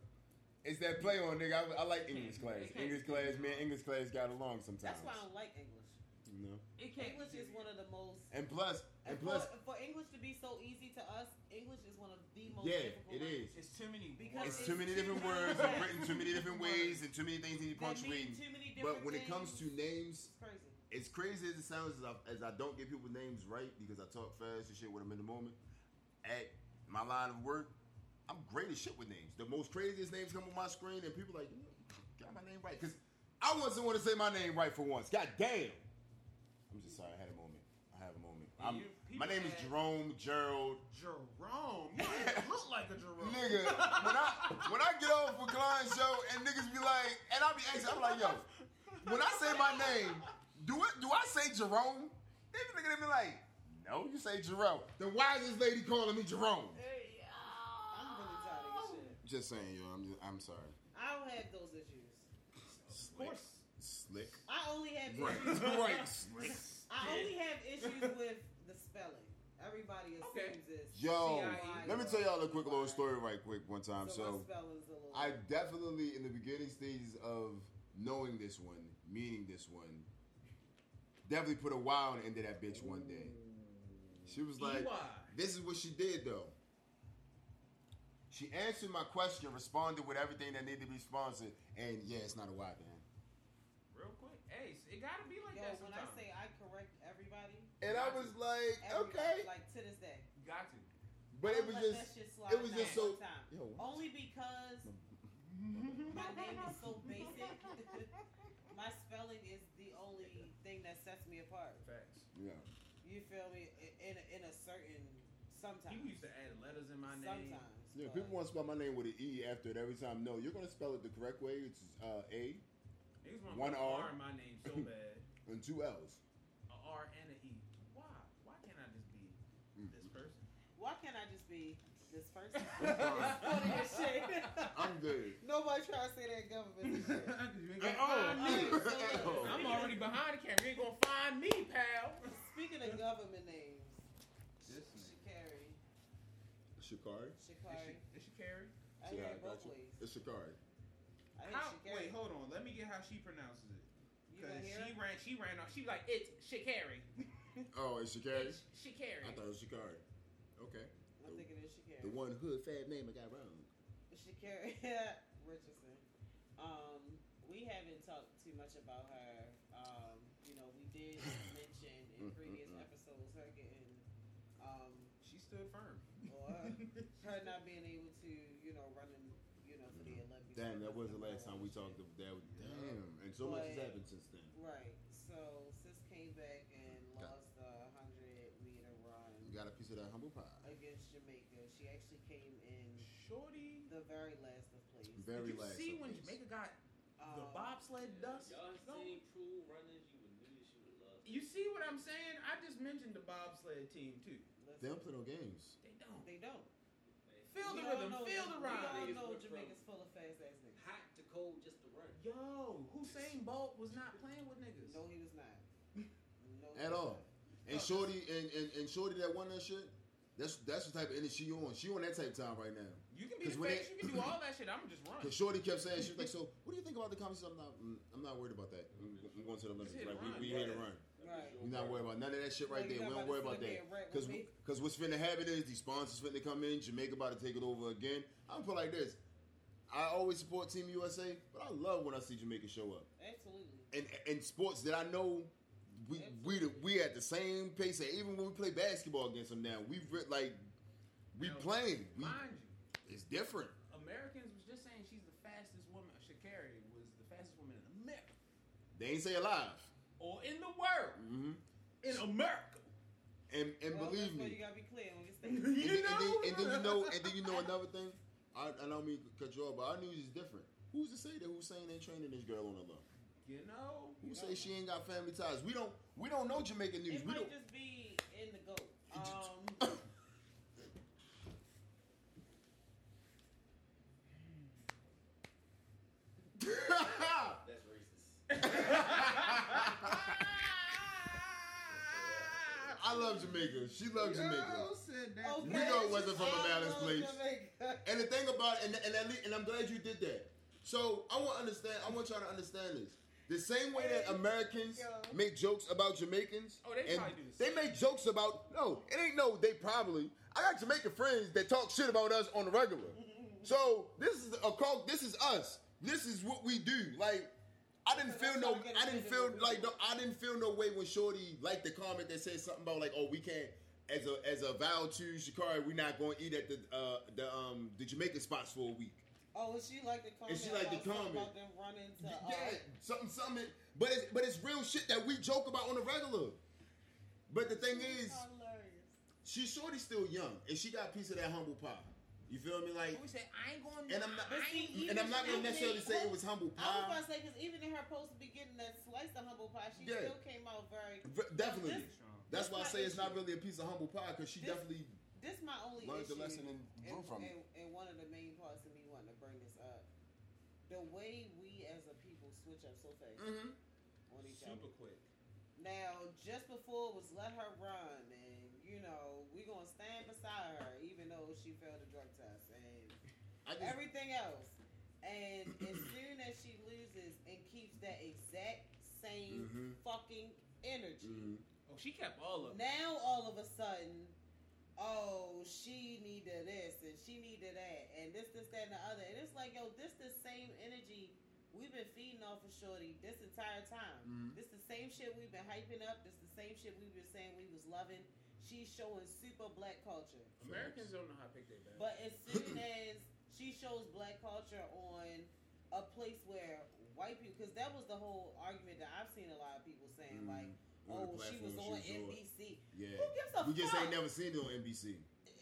Speaker 3: It's that play on nigga. I, I like English
Speaker 5: It
Speaker 3: class.
Speaker 5: can't be
Speaker 3: English class, man.
Speaker 5: Giveon.
Speaker 3: English class got along sometimes.
Speaker 2: Hmm. That's why I don't like English.
Speaker 3: you know?
Speaker 5: it can't.
Speaker 2: English is one of the most.
Speaker 3: And plus, and
Speaker 2: And
Speaker 3: plus,
Speaker 2: for, for English to be so easy to us, English is one of the most
Speaker 3: yeah,
Speaker 2: difficult
Speaker 3: it is.
Speaker 2: languages.
Speaker 5: It's too many
Speaker 2: Because
Speaker 5: words.
Speaker 3: It's too many
Speaker 2: It's
Speaker 3: different
Speaker 2: too
Speaker 3: words
Speaker 2: much.
Speaker 3: and written too many different ways and too many things need
Speaker 2: That mean
Speaker 3: punctuating.
Speaker 2: too many different
Speaker 3: But when it comes to names,
Speaker 2: things. It's
Speaker 3: as
Speaker 2: crazy.
Speaker 3: crazy as it sounds, as I, as I don't get people's names right because I talk fast and shit when I'm in the moment, at my line of work, I'm great as shit with names. The most craziest names come on my screen, and people like, you know, got my name right. Because I want someone to say my name right for once. God damn. I'm just sorry, I had a moment. I have a moment.
Speaker 5: Yeah,
Speaker 3: I'm-
Speaker 5: you-
Speaker 3: my name
Speaker 5: people
Speaker 3: is
Speaker 5: had-
Speaker 3: Jerome Gerald.
Speaker 5: Jerome. You don't even look like a Jerome.
Speaker 3: Nigga, when I when I get off a Klein show and niggas be like, and I be asking, I'm like, yo, when I say my name, do it? Do I say Jerome? They be looking at me like, no, you say Jerome. Then why is this lady calling me Jerome?
Speaker 2: I'm really tired of this shit.
Speaker 3: Just saying, yo, I'm just, I'm sorry.
Speaker 2: I don't have those issues.
Speaker 3: Slick, slick,
Speaker 2: I only have
Speaker 3: right,
Speaker 2: issues.
Speaker 3: right, slick.
Speaker 2: I only have issues with the spelling. Everybody assumes
Speaker 5: Okay.
Speaker 2: this.
Speaker 3: Yo,
Speaker 5: CIA.
Speaker 3: let me tell y'all a quick little story, right quick, one time.
Speaker 2: E. so, my spelling's a little.
Speaker 3: I definitely, in the beginning stages of knowing this one, meeting this one, definitely put a wow into that bitch one day. She was like,
Speaker 5: EY.
Speaker 3: this is what she did though. She answered my question, responded with everything that needed to be sponsored, and yeah, it's not a why, man.
Speaker 5: Real quick. Hey, it gotta be like
Speaker 2: yo,
Speaker 5: that
Speaker 2: when
Speaker 5: sometimes.
Speaker 2: I say I correct everybody,
Speaker 3: And I was like,
Speaker 2: everybody
Speaker 3: okay,
Speaker 2: like to this day.
Speaker 5: you got to.
Speaker 3: but it
Speaker 2: I don't
Speaker 3: was
Speaker 2: let
Speaker 3: just,
Speaker 2: that shit slide
Speaker 3: was
Speaker 2: now
Speaker 3: just so-
Speaker 2: one Time.
Speaker 3: yo, what?
Speaker 2: Only because my name is so basic. my spelling is the only thing that sets me apart.
Speaker 5: Facts.
Speaker 3: yeah,
Speaker 2: You feel me? I- In a, in a certain sometimes.
Speaker 5: People used to add letters in my name.
Speaker 2: sometimes.
Speaker 3: yeah.
Speaker 2: but-
Speaker 3: People want to spell my name with an e after it every time. No, you're gonna spell it the correct way. It's uh, a
Speaker 5: Niggas
Speaker 3: One
Speaker 5: want to
Speaker 3: R.
Speaker 5: R in my name so bad.
Speaker 3: and two l's.
Speaker 5: A R and a E. Why? Why can't I just be
Speaker 3: Mm.
Speaker 5: this person?
Speaker 2: Why can't I just be this person?
Speaker 3: I'm
Speaker 2: It's funny
Speaker 3: fine.
Speaker 2: as shit.
Speaker 3: I'm good.
Speaker 2: Nobody try to say that government. shit.
Speaker 5: you ain't
Speaker 3: Hey,
Speaker 5: gonna
Speaker 3: oh,
Speaker 5: find me.
Speaker 2: nigga.
Speaker 3: oh.
Speaker 5: I'm already behind the camera. You ain't gonna find me, pal.
Speaker 2: Speaking of government names,
Speaker 4: This nigga.
Speaker 2: Shikari,
Speaker 3: Shikari.
Speaker 2: Shikari.
Speaker 5: Is she Carrie?
Speaker 2: I
Speaker 3: Shikari,
Speaker 2: hear it both
Speaker 3: gotcha.
Speaker 2: ways.
Speaker 3: It's Shikari.
Speaker 2: I hear
Speaker 5: How-
Speaker 2: Shikari.
Speaker 4: Wait, hold on. Let me get how she pronounces it.
Speaker 2: you
Speaker 4: Because
Speaker 2: gonna hear?
Speaker 5: She
Speaker 2: it?
Speaker 5: ran. She ran off. She like it's Shikari.
Speaker 3: Oh, it's Shikari.
Speaker 5: It's Shikari.
Speaker 3: I thought it was Shikari. Okay.
Speaker 2: I'm thinking it's
Speaker 3: The
Speaker 2: Shikari.
Speaker 3: one hood fab name I got wrong.
Speaker 2: Shikari Richardson. Um, we haven't talked too much about her. Um, you know, we did mention
Speaker 3: Mm,
Speaker 2: in previous episodes, her getting um,
Speaker 4: She stood firm.
Speaker 2: or her not being able to, you know, running, you know, for the Olympics.
Speaker 3: Mm-hmm. Damn, that was the last time we talked. Of that was- damn, and so much has
Speaker 2: But-
Speaker 3: happened since then.
Speaker 2: Right. So sis came back and lost the hundred meter
Speaker 3: You got
Speaker 2: run
Speaker 3: a piece of that humble pie.
Speaker 2: against Jamaica. She actually came in
Speaker 5: Shorty.
Speaker 2: the very last of place.
Speaker 3: Very
Speaker 5: Did you
Speaker 3: last.
Speaker 5: see
Speaker 3: of
Speaker 5: when
Speaker 3: this.
Speaker 5: Jamaica got the
Speaker 2: Um,
Speaker 5: bobsled dust?
Speaker 6: Y'all
Speaker 5: No.
Speaker 6: seen True Runners? You would knew she would love.
Speaker 5: You see what I'm saying? I just mentioned the bobsled team too.
Speaker 2: listen,
Speaker 3: They don't play no games.
Speaker 5: They don't.
Speaker 2: They don't.
Speaker 5: Feel
Speaker 2: We
Speaker 5: the
Speaker 2: all
Speaker 5: rhythm.
Speaker 2: know-
Speaker 5: Feel the
Speaker 2: We all
Speaker 5: rhyme.
Speaker 2: know
Speaker 6: Niggas went
Speaker 2: Jamaica's full of fast ass niggas.
Speaker 6: Hot to cold just to run.
Speaker 5: Yo, Hussein Bolt was not playing with niggas.
Speaker 2: No, he was not. No, he
Speaker 3: At
Speaker 2: was
Speaker 3: all.
Speaker 2: not.
Speaker 3: And Shorty and, and, and Shorty that won that shit, that's that's the type of energy she on. She on that type of time right now.
Speaker 5: You can be
Speaker 3: 'Cause
Speaker 5: the
Speaker 3: when
Speaker 5: face.
Speaker 3: they-
Speaker 5: You can do all that shit. I'm just run.
Speaker 3: Cause Shorty kept saying she was like, so what do you think about the conversation? I'm not mm, I'm not worried about that. I'm, I'm going to the Olympics.
Speaker 5: Just hit
Speaker 3: Like
Speaker 5: a
Speaker 3: we,
Speaker 5: run,
Speaker 3: we here to
Speaker 6: yeah.
Speaker 3: run.
Speaker 2: Right.
Speaker 3: We're not worried about none of that shit right
Speaker 2: Like,
Speaker 3: there.
Speaker 2: you're
Speaker 3: We
Speaker 2: not
Speaker 3: don't worry
Speaker 2: about to sit
Speaker 3: about
Speaker 2: there
Speaker 3: that.
Speaker 2: and rant
Speaker 3: Cause,
Speaker 2: with
Speaker 3: w-
Speaker 2: me.
Speaker 3: cause what's finna happen is these sponsors finna come in. Jamaica about to take it over again. I'm feel like this. I always support Team USA, but I love when I see Jamaica show up.
Speaker 2: Absolutely.
Speaker 3: And and sports that I know, we we the, we at the same pace. And even when we play basketball against them now, we re- like we
Speaker 5: Now,
Speaker 3: playing. We,
Speaker 5: Mind you,
Speaker 3: it's different.
Speaker 5: Americans was just saying she's the fastest woman. Shakari was the fastest woman in America
Speaker 3: They ain't say alive.
Speaker 5: or in the world.
Speaker 3: hmm
Speaker 5: In America,
Speaker 3: And and
Speaker 2: Well,
Speaker 3: believe
Speaker 2: that's
Speaker 3: me,
Speaker 2: why you gotta be clear when you say
Speaker 3: And then,
Speaker 5: you
Speaker 3: and,
Speaker 5: know.
Speaker 3: then, and then you know, and then you know another thing. I, I don't mean to cut you off, but our news is different. Who's to say that Hussein ain't training this girl on the low?
Speaker 5: You know.
Speaker 3: Who say she ain't got family ties? We don't. We don't know Jamaican news.
Speaker 2: It
Speaker 3: We
Speaker 2: might
Speaker 3: don't.
Speaker 2: just be in the goat.
Speaker 3: just-
Speaker 2: Um,
Speaker 6: That's racist.
Speaker 3: I love Jamaica. She loves Jamaica.
Speaker 4: said that.
Speaker 2: okay.
Speaker 3: We know it wasn't from a
Speaker 2: I
Speaker 3: balanced
Speaker 2: love
Speaker 3: place.
Speaker 2: Jamaica.
Speaker 3: And the thing about and and, at least, and I'm glad you did that. So I want to understand. I want y'all to understand this. The same way that Americans
Speaker 2: Yo.
Speaker 3: make jokes about Jamaicans,
Speaker 5: Oh, they
Speaker 3: and
Speaker 5: probably do the
Speaker 3: they
Speaker 5: same.
Speaker 3: make jokes about no. It ain't no. They probably. I got Jamaican friends that talk shit about us on the regular. so this is a call. This is us. This is what we do. Like I didn't
Speaker 2: So that's
Speaker 3: feel no.
Speaker 2: how we
Speaker 3: I didn't
Speaker 2: get
Speaker 3: feel
Speaker 2: offended.
Speaker 3: like no. I didn't feel no way when Shorty liked the comment that said something about like, oh, we can't. As a as a vow to Shakari, we're not going to eat at the uh, the um the Jamaican spots for a week.
Speaker 2: Oh, and she like the comment.
Speaker 3: she liked the
Speaker 2: about something
Speaker 3: comment.
Speaker 2: about them running
Speaker 3: Yeah,
Speaker 2: to. Uh,
Speaker 3: something, something. But it's but it's real shit that we joke about on the regular. But the thing is,
Speaker 2: Hilarious.
Speaker 3: she shorty still young, and she got a piece of that humble pie. You feel me? Like,
Speaker 5: We said I ain't going.
Speaker 3: and I'm not,
Speaker 2: But see, Oh, even
Speaker 3: and I'm not gonna
Speaker 2: if
Speaker 3: necessarily
Speaker 2: they-
Speaker 3: say it was humble
Speaker 2: I was about
Speaker 3: pie.
Speaker 2: to say because even in her post beginning that slice of humble pie, she
Speaker 3: Yeah.
Speaker 2: still came out very.
Speaker 3: V- Definitely.
Speaker 2: This-
Speaker 3: That's why I
Speaker 2: that's
Speaker 3: say
Speaker 2: my
Speaker 3: it's not
Speaker 2: issue.
Speaker 3: really a piece of humble pie because she
Speaker 2: This-
Speaker 3: definitely
Speaker 2: This my only
Speaker 3: learned
Speaker 2: issue.
Speaker 3: the lesson and
Speaker 2: and,
Speaker 3: grew from it.
Speaker 2: and, and one of the main parts of me wanting to bring this up, the way we as a people switch up so fast
Speaker 3: Mhm.
Speaker 2: on each other.
Speaker 5: Mm-hmm. super quick.
Speaker 2: Now, just before it was let her run, and you know we gonna stand beside her, even though she failed the drug test and
Speaker 3: I just,
Speaker 2: everything else. And as soon as she loses and keeps that exact same
Speaker 3: Mhm.
Speaker 2: fucking energy,
Speaker 3: Mhm.
Speaker 5: Oh, she kept all of. it.
Speaker 2: now all of a sudden, oh, she needed this and she needed that and this, this, that, and the other. And it's like, yo, this the same energy we've been feeding off of Shorty this entire time.
Speaker 3: Mhm.
Speaker 2: This the same shit we've been hyping up. This the same shit we've been saying we was loving. She's showing super black culture.
Speaker 5: Americans don't know how to pick their battles.
Speaker 2: But as soon as she shows black culture on a place where white people, because that was the whole argument that I've seen a lot of people saying,
Speaker 3: Mhm.
Speaker 2: like,
Speaker 3: On the
Speaker 2: oh, she was
Speaker 3: platform
Speaker 2: on
Speaker 3: she was on.
Speaker 2: NBC.
Speaker 3: yeah.
Speaker 2: Who gives a
Speaker 3: We just
Speaker 2: fuck?
Speaker 3: ain't never seen it on NBC.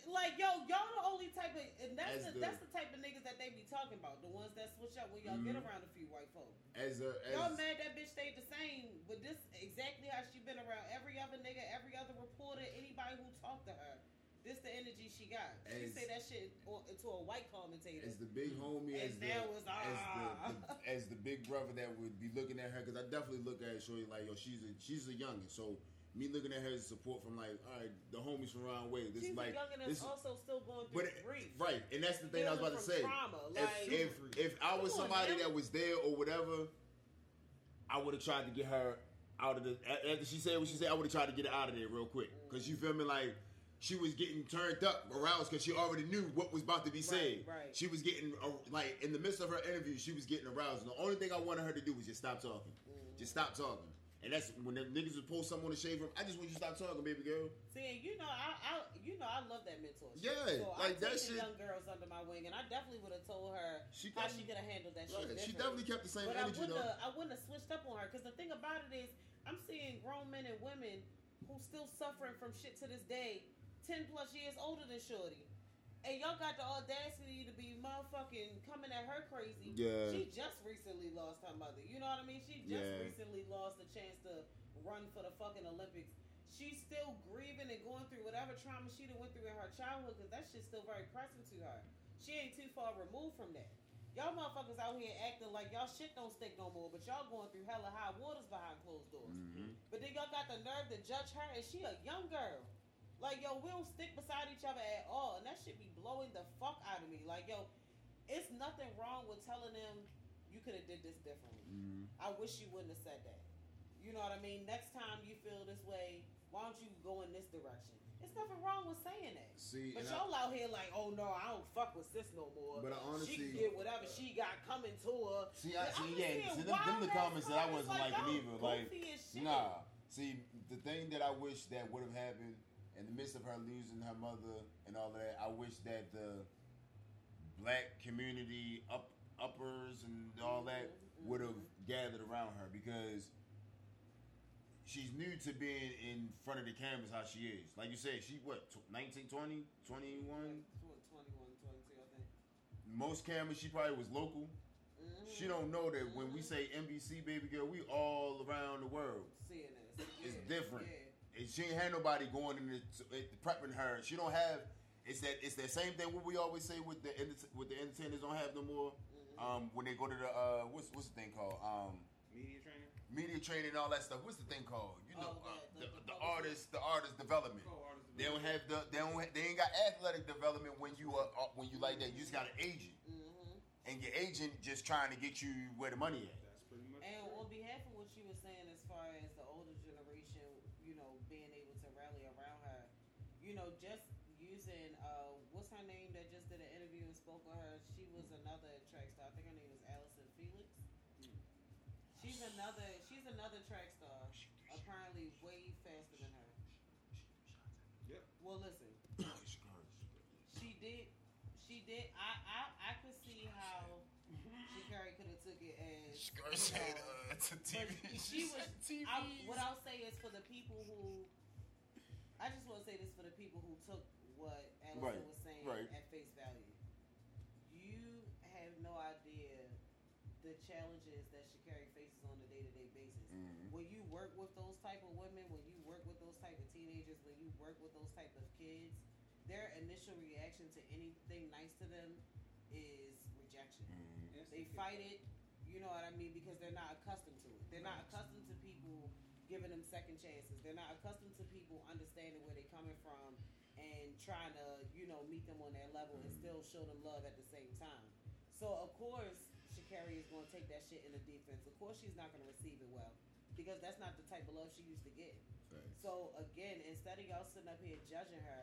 Speaker 2: like, yo, y'all the only type of, and
Speaker 3: As
Speaker 2: that's, the,
Speaker 3: the-
Speaker 2: that's the type of niggas that they be talking about, the ones that switch up when y'all get
Speaker 3: Mhm.
Speaker 2: around a few white folks.
Speaker 3: As a
Speaker 2: y'all
Speaker 3: as
Speaker 2: mad that bitch stayed the same, but this exactly how she been around every other nigga, every other reporter, anybody who talked to her. This the energy she got. She
Speaker 3: As-
Speaker 2: say that shit on, to a white commentator.
Speaker 3: as the big homie as
Speaker 2: And
Speaker 3: the
Speaker 2: now
Speaker 3: as
Speaker 2: it's ah.
Speaker 3: the, as the big brother that would be looking at her because I definitely look at Shorty like yo she's a she's a youngin so me looking at her as support from like all right the homies from around way this
Speaker 2: She's
Speaker 3: is like
Speaker 2: a young and
Speaker 3: this
Speaker 2: that's
Speaker 3: is-
Speaker 2: also still going
Speaker 3: but
Speaker 2: through
Speaker 3: it-
Speaker 2: grief.
Speaker 3: right and that's the thing I was about to say
Speaker 2: Healing from Trauma.
Speaker 3: if,
Speaker 2: Like,
Speaker 3: if if I was
Speaker 2: Come on,
Speaker 3: somebody
Speaker 2: man.
Speaker 3: that was there or whatever I would have tried to get her out of the a- after she said what she said I would have tried to get her out of there real quick because you feel me like. She was getting turned up, aroused, because she already knew what was about to be said.
Speaker 2: right.
Speaker 3: She was getting uh, like
Speaker 2: Mm-hmm.
Speaker 3: in the midst of her interview, she was getting aroused. And the only thing I wanted her to do was just stop talking, just stop talking.
Speaker 7: And
Speaker 3: And
Speaker 7: that's when the niggas would post something on the shade room. I just want you to stop talking, baby girl.
Speaker 2: See, you know, I, I, you know, I love that mentorship.
Speaker 7: Yeah,
Speaker 2: so
Speaker 7: like,
Speaker 2: I
Speaker 7: that shit-
Speaker 2: take the young girls under my wing, and I definitely would have told her
Speaker 7: She
Speaker 2: how
Speaker 7: kept,
Speaker 2: she could have handled that shit.
Speaker 7: right, she definitely
Speaker 2: differently.
Speaker 7: kept the same
Speaker 2: But I
Speaker 7: energy
Speaker 2: wouldn't,
Speaker 7: though.
Speaker 2: have, I wouldn't have switched up on her because the thing about it is, I'm seeing grown men and women who still suffering from shit to this day, ten plus years older than Shorty, and y'all got the audacity to be motherfucking coming at her crazy.
Speaker 7: Yeah.
Speaker 2: She just recently lost her mother. You know what I mean? She just
Speaker 7: Yeah.
Speaker 2: recently lost the chance to run for the fucking Olympics. She's still grieving and going through whatever trauma she done went through in her childhood because that shit's still very present to her. She ain't too far removed from that. Y'all motherfuckers out here acting like y'all shit don't stick no more, but y'all going through hella high waters behind closed doors.
Speaker 7: Mhm.
Speaker 3: Mm-hmm.
Speaker 2: But then y'all got the nerve to judge her, and she a young girl. Like yo, we don't stick beside each other at all, and that shit be blowing the fuck out of me. Like yo, it's nothing wrong with telling them you could have did this differently.
Speaker 7: Mhm.
Speaker 3: Mm-hmm.
Speaker 2: I wish you wouldn't have said that. You know what I mean? Next time you feel this way, why don't you go in this direction? It's nothing wrong with saying that.
Speaker 7: See,
Speaker 2: But
Speaker 7: and I,
Speaker 2: y'all out here like, oh no, I don't fuck with sis no more.
Speaker 7: but I
Speaker 2: she
Speaker 7: honestly
Speaker 2: can get whatever she got coming to her.
Speaker 3: See, I,
Speaker 2: But I'm
Speaker 3: see,
Speaker 2: just
Speaker 3: yeah,
Speaker 2: saying,
Speaker 3: see, them, them the
Speaker 2: wild-ass
Speaker 3: comments that I
Speaker 2: comments
Speaker 3: wasn't liking
Speaker 2: y'all
Speaker 3: either. Like,
Speaker 2: goofy as shit.
Speaker 3: nah. See, the thing that I wish that would have happened in the midst of her losing her mother and all that, I wish that the black community up uppers and all that
Speaker 2: Mhm,
Speaker 3: would have
Speaker 2: mhm.
Speaker 3: gathered around her because she's new to being in front of the cameras how she is. Like you said, she what, tw- 19, 20, 21?
Speaker 2: Like, tw- 21, 22, I think.
Speaker 3: Most cameras, she probably was local.
Speaker 2: Mhm.
Speaker 3: She don't know that when we say NBC baby girl, we all around the world.
Speaker 2: Seeing this.
Speaker 3: It's
Speaker 2: Yeah,
Speaker 3: different.
Speaker 2: yeah.
Speaker 3: And she ain't had nobody going in the, to- it- prepping her. She don't have. It's that. It's that same thing. What we always say with the enter- with the entertainers don't have no more.
Speaker 2: Mhm.
Speaker 3: Um, when they go to the uh, what's what's the thing called? Um,
Speaker 4: Media trainer.
Speaker 3: media training and all that stuff. What's the thing called? You know,
Speaker 2: Oh,
Speaker 3: uh, the,
Speaker 2: the- the-
Speaker 3: the, artist the artist development.
Speaker 4: Call artists.
Speaker 3: They don't have the they don't ha- they ain't got athletic development when you are uh, when you like that. You just got an agent,
Speaker 2: Mhm.
Speaker 3: and your agent just trying to get you where the money at.
Speaker 4: That's pretty much.
Speaker 2: And
Speaker 4: true.
Speaker 2: on behalf of what you were saying, as far as the older generation, you know, being able to rally around her, you know, just using uh, what's her name that just did an interview and spoke with her. She was another track star. I think her name was Allison Felix. She's another. She's another track star. Apparently, way faster than her.
Speaker 4: Yep.
Speaker 2: Well, listen. She did. She did. I. I. I could see how Shikari could have took it as.
Speaker 3: Skirt said uh, to TV.
Speaker 2: But
Speaker 3: She
Speaker 2: she
Speaker 3: said
Speaker 2: was-
Speaker 3: TV.
Speaker 2: I, what I'll say is for the people who, I just want to say this for the people who took what Allison
Speaker 3: Right,
Speaker 2: was saying
Speaker 3: right.
Speaker 2: at face value. You have no idea the challenges that Shakari faces on a day to day basis. When you work with those type of women, when you work with those type of teenagers, when you work with those type of kids, their initial reaction to anything nice to them is rejection they
Speaker 4: Instant
Speaker 2: fight it.
Speaker 4: feedback.
Speaker 2: You know what I mean? Because they're not accustomed to it. They're not accustomed to people giving them second chances. They're not accustomed to people understanding where they're coming from and trying to, you know, meet them on their level and still show them love at the same time. So of course, Shakari is going to take that shit in the defense. Of course, she's not going to receive it well because that's not the type of love she used to get. So again, instead of y'all sitting up here judging her,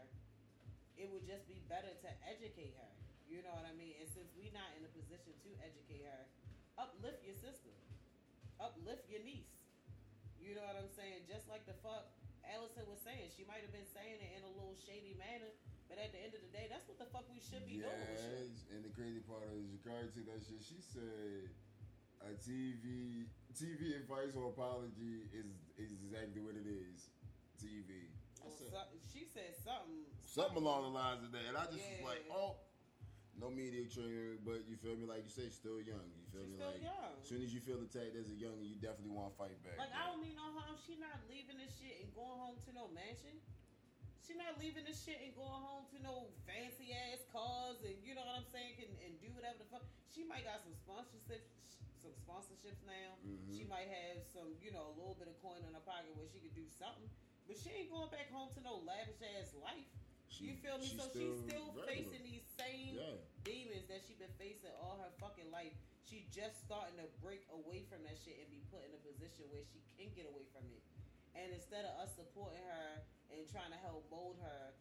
Speaker 2: it would just be better to educate her. You know what I mean? And since we're not in a position to educate her, uplift your sister, uplift your niece. You know what I'm saying? Just like the fuck Allison was saying, she might have been saying it in a little shady manner, but at the end of the day, that's what the fuck we should be doing. with shit.
Speaker 3: Yes, and the crazy part is Jakari took that shit. She said a TV TV advice or apology is is exactly what it is. TV. I
Speaker 2: Well,
Speaker 3: said-
Speaker 2: so- she said something.
Speaker 3: Something along the lines of that. And I just was like,
Speaker 2: Yeah.
Speaker 3: oh, no media training, but you feel me? Like you say, still young. You feel
Speaker 2: She's
Speaker 3: me?
Speaker 2: still
Speaker 3: like
Speaker 2: young.
Speaker 3: as soon as you feel attacked as a young, you definitely want to fight back.
Speaker 2: Like I don't mean no harm. She not leaving this shit and going home to no mansion. She not leaving this shit and going home to no fancy ass cars and you know what I'm saying and, and do whatever the fuck. She might got some sponsorships, some sponsorships now.
Speaker 3: Mhm.
Speaker 2: She might have some, you know, a little bit of coin in her pocket where she could do something. But she ain't going back home to no lavish ass life.
Speaker 3: She-
Speaker 2: you feel me?
Speaker 3: she's
Speaker 2: So she's still
Speaker 3: regular.
Speaker 2: facing these same
Speaker 3: Yeah.
Speaker 2: demons that she been facing all her fucking life. She just starting to break away from that shit and be put in a position where she can get away from it. And instead of us supporting her and trying to help mold her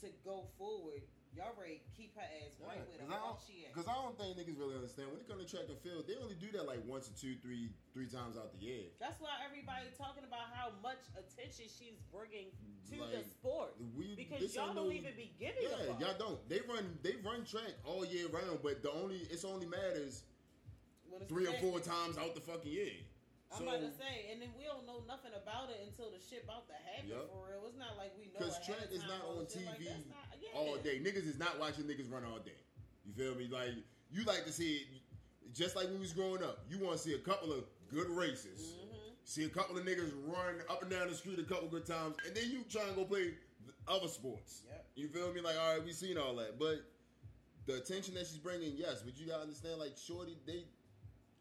Speaker 2: to go forward, Y'all ready to keep her ass
Speaker 3: Yeah,
Speaker 2: right with her.
Speaker 3: cause I
Speaker 2: where
Speaker 3: don't-
Speaker 2: she at.
Speaker 3: Because I don't think niggas really understand when it comes to track and field, they only do that like once or two, three, three times out the year.
Speaker 2: That's why everybody talking about how much attention she's bringing to
Speaker 3: like,
Speaker 2: the sport
Speaker 3: we,
Speaker 2: because
Speaker 3: this
Speaker 2: y'all
Speaker 3: ain't
Speaker 2: don't
Speaker 3: no-
Speaker 2: even be giving a
Speaker 3: Yeah,
Speaker 2: fuck.
Speaker 3: y'all don't. They run, they run track all year round, but the only it's only matters
Speaker 2: When it's
Speaker 3: three or
Speaker 2: said-
Speaker 3: four times out the fucking year.
Speaker 2: I'm
Speaker 3: So,
Speaker 2: about to say, and then we don't know nothing about it until the shit about to happen
Speaker 3: Yup.
Speaker 2: for real. It's not like we know.
Speaker 3: 'Cause
Speaker 2: Because
Speaker 3: track is not on TV
Speaker 2: not, yeah.
Speaker 3: all day, niggas is not watching niggas run all day. You feel me? Like you like to see it, just like when we was growing up. You want to see a couple of good races.
Speaker 2: Mhm.
Speaker 3: See a couple of niggas run up and down the street a couple good times, and then you try and go play the other sports.
Speaker 2: Yep.
Speaker 3: You feel me? Like, all right, we seen all that, but the attention that she's bringing, yes, but you gotta understand, like, shorty, they,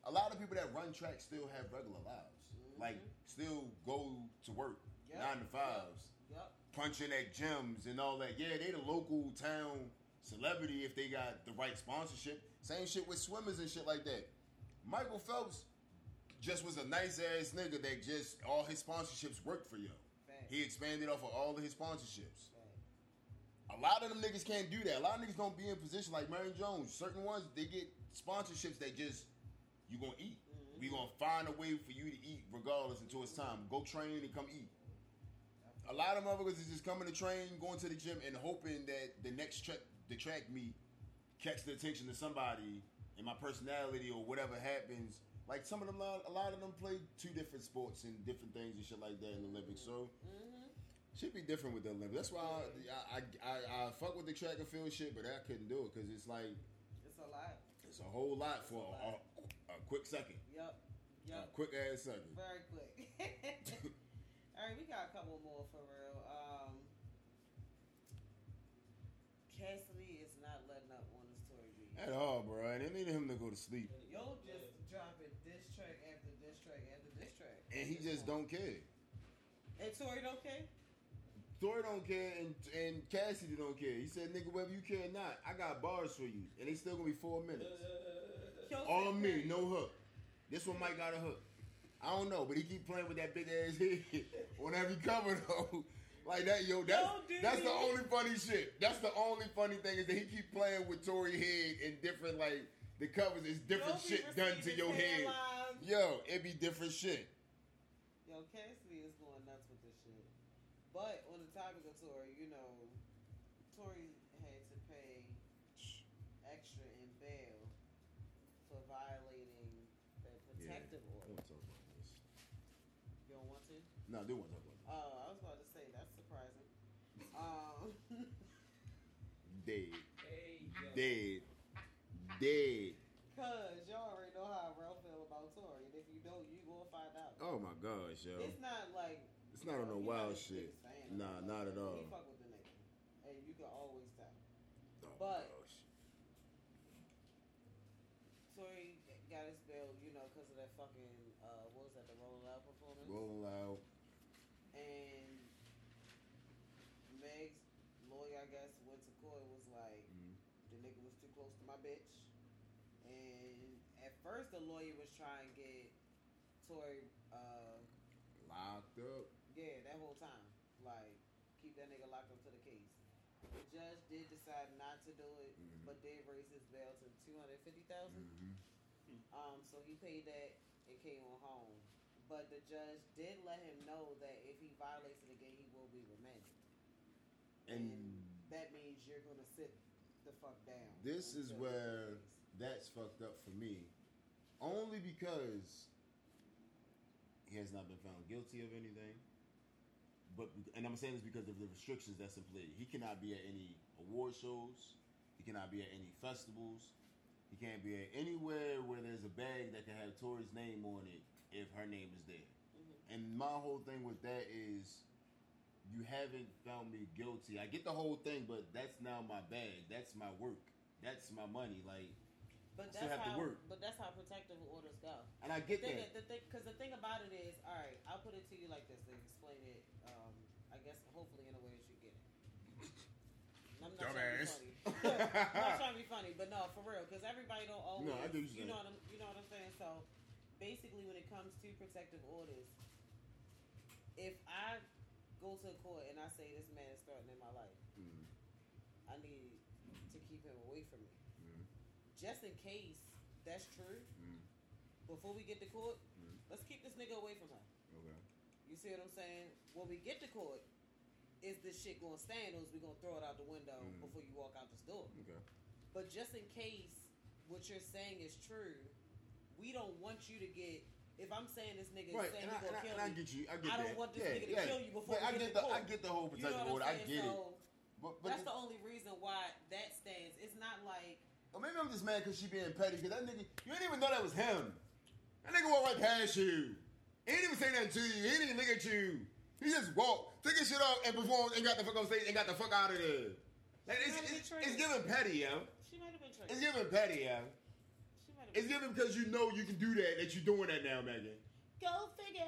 Speaker 3: a lot of people that run track still have regular lives, like, still go to work,
Speaker 2: Mm-hmm. Yep.
Speaker 3: nine to fives,
Speaker 2: Yup.
Speaker 3: punching at gyms and all that. Yeah, they the local town celebrity if they got the right sponsorship. Same shit with swimmers and shit like that. Michael Phelps just was a nice ass nigga that just all his sponsorships worked for you.
Speaker 2: Fact.
Speaker 3: He expanded off of all of his sponsorships.
Speaker 2: Fact.
Speaker 3: A lot of them niggas can't do that. A lot of niggas don't be in position like Marion Jones. Certain ones they get sponsorships that just you gonna eat. We gonna find a way for you to eat regardless until it's time. Go train and come eat. A lot of motherfuckers is just coming to train, going to the gym, and hoping that the next track, the track meet, catch the attention of somebody, and my personality or whatever happens. Like some of them, lot- a lot of them play two different sports and different things and shit like that in the Olympics. So
Speaker 2: Mhm.
Speaker 3: should be different with the Olympics. That's why I, I, I, I fuck with the track and field shit, but I couldn't do it because it's like
Speaker 2: It's a lot.
Speaker 3: it's a whole lot for a, a, quick second,
Speaker 2: Yup.
Speaker 3: a
Speaker 2: Yup.
Speaker 3: quick ass second.
Speaker 2: Very quick. All right, we got a couple more for real. Um, Cassidy is not letting up on the story beat.
Speaker 3: At all, bro. And they needed him to go to sleep,
Speaker 2: Yo, just dropping diss track after diss track after diss track.
Speaker 3: and he just don't care.
Speaker 2: And Tori don't care.
Speaker 3: Thor don't care, and and Cassidy don't care. He said, "Nigga, whether you care or not, I got bars for you, and they still gonna be four minutes.
Speaker 2: Yo,
Speaker 3: All
Speaker 2: Tori
Speaker 3: me,
Speaker 2: Perry.
Speaker 3: no hook. This one might got a hook. I don't know, but he keep playing with that big ass head on every cover though." Like that, yo. That's
Speaker 2: Yo, dude.
Speaker 3: that's the only funny shit. That's the only funny thing is that he keep playing with Tory head and different like the covers is different
Speaker 2: Yo be
Speaker 3: shit done to
Speaker 2: receiving
Speaker 3: your head.
Speaker 2: headlines.
Speaker 3: Yo, it be different shit.
Speaker 2: Yo, Cassidy is going nuts with this shit. But on the topic of Tori, you know, Tori had to pay extra in bail for violating the protective order. You don't want to?
Speaker 3: No, they want to talk about
Speaker 2: Oh, I was about to say that's surprising. Um,
Speaker 3: it. Dead,
Speaker 5: Hey, yo.
Speaker 3: dead, dead.
Speaker 2: cause y'all already know how Ralph feel about Tori, and if you don't, you gonna find out.
Speaker 3: Oh my gosh, yo.
Speaker 2: It's not like
Speaker 3: It's not on no
Speaker 2: he
Speaker 3: wild
Speaker 2: not his
Speaker 3: shit.
Speaker 2: biggest fan.
Speaker 3: Nah, not at all.
Speaker 2: He fuck with the nigga, and you can always tell.
Speaker 3: Oh my
Speaker 2: But-
Speaker 3: gosh.
Speaker 2: Tori got his bail, you know, cause of that fucking uh, what was that, the Rolling Loud performance,
Speaker 3: Rolling Loud.
Speaker 2: and Meg's lawyer, I guess, went to court and was like,
Speaker 3: Mhm.
Speaker 2: the nigga was too close to my bitch, and at first the lawyer was trying to get Tori. Uh,
Speaker 3: Locked up.
Speaker 2: Yeah, that whole time. Like, keep that nigga locked up to the case. The judge did decide not to do it,
Speaker 3: Mhm.
Speaker 2: but did raise his bail to two hundred fifty thousand.
Speaker 3: Mhm.
Speaker 2: Um, so he paid that and came on home. But the judge did let him know that if he violates it again, he will be remanded.
Speaker 3: And
Speaker 2: that means you're gonna sit the fuck down.
Speaker 3: This is
Speaker 2: until-
Speaker 3: where- that's fucked up for me. Only because he has not been found guilty of anything. But and I'm saying this because of the restrictions that's in play. He cannot be at any award shows. He cannot be at any festivals. He can't be at anywhere where there's a bag that can have Tori's name on it if her name is there. And my whole thing with that is you haven't found me guilty. I get the whole thing, but that's now my bag. That's my work. That's my money. Like
Speaker 2: But
Speaker 3: still
Speaker 2: that's
Speaker 3: have to
Speaker 2: how.
Speaker 3: work.
Speaker 2: But that's how protective orders go.
Speaker 3: and I get
Speaker 2: The thing,
Speaker 3: that.
Speaker 2: the thing, because the thing about it is, all right, I'll put it to you like this and explain it. Um, I guess hopefully in a way that you get it. And I'm not
Speaker 3: Dumbass.
Speaker 2: trying to be funny. I'm not trying to be funny, but no, for real, because everybody don't always.
Speaker 3: No, I get what you're
Speaker 2: you
Speaker 3: saying.
Speaker 2: know what I'm, you know what I'm saying. So basically, when it comes to protective orders, if I go to court and I say this man is threatening my life,
Speaker 3: Mm.
Speaker 2: I need to keep him away from me.
Speaker 3: Mhm.
Speaker 2: Just in case that's true,
Speaker 3: Mhm.
Speaker 2: before we get to court,
Speaker 3: Mhm.
Speaker 2: let's keep this nigga away from her.
Speaker 3: Okay.
Speaker 2: You see what I'm saying? When we get to court, is this shit gonna stand or is we gonna throw it out the window
Speaker 3: Mhm.
Speaker 2: before you walk out this door?
Speaker 3: Okay.
Speaker 2: But just in case what you're saying is true, we don't want you to get. If I'm saying this nigga
Speaker 3: Right,
Speaker 2: is saying
Speaker 3: and I, and,
Speaker 2: he gonna
Speaker 3: I,
Speaker 2: kill
Speaker 3: and I
Speaker 2: me,
Speaker 3: get you. I get
Speaker 2: I don't
Speaker 3: that.
Speaker 2: want this
Speaker 3: yeah,
Speaker 2: nigga to
Speaker 3: yeah.
Speaker 2: kill you before
Speaker 3: But
Speaker 2: we
Speaker 3: I
Speaker 2: get
Speaker 3: get
Speaker 2: to
Speaker 3: the I
Speaker 2: court.
Speaker 3: get the whole
Speaker 2: you know
Speaker 3: protective
Speaker 2: what I'm
Speaker 3: order. I
Speaker 2: saying?
Speaker 3: get
Speaker 2: so
Speaker 3: it. But but
Speaker 2: that's
Speaker 3: the,
Speaker 2: the only reason why that stands. It's not like
Speaker 3: or maybe I'm just mad because she being petty. Because that nigga, you didn't even know that was him. That nigga walked right past you. He didn't even say nothing to you. He didn't even look at you. He just walked, took his shit off, and performed, and got the fuck on stage, and got the fuck out of there. Like it's,
Speaker 2: Not
Speaker 3: it's,
Speaker 2: betrayed.
Speaker 3: it's giving petty, yo.
Speaker 2: she might have been tricked.
Speaker 3: It's giving petty, yo.
Speaker 2: she might have
Speaker 3: It's
Speaker 2: been.
Speaker 3: giving because you know you can do that, that you're doing that now, Megan.
Speaker 2: Go figure.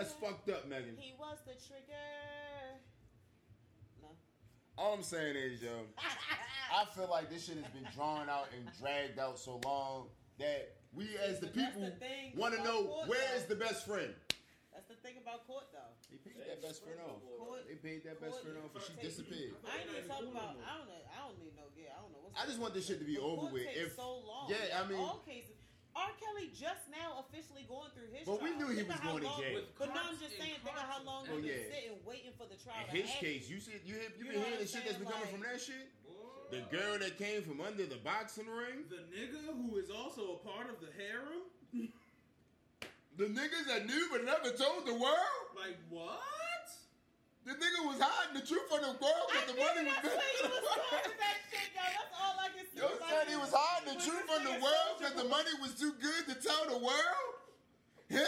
Speaker 3: That's fucked up, Megan.
Speaker 2: He was the trigger. No.
Speaker 3: All I'm saying is, yo, I feel like this shit has been drawn out and dragged out so long that we as the
Speaker 2: But that's
Speaker 3: people
Speaker 2: the thing
Speaker 3: want to
Speaker 2: about
Speaker 3: know
Speaker 2: court,
Speaker 3: where
Speaker 2: though.
Speaker 3: is the best friend.
Speaker 2: That's the thing about court, though.
Speaker 3: They paid
Speaker 6: That best friend off.
Speaker 2: Court.
Speaker 3: They paid that best friend off, and she disappeared.
Speaker 2: I ain't even talking about. I don't. Know, I don't need no. Yeah, I don't know. What's
Speaker 3: I just want this shit to be
Speaker 2: But
Speaker 3: over
Speaker 2: court
Speaker 3: with.
Speaker 2: takes
Speaker 3: If
Speaker 2: so long.
Speaker 3: yeah, I mean-
Speaker 2: all cases. R. Kelly just now officially going through his.
Speaker 3: But we
Speaker 2: trial.
Speaker 3: knew he
Speaker 2: Think
Speaker 3: was
Speaker 2: of how
Speaker 3: going to
Speaker 2: long-
Speaker 3: jail.
Speaker 2: But no, I'm just saying. Think of how long
Speaker 3: Oh,
Speaker 2: we've been
Speaker 3: yeah.
Speaker 2: sitting waiting for the trial.
Speaker 3: in
Speaker 2: to
Speaker 3: his
Speaker 2: happen.
Speaker 3: case, you said you have you
Speaker 2: You
Speaker 3: been
Speaker 2: know
Speaker 3: hearing
Speaker 2: what
Speaker 3: the
Speaker 2: I'm
Speaker 3: shit that's been
Speaker 2: saying?
Speaker 3: coming from that
Speaker 2: Like-
Speaker 3: shit. The girl that came from under the boxing ring,
Speaker 4: The nigga who is also a part of the harem?
Speaker 3: the niggas that knew but never told the world.
Speaker 4: Like, what?
Speaker 3: The nigga was hiding the truth from the world,
Speaker 2: I
Speaker 3: but the
Speaker 2: knew
Speaker 3: money was
Speaker 2: that's where you was going
Speaker 3: good.
Speaker 2: with that shit, yo. That's all I can see.
Speaker 3: Yo said he was hiding the
Speaker 2: When
Speaker 3: truth
Speaker 2: this
Speaker 3: from the
Speaker 2: nigga
Speaker 3: world
Speaker 2: told
Speaker 3: because the
Speaker 2: you-
Speaker 3: money was too good to tell the world. Him,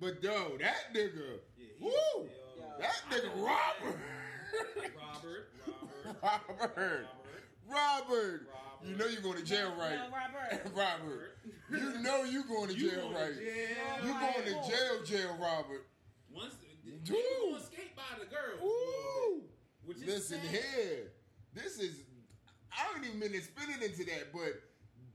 Speaker 3: but though that nigga,
Speaker 4: Yeah, he-
Speaker 3: woo,
Speaker 4: Yo.
Speaker 3: that nigga Robert,
Speaker 4: Robert, Robert,
Speaker 3: Robert, Robert. You know you're going to jail right,
Speaker 2: No, Robert.
Speaker 3: Robert. You know you going to
Speaker 4: You
Speaker 3: jail
Speaker 4: going to
Speaker 3: right.
Speaker 4: jail.
Speaker 3: You going
Speaker 2: Right.
Speaker 3: to jail, jail, Robert.
Speaker 4: Once,
Speaker 3: Dude.
Speaker 4: you gonna skate by the girls. a little
Speaker 3: Woo.
Speaker 4: bit, Which is
Speaker 3: Listen
Speaker 4: sad.
Speaker 3: here, this is. I haven't even been spinning into that, but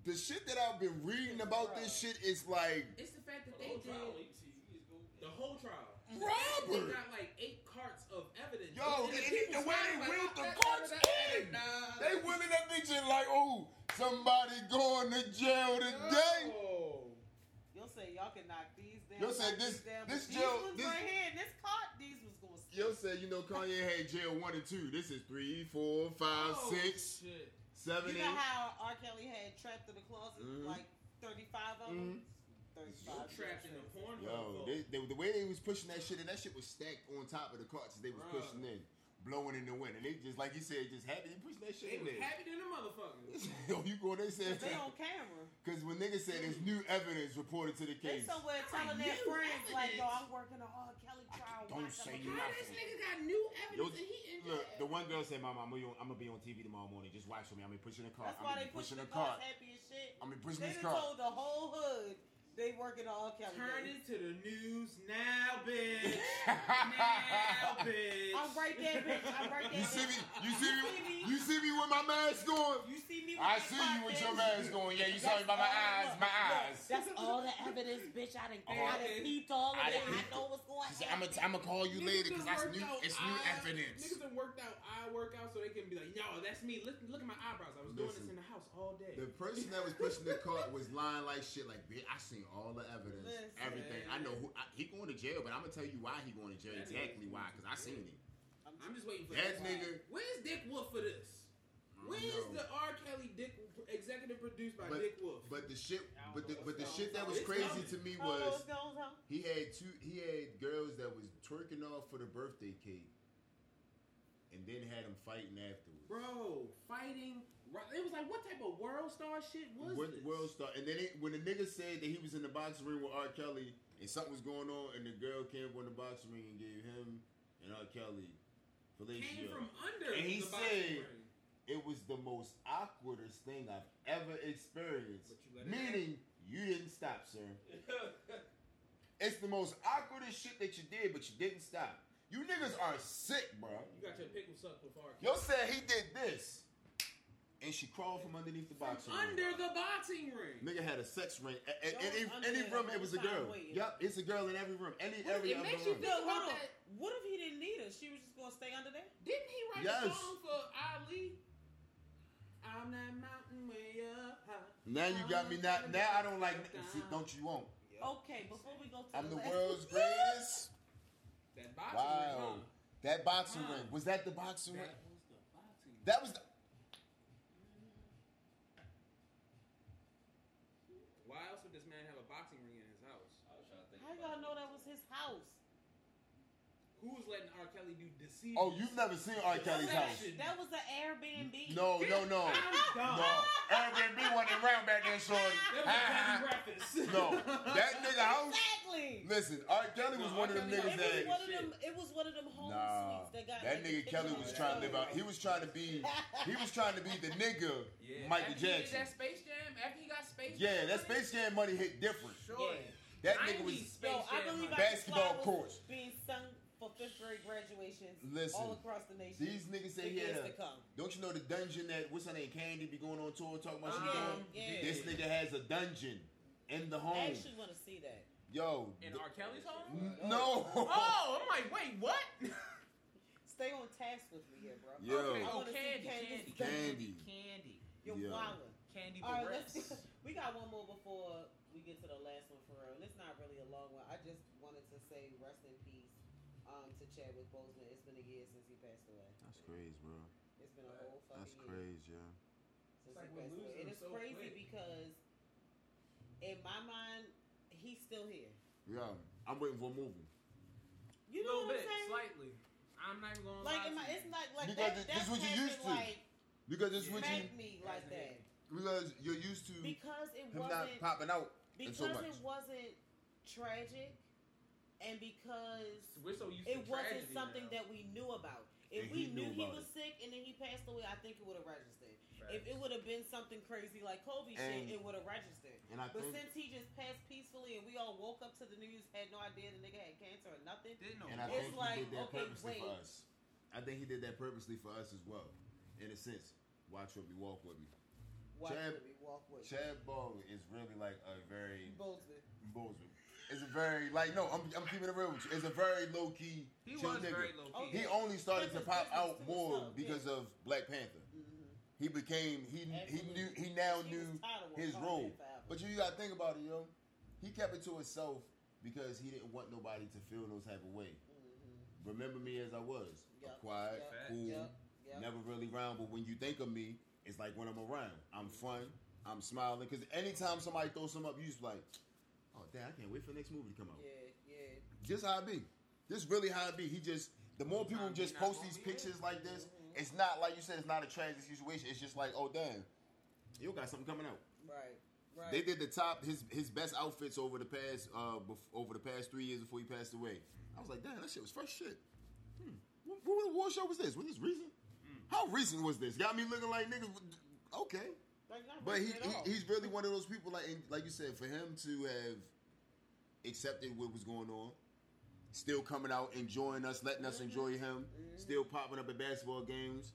Speaker 3: the shit that I've been reading about this shit is like
Speaker 5: It's the fact that
Speaker 6: The
Speaker 5: they
Speaker 6: whole trial,
Speaker 5: did
Speaker 6: you see, you just go.
Speaker 4: The whole trial.
Speaker 2: Mm.
Speaker 5: They
Speaker 3: Robert.
Speaker 5: got like eight carts of evidence.
Speaker 3: Yo,
Speaker 5: But
Speaker 3: and
Speaker 5: then
Speaker 3: the
Speaker 5: people's
Speaker 3: way
Speaker 5: eyes
Speaker 3: they
Speaker 5: like,
Speaker 3: wheeled
Speaker 5: oh,
Speaker 3: the
Speaker 5: that-
Speaker 3: carts
Speaker 5: that- that-
Speaker 3: in.
Speaker 5: nah.
Speaker 3: They willing that bitch in like, oh, somebody going to jail today.
Speaker 4: Oh.
Speaker 2: Yo said y'all can knock these down.
Speaker 3: Yo said
Speaker 2: knock
Speaker 3: this-
Speaker 2: these down,
Speaker 3: this
Speaker 2: but
Speaker 3: jail-
Speaker 2: These ones
Speaker 3: this-
Speaker 2: right here, and this cart, these was going. to
Speaker 3: Yo said, you know, Kanye had jail one and two. This is three, four, five,
Speaker 4: Oh,
Speaker 3: six,
Speaker 4: Shit.
Speaker 3: seven,
Speaker 2: You
Speaker 3: eight.
Speaker 2: know how R. Kelly had trapped in the closet
Speaker 3: Mhm.
Speaker 2: like 35 of
Speaker 3: Mm-hmm.
Speaker 2: them? 35.
Speaker 4: Trapped in a porn
Speaker 3: Yo,
Speaker 4: hole.
Speaker 3: they, they, the way they was pushing that shit, and that shit was stacked on top of the carts that they was
Speaker 4: Bruh.
Speaker 3: pushing in, blowing in the wind, and they just like you said, just happy they pushing that
Speaker 4: They
Speaker 3: shit in
Speaker 4: was
Speaker 3: there.
Speaker 4: happy than a motherfucker.
Speaker 3: Yo, you go, they said,
Speaker 2: They on camera.
Speaker 3: because when niggas said there's new evidence reported to the case,
Speaker 2: They somewhere telling their
Speaker 5: knew
Speaker 2: friends, like, yo,
Speaker 5: evidence.
Speaker 2: I'm working on R. Kelly trial.
Speaker 3: don't
Speaker 2: Watch,
Speaker 3: say
Speaker 2: I'ma-
Speaker 3: you
Speaker 5: How this nigga got new evidence and he in
Speaker 3: look, the
Speaker 5: jail?
Speaker 3: one girl said, "Mama, I'm gonna, I'm gonna be on TV tomorrow morning. Just watch for me. I'm gonna be pushing a cart.
Speaker 2: That's
Speaker 3: I'm
Speaker 2: why
Speaker 3: gonna
Speaker 2: they
Speaker 3: be
Speaker 2: pushing
Speaker 3: pushing
Speaker 2: the
Speaker 3: a cart.
Speaker 2: cars happy as shit.
Speaker 3: I'm gonna be pushing
Speaker 2: They
Speaker 3: this
Speaker 2: done
Speaker 3: cart."
Speaker 2: told the whole hood they working on R. Kelly.
Speaker 4: Turn
Speaker 2: baby.
Speaker 4: into the news now, bitch. now, bitch.
Speaker 2: I'm right there, bitch. I'm right there.
Speaker 3: You see me?
Speaker 2: bitch.
Speaker 3: You see me? You see me with my mask on?
Speaker 2: You see me with
Speaker 3: I
Speaker 2: that
Speaker 3: see
Speaker 2: cart,
Speaker 3: you with
Speaker 2: bitch?
Speaker 3: your mask on. Yeah, you saw me by my eyes. My eyes.
Speaker 2: That's all the evidence, bitch. I done,
Speaker 3: Uh-huh.
Speaker 2: I done peeped all of
Speaker 3: I
Speaker 2: it.
Speaker 3: done
Speaker 2: I
Speaker 3: peeped
Speaker 2: know what's going
Speaker 3: She said,
Speaker 2: on.
Speaker 3: I'm gonna, I'm gonna call you later because
Speaker 4: Niggas done
Speaker 3: that's
Speaker 4: worked
Speaker 3: new.
Speaker 4: out
Speaker 3: It's new
Speaker 4: eye-
Speaker 3: evidence.
Speaker 4: Niggas done worked out eye workout so they can be like, yo, that's me. Look, look at my eyebrows. I was
Speaker 3: Listen.
Speaker 4: doing this in the house all day.
Speaker 3: The person that was pushing the cart was lying like shit. Like, bitch, I seen all the evidence,
Speaker 2: Listen.
Speaker 3: everything. I know who I, he going to jail, but I'm gonna tell you why he going to jail. Exactly why, because I seen it.
Speaker 4: I'm just waiting for
Speaker 3: That
Speaker 4: this.
Speaker 3: nigga.
Speaker 4: Where's Dick Wolf for this?
Speaker 3: I don't
Speaker 4: Where's
Speaker 3: know.
Speaker 4: the R. Kelly Dick executive produced by
Speaker 3: But-
Speaker 4: Dick Wolf?
Speaker 3: But the shit,
Speaker 6: I don't
Speaker 3: but the
Speaker 6: know
Speaker 3: but the
Speaker 6: what's
Speaker 3: shit
Speaker 6: going
Speaker 3: that
Speaker 6: on.
Speaker 3: was
Speaker 4: It's
Speaker 3: crazy
Speaker 4: coming.
Speaker 3: to me
Speaker 2: I don't know
Speaker 3: was
Speaker 2: what's going on.
Speaker 3: he had two. He had girls that was twerking off for the birthday cake, and then had them fighting afterwards.
Speaker 4: Bro, fighting. ri- It was like, what type of world star shit was
Speaker 3: What
Speaker 4: this?
Speaker 3: world star? And then it, when the nigga said that he was in the boxing ring with R. Kelly and something was going on, and the girl came up on the boxing ring and gave him and R. Kelly
Speaker 4: Came
Speaker 3: fellatio.
Speaker 4: from under.
Speaker 3: And he
Speaker 4: the boxing
Speaker 3: said-
Speaker 4: ring.
Speaker 3: It was the most awkwardest thing I've ever experienced.
Speaker 4: But you let it
Speaker 3: Meaning you didn't stop, sir.
Speaker 6: That's
Speaker 3: It's the most awkwardest shit that you did, but you didn't stop. You niggas are sick, bro.
Speaker 4: You got your pickle sucked with R.
Speaker 3: Yo said he did this, and she crawled from underneath the boxing ring.
Speaker 4: Under the boxing ring.
Speaker 3: Nigga had a sex ring. A- a-
Speaker 2: Y'all
Speaker 3: any-
Speaker 2: was under
Speaker 3: any
Speaker 2: there
Speaker 3: room,
Speaker 2: the
Speaker 3: it was a
Speaker 2: whole time
Speaker 3: girl.
Speaker 2: waiting.
Speaker 3: Yep, it's a girl in every room. Any
Speaker 5: Well,
Speaker 3: every
Speaker 5: it
Speaker 3: other
Speaker 5: makes you
Speaker 3: room.
Speaker 2: Yo,
Speaker 5: Think about
Speaker 2: hold on.
Speaker 5: that.
Speaker 2: What if he didn't need her? She was just gonna stay under there?
Speaker 5: Didn't he write
Speaker 3: Yes.
Speaker 5: a song for Ali?
Speaker 8: climb that mountain way up high.
Speaker 3: Now you got me. Now, now I don't like. See, don't you won't?
Speaker 2: Okay, before we go to
Speaker 3: I'm the
Speaker 2: last-
Speaker 3: world's greatest.
Speaker 5: That boxing
Speaker 3: Wow.
Speaker 5: ring,
Speaker 3: That boxing
Speaker 5: Huh.
Speaker 3: ring. Was that the boxing
Speaker 5: huh?
Speaker 3: ring?
Speaker 5: That was the boxing ring.
Speaker 3: That was the.
Speaker 5: Why else would this man have a boxing ring in his house?
Speaker 6: I was trying to think
Speaker 2: How
Speaker 6: about
Speaker 2: y'all know that was his house?
Speaker 5: Who's letting R. Kelly do deceit?
Speaker 3: Oh, you've never seen R. Kelly's house.
Speaker 5: Fashion.
Speaker 2: That was an Airbnb.
Speaker 3: No, no, no.
Speaker 5: I'm
Speaker 3: No.
Speaker 5: done.
Speaker 3: Airbnb wasn't around back then, son.
Speaker 8: That was
Speaker 3: Ah, ah,
Speaker 8: breakfast.
Speaker 3: ah. No. That nigga house.
Speaker 2: Exactly.
Speaker 3: Listen, R. Kelly was
Speaker 5: No,
Speaker 3: one of
Speaker 5: R.
Speaker 3: them
Speaker 5: Kelly
Speaker 3: niggas
Speaker 2: It was
Speaker 3: that.
Speaker 5: Exactly.
Speaker 2: one of them. It was one of them home
Speaker 3: Nah.
Speaker 2: suites that got.
Speaker 3: That
Speaker 2: like, the
Speaker 3: nigga Kelly
Speaker 2: kitchen
Speaker 3: was
Speaker 2: on
Speaker 3: trying to
Speaker 2: the
Speaker 3: live out.
Speaker 2: side.
Speaker 3: He was trying to be. He was trying to be the nigga
Speaker 5: Yeah.
Speaker 3: Michael
Speaker 5: after He
Speaker 3: Jackson.
Speaker 5: did that Space Jam, after he got Space
Speaker 3: Yeah,
Speaker 5: Jam
Speaker 3: that
Speaker 5: money,
Speaker 3: Space Jam money hit different.
Speaker 5: Sure.
Speaker 3: That nigga was.
Speaker 5: 90s Space
Speaker 2: Yo, I
Speaker 5: Jam
Speaker 2: believe I
Speaker 5: money.
Speaker 2: can
Speaker 3: Basketball
Speaker 2: fly was
Speaker 3: courts.
Speaker 2: being sung for fifth grade graduations all
Speaker 3: Listen,
Speaker 2: across the nation.
Speaker 3: These niggas
Speaker 2: for
Speaker 3: say he had a
Speaker 2: years to come.
Speaker 3: Don't you know the dungeon that what's her name Candy be going on tour talking about she doing?
Speaker 5: Um,
Speaker 2: yeah.
Speaker 3: This nigga has a dungeon in the home.
Speaker 2: I actually want to see that.
Speaker 3: Yo,
Speaker 5: In
Speaker 3: the-
Speaker 5: R. Kelly's home?
Speaker 3: n- no.
Speaker 5: Oh, I'm like, wait, what?
Speaker 2: Stay on task with me here, bro.
Speaker 3: Yo.
Speaker 5: Okay,
Speaker 2: I
Speaker 5: oh,
Speaker 2: wanna see
Speaker 5: candy,
Speaker 2: Candy's
Speaker 5: candy,
Speaker 3: Candy.
Speaker 5: candy,
Speaker 2: You're
Speaker 3: Yo.
Speaker 2: wildin'.
Speaker 5: candy,
Speaker 2: All right,
Speaker 5: for
Speaker 2: let's.
Speaker 5: reps.
Speaker 2: We got one more before we get to the last one for real. And it's not really a long one. I just wanted to say rest in peace um, to Chadwick Boseman. It's been a year since he passed away.
Speaker 3: That's crazy, bro.
Speaker 2: It's been a whole fucking
Speaker 3: That's
Speaker 2: year.
Speaker 3: crazy, yeah.
Speaker 8: It's like we're
Speaker 2: since he passed away.
Speaker 8: losing
Speaker 2: And
Speaker 8: him
Speaker 2: it's
Speaker 8: so
Speaker 2: crazy
Speaker 8: quick.
Speaker 2: because in my mind, he's still here.
Speaker 3: Yeah, I'm waiting for a movie
Speaker 2: You know
Speaker 5: little
Speaker 2: what
Speaker 5: bit,
Speaker 2: I'm saying?
Speaker 5: slightly. I'm not even gonna
Speaker 2: like,
Speaker 5: lie
Speaker 2: in my,
Speaker 5: to you.
Speaker 2: it's not like
Speaker 3: Because it-
Speaker 2: that. that
Speaker 3: this is what you
Speaker 2: hasn't,
Speaker 3: used to.
Speaker 2: Like,
Speaker 3: because it's
Speaker 5: Yeah.
Speaker 3: what
Speaker 2: smacked
Speaker 3: you
Speaker 2: me like
Speaker 5: Hasn't
Speaker 2: that
Speaker 5: hit.
Speaker 3: because you're used to him
Speaker 2: because it
Speaker 3: not
Speaker 2: wasn't
Speaker 3: popping out.
Speaker 2: because
Speaker 3: so
Speaker 2: it
Speaker 3: much.
Speaker 2: wasn't tragic, and because
Speaker 5: We're so used
Speaker 2: it
Speaker 5: to
Speaker 2: wasn't
Speaker 5: tragedy
Speaker 2: something
Speaker 5: now.
Speaker 2: that we knew about. If
Speaker 3: And he
Speaker 2: we knew,
Speaker 3: knew
Speaker 2: he
Speaker 3: about
Speaker 2: was sick and then he passed away, I think it would have registered. If
Speaker 5: Facts.
Speaker 2: it would have been something crazy like Kobe
Speaker 3: And-
Speaker 2: shit, it would have registered.
Speaker 3: And I
Speaker 2: But
Speaker 3: think
Speaker 2: since he just passed peacefully and we all woke up to the news, had no idea the nigga had cancer or nothing.
Speaker 5: didn't know.
Speaker 3: and I
Speaker 2: it's
Speaker 3: think
Speaker 2: like,
Speaker 3: he did that
Speaker 2: okay,
Speaker 3: purposely
Speaker 2: wait.
Speaker 3: for us. I think he did that purposely for us as well. In a sense, watch with me, walk with me.
Speaker 2: Watch
Speaker 3: Chad-
Speaker 2: with me, walk with me.
Speaker 3: Chad Bow is really like a very
Speaker 2: Bozeman.
Speaker 3: Bozeman. It's a very like no, I'm I'm keeping it real with you. It's a very low key
Speaker 5: He
Speaker 3: chill
Speaker 5: was
Speaker 3: nigga.
Speaker 5: very low
Speaker 2: Oh,
Speaker 5: key.
Speaker 3: He only started to
Speaker 2: Business-
Speaker 3: pop
Speaker 2: business to
Speaker 3: out more
Speaker 2: himself, yeah.
Speaker 3: because of Black Panther.
Speaker 2: Mhm.
Speaker 3: He became he he
Speaker 2: Absolutely.
Speaker 3: knew he now
Speaker 2: He was
Speaker 3: knew.
Speaker 2: tired of
Speaker 3: his
Speaker 2: Wakanda
Speaker 3: role.
Speaker 2: forever.
Speaker 3: But you, you gotta think about it, yo. He kept it to himself because he didn't want nobody to feel no type of way.
Speaker 2: Mhm.
Speaker 3: Remember me as I was, a
Speaker 2: Yup,
Speaker 3: quiet,
Speaker 2: yup,
Speaker 3: cool,
Speaker 2: yup, yup.
Speaker 3: never really around. But when you think of me, it's like when I'm around, I'm fun, I'm smiling. Because anytime somebody throws something up, you just like, oh damn, I can't wait for the next movie to come out.
Speaker 2: Yeah, yeah.
Speaker 3: Just how it be. This really how it be. He just the more people
Speaker 5: Sometimes
Speaker 3: just
Speaker 5: you're not
Speaker 3: post
Speaker 5: gonna
Speaker 3: these
Speaker 5: be there.
Speaker 3: pictures like this,
Speaker 2: Mm-hmm.
Speaker 3: it's not like you said it's not a tragic situation. It's just like, oh damn, you got something coming out.
Speaker 2: Right, right.
Speaker 3: They did the top his his best outfits over the past uh bef- over the past three years before he passed away. I was like, damn, that shit was fresh shit. Hmm. What, what award show was this? Was this recent?
Speaker 2: Hmm.
Speaker 3: How recent was this? Got me looking like niggas. Okay,
Speaker 2: Like, not
Speaker 3: but he,
Speaker 2: racist at all.
Speaker 3: he he's really one of those people like and like you said for him to have accepted what was going on, still coming out enjoying us, letting
Speaker 2: Mm-hmm.
Speaker 3: us enjoy him, still popping up at basketball games,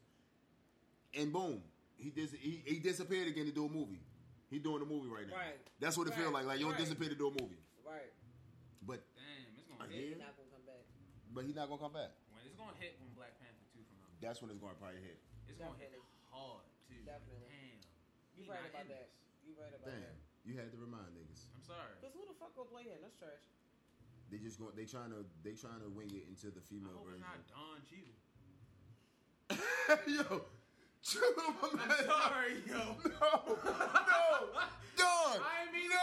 Speaker 3: and boom, he dis- he, he disappeared again to do a movie. He doing a movie right now.
Speaker 2: Right.
Speaker 3: That's what it feel
Speaker 2: Right.
Speaker 3: like. Like you don't
Speaker 2: Right.
Speaker 3: disappear to do a movie,
Speaker 2: right.
Speaker 3: but
Speaker 5: Damn, it's
Speaker 3: I
Speaker 5: gonna
Speaker 3: hear
Speaker 5: hit.
Speaker 2: He's
Speaker 3: Yeah.
Speaker 2: not gonna come back.
Speaker 3: but he's not gonna come back.
Speaker 5: When it's gonna hit when Black Panther two come out.
Speaker 3: That's when it's gonna probably hit.
Speaker 5: It's gonna hit
Speaker 2: Definitely.
Speaker 5: hard too.
Speaker 2: Definitely.
Speaker 5: Damn.
Speaker 2: You
Speaker 5: We
Speaker 2: right
Speaker 5: not
Speaker 2: about
Speaker 5: in
Speaker 2: that.
Speaker 5: this.
Speaker 2: You right about
Speaker 3: Damn,
Speaker 2: that.
Speaker 3: you had to remind niggas.
Speaker 5: I'm sorry.
Speaker 2: Cause who the fuck gonna play him? That's trash.
Speaker 3: They just going. They trying to. They trying to wing it into the
Speaker 5: I
Speaker 3: female
Speaker 5: hope it's
Speaker 3: version.
Speaker 5: not Don Cheadle.
Speaker 3: yo, chill out, my man.
Speaker 5: I'm sorry, yo.
Speaker 3: No, no, Don.
Speaker 5: I didn't mean
Speaker 3: No,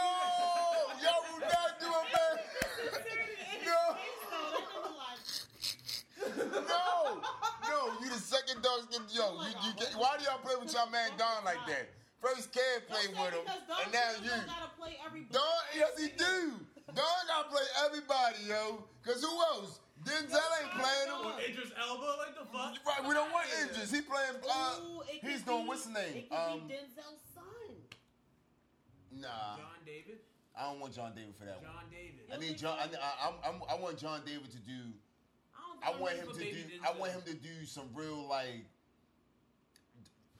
Speaker 3: y'all will not do it,
Speaker 2: So that nigga like,
Speaker 3: man. No, no, no. You the second dog skin.
Speaker 2: Oh
Speaker 3: Yo, you, you get, why do y'all play with y'all man Don like that? First Kev
Speaker 2: don't say
Speaker 3: played with him,
Speaker 2: because Don
Speaker 3: and now
Speaker 2: Cheadle
Speaker 3: you.
Speaker 2: gotta play every.
Speaker 3: Don,
Speaker 2: black
Speaker 3: yes he do.
Speaker 2: person.
Speaker 3: Don gotta play everybody, yo. Cause who else? Denzel ain't playing him.
Speaker 2: Don.
Speaker 5: Idris Elba, like the fuck?
Speaker 3: Right, we don't want injuries. He playing. Uh,
Speaker 2: Ooh, it
Speaker 3: he's
Speaker 2: could
Speaker 3: doing
Speaker 2: be-
Speaker 3: what's his name?
Speaker 2: It could
Speaker 3: Um,
Speaker 2: be Denzel's son.
Speaker 3: nah,
Speaker 5: John David.
Speaker 3: I don't want John David for that one.
Speaker 5: John David.
Speaker 3: I need John. I, I, I'm, I'm, I want John David to do.
Speaker 5: don't
Speaker 3: I
Speaker 5: think
Speaker 3: want
Speaker 5: I'm
Speaker 3: him to do.
Speaker 5: gonna baby
Speaker 3: I
Speaker 5: Denzel.
Speaker 3: want him to do some real like.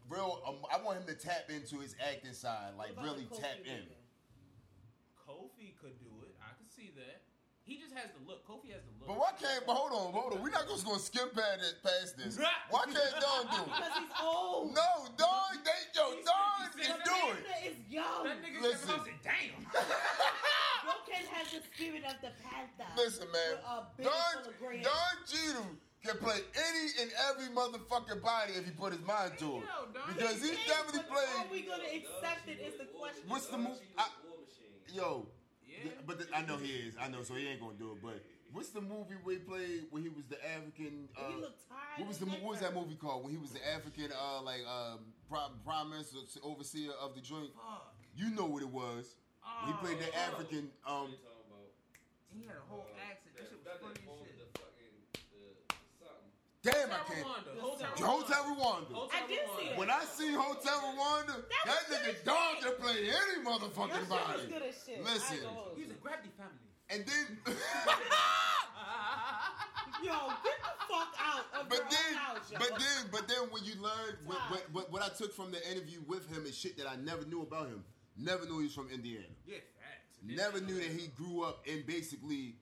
Speaker 3: Real, um, I want him to tap into his acting side,
Speaker 2: What
Speaker 3: like
Speaker 2: about
Speaker 3: really
Speaker 2: the Kofi
Speaker 3: tap in.
Speaker 2: nigga?
Speaker 5: Kofi could do it. I could see that. He just has the look. Kofi has the look.
Speaker 3: But why can't? But hold on, hold on. We're not just gonna skip past it- past this. Why can't Don do it?
Speaker 2: Because he's old.
Speaker 3: No, Don, they yo, Don
Speaker 2: The
Speaker 3: is doing.
Speaker 2: Amanda is young.
Speaker 5: That nigga
Speaker 3: Listen.
Speaker 5: Kevin Owens said, damn.
Speaker 2: Broken has the spirit of the panther.
Speaker 3: Listen, man.
Speaker 2: With a big full of
Speaker 3: Don
Speaker 2: grand.
Speaker 3: Don Cheadle can play any and every motherfucking body if he put his mind to it.
Speaker 5: Yo, Don,
Speaker 3: Because he
Speaker 2: Yes,
Speaker 3: definitely
Speaker 2: but
Speaker 3: played.
Speaker 2: Are we gonna accept it? Is the question.
Speaker 3: What's the move- I- Yo,
Speaker 5: Yeah.
Speaker 3: but the, I know he is. I know, so he ain't gonna do it. But what's the movie we played when he was the African? Uh,
Speaker 2: he looked tired.
Speaker 3: what was the
Speaker 2: as
Speaker 3: mo- what was that
Speaker 2: ever.
Speaker 3: movie called when he was the African uh like um prime, prime minister overseer of the joint?
Speaker 5: Fuck.
Speaker 3: You know what it was. He played the
Speaker 5: Oh.
Speaker 3: African um
Speaker 5: He had a whole
Speaker 6: uh,
Speaker 5: accent. That shit was funny as shit.
Speaker 3: damn I
Speaker 5: Hotel
Speaker 3: can't
Speaker 5: Rwanda.
Speaker 2: The
Speaker 5: Hotel
Speaker 2: song.
Speaker 3: The Hotel Rwanda.
Speaker 5: Hotel
Speaker 2: I did see
Speaker 5: Rwanda.
Speaker 2: that.
Speaker 3: When I see Hotel Rwanda,
Speaker 2: Oh, That
Speaker 3: that
Speaker 2: was
Speaker 3: nigga
Speaker 2: good
Speaker 3: dog
Speaker 2: shit.
Speaker 3: can play any
Speaker 2: Your
Speaker 3: motherfucking
Speaker 2: shit was
Speaker 3: body.
Speaker 2: good as shit.
Speaker 3: Listen.
Speaker 2: I ain't gonna hold
Speaker 5: He's
Speaker 2: you.
Speaker 5: a grabby family.
Speaker 3: And then Ah!
Speaker 2: Yo, get the fuck out of
Speaker 3: But
Speaker 2: your
Speaker 3: then,
Speaker 2: own house, yo.
Speaker 3: but then, but then, when you learn what, what, what, what I took from the interview with him is shit that I never knew about him. Never knew he was from Indiana.
Speaker 5: Yeah, facts.
Speaker 3: Never knew that he grew up in basically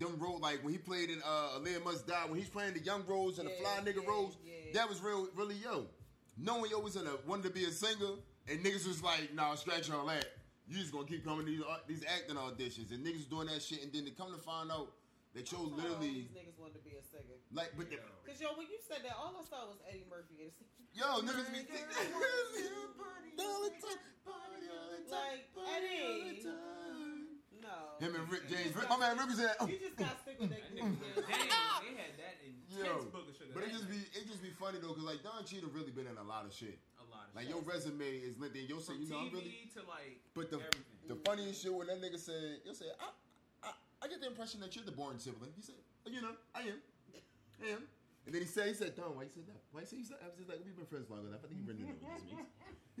Speaker 3: them roles. Like when he played in uh, A Layer Must Die, when he's playing the young roles and the
Speaker 2: Yeah,
Speaker 3: fly nigga
Speaker 2: yeah,
Speaker 3: roles,
Speaker 2: yeah.
Speaker 3: that was real, really yo. Knowing yo was in a wanted to be a singer, and niggas was like, nah, scratch all that. You just gonna keep coming to these, au- these acting auditions, and niggas doing that shit, and then they come to find out that yo
Speaker 2: I'm tired of all
Speaker 3: literally
Speaker 2: These niggas wanted to be a singer.
Speaker 3: like, but the,
Speaker 2: Cause yo, when you said that, all I saw was Eddie Murphy.
Speaker 3: Yo, niggas be thinking.
Speaker 2: Like, Eddie. No.
Speaker 3: Him and Rick James. Rick, my man Rick oh. was at.
Speaker 2: You just gotta stick with that.
Speaker 5: That
Speaker 2: group.
Speaker 5: nigga said, damn, they had that intense
Speaker 3: Yo,
Speaker 5: book of sugar.
Speaker 3: But it
Speaker 5: They
Speaker 3: just
Speaker 5: had
Speaker 3: be it just be funny though, cause like Don Cheadle really been in a lot of shit.
Speaker 5: a lot of
Speaker 3: Like
Speaker 5: shit.
Speaker 3: your resume is lit. Then yo say,
Speaker 5: From
Speaker 3: you know, I'm
Speaker 5: TV
Speaker 3: really.
Speaker 5: to like
Speaker 3: But the
Speaker 5: everything.
Speaker 3: the funniest shit when that nigga said, yo say, I, I I get the impression that you're the born sibling. He said, "Oh, you know, I am, I am. And then he said, he said, Don, why you said that? Why you say you said? I was just like, we've been friends long enough. I think you've been in this week.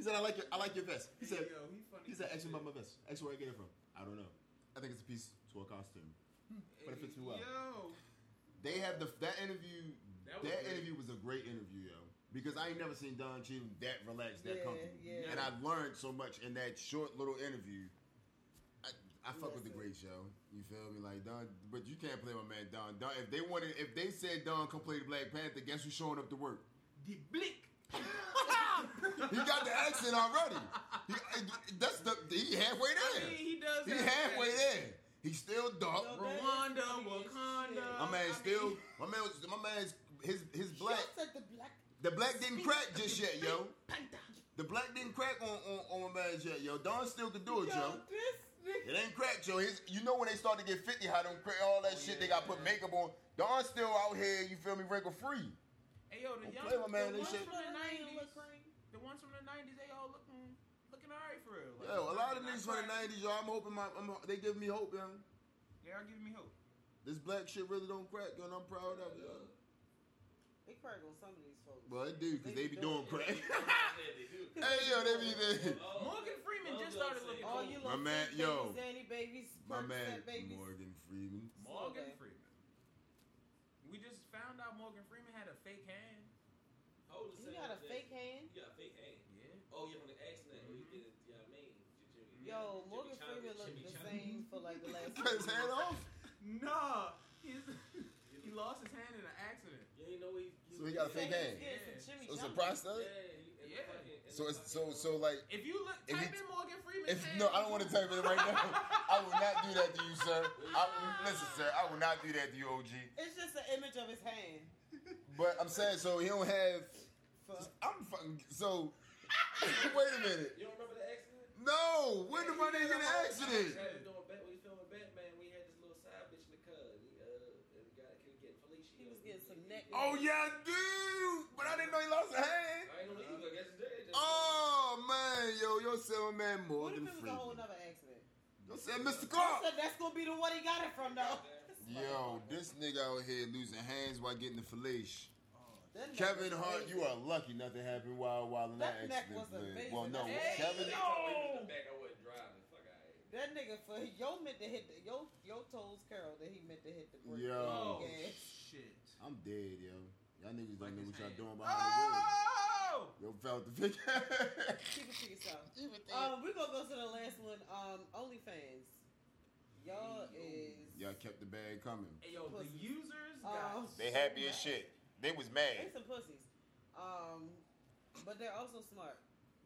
Speaker 3: He said, I like your I like your vest. He said,
Speaker 5: Yo, he funny.
Speaker 3: He's an extra mama vest. Extra where I get it from. I don't know. I think it's a piece to a costume. but it fits you well.
Speaker 5: Yo,
Speaker 3: They have the that interview. That,
Speaker 5: That was great.
Speaker 3: interview was a great interview, yo. Because I ain't never seen Don Cheadle that relaxed, that
Speaker 2: Yeah,
Speaker 3: comfortable,
Speaker 2: yeah.
Speaker 3: and I learned so much in that short little interview. I, I fuck with the
Speaker 2: Listen.
Speaker 3: great show. You feel me, like Don? But you can't play my man Don. Don, if they wanted, if they said Don come play the Black Panther, guess who's showing up to work?
Speaker 5: the blick.
Speaker 3: He got the accent already. He, that's the he halfway
Speaker 5: I
Speaker 3: there.
Speaker 5: mean, he does.
Speaker 3: He
Speaker 5: have
Speaker 3: halfway
Speaker 5: that.
Speaker 3: there. He's still dark.
Speaker 2: Yo, that is
Speaker 5: Rwanda,
Speaker 2: funny as
Speaker 5: Wakanda.
Speaker 2: shit.
Speaker 3: My man
Speaker 5: I
Speaker 3: still.
Speaker 5: mean-
Speaker 3: My man. was- My man's his his black.
Speaker 2: Shouts at the black.
Speaker 3: The black didn't crack just yet, yo. The black didn't crack on on, on my man's yet, yo. Don still could do it, yo.
Speaker 2: Yo, this nigga.
Speaker 3: It ain't cracked, yo. His, you know when they start to get fifty, how them crack all
Speaker 5: Oh,
Speaker 3: that shit. They got put makeup on. Don still out here. You feel me? Wrinkle free.
Speaker 5: Hey yo, the
Speaker 3: Don't
Speaker 5: young
Speaker 3: play my man,
Speaker 5: the
Speaker 3: they
Speaker 5: ones
Speaker 3: said-
Speaker 5: from the nineties.
Speaker 2: Look green.
Speaker 5: The ones from the nineties, they all looking looking alright for real. Like,
Speaker 3: Yo, a lot of
Speaker 5: not
Speaker 3: niggas from the
Speaker 5: cracked.
Speaker 3: nineties, yo. I'm hoping my. I'm, they give me hope, yo.
Speaker 5: They are giving me hope.
Speaker 3: This black shit really don't crack, yo. And I'm proud of it, yo.
Speaker 2: They crack on some of these folks.
Speaker 3: Well, it do, cause
Speaker 2: They
Speaker 3: they
Speaker 2: be
Speaker 3: be doing
Speaker 2: doing
Speaker 3: crack. hey, yo, they be there.
Speaker 5: Morgan Freeman just started looking
Speaker 2: All
Speaker 5: cool.
Speaker 2: you
Speaker 3: My
Speaker 2: little
Speaker 3: man-
Speaker 2: fat
Speaker 3: yo.
Speaker 2: babies, Danny babies,
Speaker 3: My
Speaker 2: perk
Speaker 3: man,
Speaker 2: set babies.
Speaker 3: Morgan Freeman.
Speaker 5: Morgan
Speaker 2: Okay.
Speaker 5: Freeman. We just found out Morgan Freeman had a fake hand.
Speaker 2: You got a fake hand.
Speaker 6: Oh, You got a fake hand.
Speaker 5: Yeah.
Speaker 6: Oh, you're from the accident. mm You
Speaker 5: Mhm.
Speaker 6: did it. Yeah, I mean. Jimmy-
Speaker 2: Yo,
Speaker 6: Jimmy
Speaker 2: Morgan
Speaker 6: Chang-
Speaker 2: Freeman
Speaker 6: Jimmy
Speaker 2: looked the
Speaker 6: Chang.
Speaker 2: same for like the last.
Speaker 3: Cut his hand off.
Speaker 5: Nah, he's, he lost his hand in an accident.
Speaker 6: Yeah, you know what?
Speaker 3: So he got a
Speaker 2: Fake
Speaker 3: fake hand.
Speaker 2: Yeah, some Jimmy
Speaker 3: So it's a
Speaker 2: Johnson.
Speaker 3: prostate.
Speaker 6: Yeah.
Speaker 5: Yeah.
Speaker 3: So it's so so like.
Speaker 5: If you look,
Speaker 3: If he-
Speaker 5: type in Morgan Freeman.
Speaker 3: If no, I don't want to tell you right now. I will not do that to you, sir. I, listen, sir, I will not do that to you, OG.
Speaker 2: It's just an image of his hand.
Speaker 3: But I'm saying, so he don't have.
Speaker 2: Fuck.
Speaker 3: I'm fucking. So wait a minute.
Speaker 6: uh, You don't remember the accident?
Speaker 3: No, when did my nigga get in an accident?
Speaker 6: He was doing Bat- when he was filming Batman, we had this little side bitch in the car. He, uh, and got, he was getting Felicia.
Speaker 2: He was getting some neck-
Speaker 3: Oh yeah, I do. But I didn't know he lost a hand.
Speaker 6: I ain't gonna leave. I guess it's there. Just-
Speaker 3: Oh man, yo, yo, say my man
Speaker 2: What
Speaker 3: Morgan
Speaker 2: if it was a whole
Speaker 3: Freeman.
Speaker 2: other accident?
Speaker 3: Yo, say Mr. Clark.
Speaker 2: I said that's gonna be the one he got it from though.
Speaker 3: Yo, this nigga out here losing hands while getting the fellation.
Speaker 4: Oh,
Speaker 2: That neck
Speaker 3: Kevin
Speaker 2: was
Speaker 3: Hart,
Speaker 2: amazing.
Speaker 3: you are lucky nothing happened while while in that
Speaker 2: That neck
Speaker 3: accident.
Speaker 2: was
Speaker 3: man.
Speaker 2: amazing.
Speaker 3: Well, no,
Speaker 2: Hey,
Speaker 3: Kevin.
Speaker 2: yo.
Speaker 6: In the back, I wasn't driving. Fuck out of here.
Speaker 2: That nigga for yo meant to hit the yo yo toes curl that he meant to hit the brake.
Speaker 3: Yo.
Speaker 5: Oh
Speaker 2: Yeah.
Speaker 5: shit.
Speaker 3: I'm dead, yo. Y'all niggas
Speaker 5: Like
Speaker 3: don't know
Speaker 5: his
Speaker 3: what y'all
Speaker 5: hand.
Speaker 3: doing behind the
Speaker 5: Oh!
Speaker 3: wheel. Yo, felt the big.
Speaker 2: Keep it to yourself. Um, we're gonna go to the last one. Um, OnlyFans. Y'all is.
Speaker 3: Y'all kept the bag coming.
Speaker 5: Hey, yo, the
Speaker 2: Pussy.
Speaker 5: users
Speaker 2: Oh,
Speaker 5: got
Speaker 3: They happy as shit. They was
Speaker 2: They
Speaker 3: mad.
Speaker 2: some pussies. Um, but they're also smart.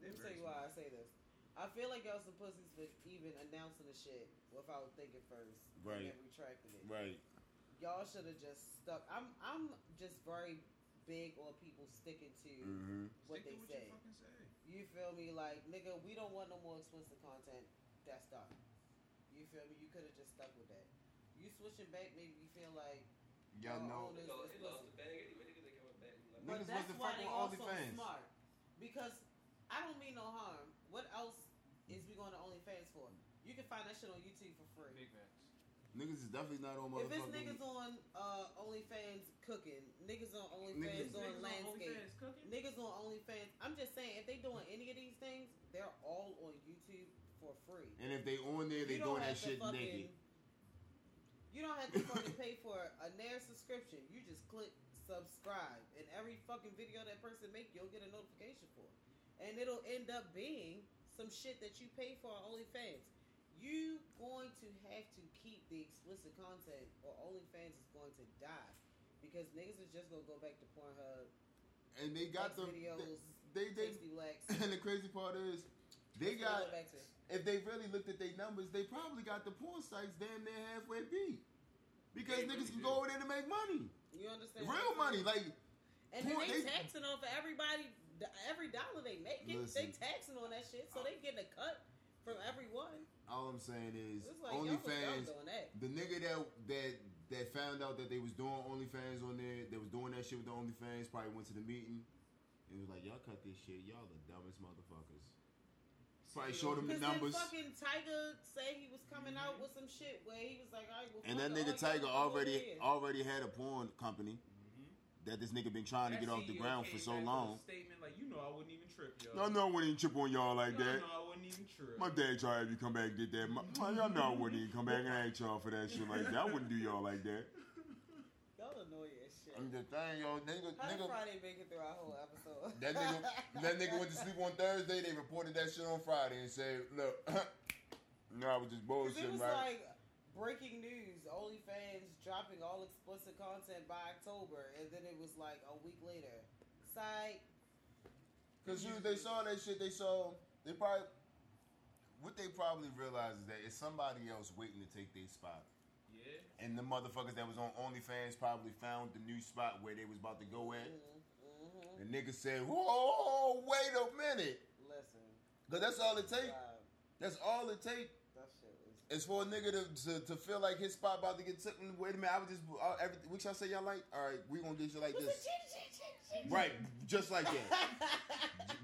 Speaker 2: Let me tell you why I say this. I feel like y'all some pussies for even announcing the shit without thinking first. And
Speaker 3: Right.
Speaker 2: then retracting it.
Speaker 3: Right.
Speaker 2: Y'all should have just stuck. I'm I'm just very big on people sticking to
Speaker 3: Mm-hmm.
Speaker 2: what
Speaker 9: Stick to
Speaker 2: they
Speaker 9: what
Speaker 2: say.
Speaker 9: you fucking say.
Speaker 2: You feel me? Like, nigga, we don't want no more explicit content. That's done. You feel me? You could have just stuck with that. You switching back, maybe you feel like
Speaker 3: Y'all
Speaker 2: y'all
Speaker 3: know.
Speaker 2: own this-
Speaker 6: He lost-
Speaker 2: this
Speaker 6: he
Speaker 2: pussy.
Speaker 6: lost the bag anyway. Niggas ain't coming back. He
Speaker 3: Niggas
Speaker 6: lost-
Speaker 2: But oh, that's
Speaker 3: wasn't
Speaker 2: why
Speaker 3: fucking
Speaker 2: they
Speaker 3: all
Speaker 2: also
Speaker 3: the fans.
Speaker 2: smart. Because I don't mean no harm. What else is we going to OnlyFans for? You can find that shit on YouTube for free.
Speaker 5: big facts.
Speaker 3: Niggas is definitely not on
Speaker 2: If it's niggas
Speaker 3: motherfucking.
Speaker 2: on uh, OnlyFans cooking, niggas on
Speaker 3: Niggas-
Speaker 2: OnlyFans
Speaker 5: Niggas
Speaker 2: doing
Speaker 5: on
Speaker 2: landscape,
Speaker 5: OnlyFans cooking?
Speaker 2: niggas on OnlyFans. I'm just saying, if they doing any of these things, they're all on YouTube for free.
Speaker 3: And if they on there, they
Speaker 2: You
Speaker 3: doing
Speaker 2: don't
Speaker 3: that
Speaker 2: have to
Speaker 3: shit
Speaker 2: fucking-
Speaker 3: naked.
Speaker 2: You don't have to fucking pay for a Nair subscription. You just click subscribe, and every fucking video that person make, you'll get a notification for, it. and it'll end up being some shit that you pay for on OnlyFans. You going to have to keep the explicit content, or OnlyFans is going to die because niggas is just gonna go back to Pornhub,
Speaker 3: And they got
Speaker 2: X
Speaker 3: the
Speaker 2: videos,
Speaker 3: they they
Speaker 2: Tasty Blacks.
Speaker 3: and the crazy part is they
Speaker 2: Let's go
Speaker 3: got
Speaker 2: back to it.
Speaker 3: if they really looked at their numbers, they probably got the porn sites damn near halfway beat.
Speaker 9: They
Speaker 3: Because
Speaker 9: really
Speaker 3: niggas
Speaker 9: do.
Speaker 3: can go over there to make money.
Speaker 2: You understand? what
Speaker 3: Real
Speaker 2: I'm
Speaker 3: money.
Speaker 2: saying?
Speaker 3: Like
Speaker 2: And then
Speaker 3: Poor-
Speaker 2: they,
Speaker 3: they-
Speaker 2: taxing off of everybody, every dollar they making,
Speaker 3: Listen.
Speaker 2: they taxing on that shit, so they getting a cut from everyone.
Speaker 3: all I'm saying is
Speaker 2: It's like y'all was dumb
Speaker 3: OnlyFans
Speaker 2: doing that.
Speaker 3: the nigga that that that found out that they was doing OnlyFans on there, that was doing that shit with the OnlyFans, probably went to the meeting. It was like, y'all cut this shit. Y'all the dumbest motherfuckers. Probably showed them the
Speaker 2: Because
Speaker 3: numbers.
Speaker 2: then fucking Tiger said he was coming out with some shit where he was like, all right, well,
Speaker 3: And
Speaker 2: fuck
Speaker 3: that
Speaker 2: it,
Speaker 3: nigga
Speaker 2: all y'all
Speaker 3: Tiger
Speaker 2: do is
Speaker 3: already
Speaker 2: win.
Speaker 3: already had a porn company
Speaker 5: Mm-hmm.
Speaker 3: that this nigga been trying to get off the
Speaker 5: CEO
Speaker 3: ground for
Speaker 5: came
Speaker 3: so
Speaker 5: back with a
Speaker 3: long.
Speaker 5: Statement like, you know, I wouldn't even trip, y'all.
Speaker 3: Y'all know I wouldn't even chip on y'all like
Speaker 5: Y'all
Speaker 3: that.
Speaker 5: know I wouldn't even trip.
Speaker 3: My dad tried to have you come back and did that. My, my- y'all know I wouldn't even come back and ask y'all for that shit like that. I wouldn't do y'all like that.
Speaker 2: Y'all annoying as shit.
Speaker 3: I'm just saying, yo, nigga,
Speaker 2: How did
Speaker 3: nigga.
Speaker 2: Friday make it through our whole episode?
Speaker 3: That nigga, that nigga went to sleep on Thursday. They reported that shit on Friday and said, "Look, no, I was just
Speaker 2: 'Cause It
Speaker 3: bullshitting,
Speaker 2: was
Speaker 3: right?"
Speaker 2: like breaking news: OnlyFans dropping all explicit content by October, and then it was like a week later. Side
Speaker 3: Because you, they saw that shit. They saw they probably what they probably realized is that it's somebody else waiting to take their spot.
Speaker 5: Yeah.
Speaker 3: And the motherfuckers that was on OnlyFans probably found the new spot where they was about to go at.
Speaker 2: Mm-hmm.
Speaker 3: The nigga said, "Whoa, wait a minute,"
Speaker 2: Listen,
Speaker 3: because that's all it take.
Speaker 2: God,
Speaker 3: That's all it take
Speaker 2: that shit was.
Speaker 3: is for a nigga to, to, to feel like his spot about to get took. And Wait a minute, I was just uh, everything. What y'all say y'all like? All right, we gonna get you like this, right? Just like that.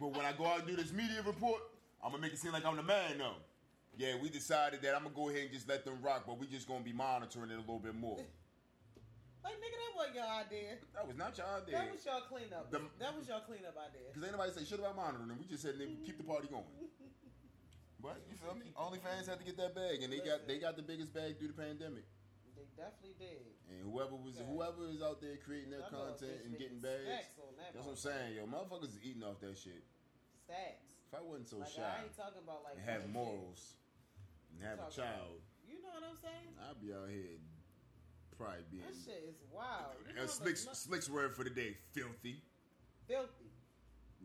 Speaker 3: but when I go out and do this media report, I'm gonna make it seem like I'm the man though. Yeah, we decided that I'm gonna go ahead and just let them rock, but we just gonna be monitoring it a little bit more.
Speaker 2: like nigga, that wasn't your idea.
Speaker 3: That was not your idea.
Speaker 2: That was your cleanup.
Speaker 3: The-
Speaker 2: that was your cleanup idea.
Speaker 3: Because ain't nobody say shit about monitoring them. We just said nigga, keep the party going. But you feel me? OnlyFans had to get that bag, and they got they got the biggest bag through the pandemic.
Speaker 2: They definitely did.
Speaker 3: And whoever was whoever is out there creating their
Speaker 2: I know a
Speaker 3: content
Speaker 2: bitch
Speaker 3: and getting
Speaker 2: making
Speaker 3: bags,
Speaker 2: Stacks on that.
Speaker 3: that's what I'm
Speaker 2: motherfucker.
Speaker 3: saying, yo. Motherfuckers is eating off that shit.
Speaker 2: Stacks.
Speaker 3: If I wasn't so
Speaker 2: like
Speaker 3: shy
Speaker 2: I ain't talking about like
Speaker 3: and have
Speaker 2: bullshit.
Speaker 3: morals and have a
Speaker 2: Talking
Speaker 3: child,
Speaker 2: You know what I'm saying?
Speaker 3: I'd be out here probably being.
Speaker 2: That shit is wild.
Speaker 3: Uh, Slick's, Slick's word for the day, filthy.
Speaker 2: Filthy.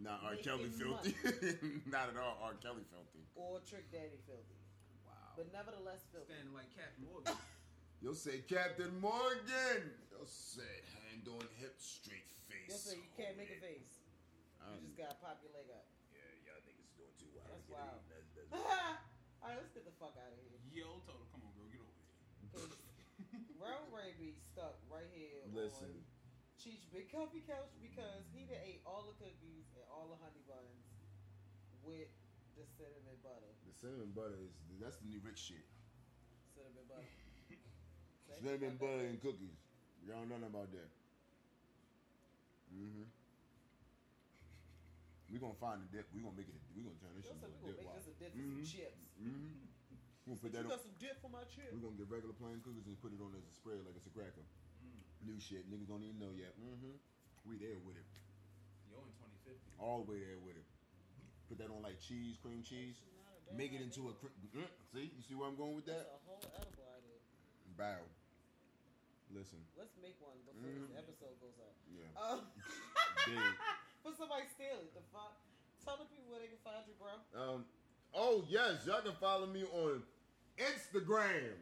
Speaker 3: Nah, R.
Speaker 2: Making
Speaker 3: Kelly filthy. Not at all, R. Kelly filthy.
Speaker 2: Or Trick Daddy filthy.
Speaker 3: Wow.
Speaker 2: But nevertheless filthy.
Speaker 5: Standing like Captain Morgan.
Speaker 3: You'll say Captain Morgan. You'll say hand on hip, straight face.
Speaker 2: Yo, so you can't make a
Speaker 3: hold it.
Speaker 2: face. You
Speaker 3: I'm-
Speaker 2: just gotta pop your leg up.
Speaker 3: Yeah, y'all niggas doing too wild.
Speaker 2: That's
Speaker 3: Get it.
Speaker 2: wild.
Speaker 3: That's- that's-
Speaker 2: Alright, let's get the fuck out of here.
Speaker 5: Yo, Toto, come on, bro, get over here.
Speaker 2: Cause Ron Ray be stuck right here
Speaker 3: Listen.
Speaker 2: on Cheech Big Coffee Couch because he done ate all the cookies and all the honey buns with the cinnamon butter.
Speaker 3: The cinnamon butter is that's the new rich shit.
Speaker 2: Cinnamon butter. Say
Speaker 3: Cinnamon
Speaker 2: nothing.
Speaker 3: butter and cookies. Y'all know nothing about that. Mm-hmm. We gonna find a dip. We gonna make it. A, we gonna turn this
Speaker 2: Yo,
Speaker 3: shit
Speaker 2: so
Speaker 3: into a
Speaker 2: we gonna
Speaker 3: dip.
Speaker 2: make
Speaker 3: Wow.
Speaker 2: this a dip for
Speaker 3: Mhm.
Speaker 2: some chips.
Speaker 3: Mm-hmm. We gonna put
Speaker 2: You
Speaker 3: that.
Speaker 2: got
Speaker 3: On,
Speaker 2: some dip for my chips.
Speaker 3: we gonna get regular plain cookies and put it on as a spread like it's a cracker.
Speaker 2: Mm.
Speaker 3: New shit. Niggas don't even know yet. Mm-hmm. We there with it.
Speaker 5: Yo, in 2050.
Speaker 3: All the way there with it. Put that on like cheese, cream cheese. Make it into a. Cr- mm See, you see where I'm going with
Speaker 2: That's
Speaker 3: that?
Speaker 2: a whole edible idea.
Speaker 3: bow. Listen,
Speaker 2: Let's make one before
Speaker 3: Mhm.
Speaker 2: this episode goes up.
Speaker 3: yeah,
Speaker 2: Um,
Speaker 3: big.
Speaker 2: for somebody steal it, the fuck. Tell the people where they can find you, bro.
Speaker 3: Um, oh yes, y'all can follow me on Instagram.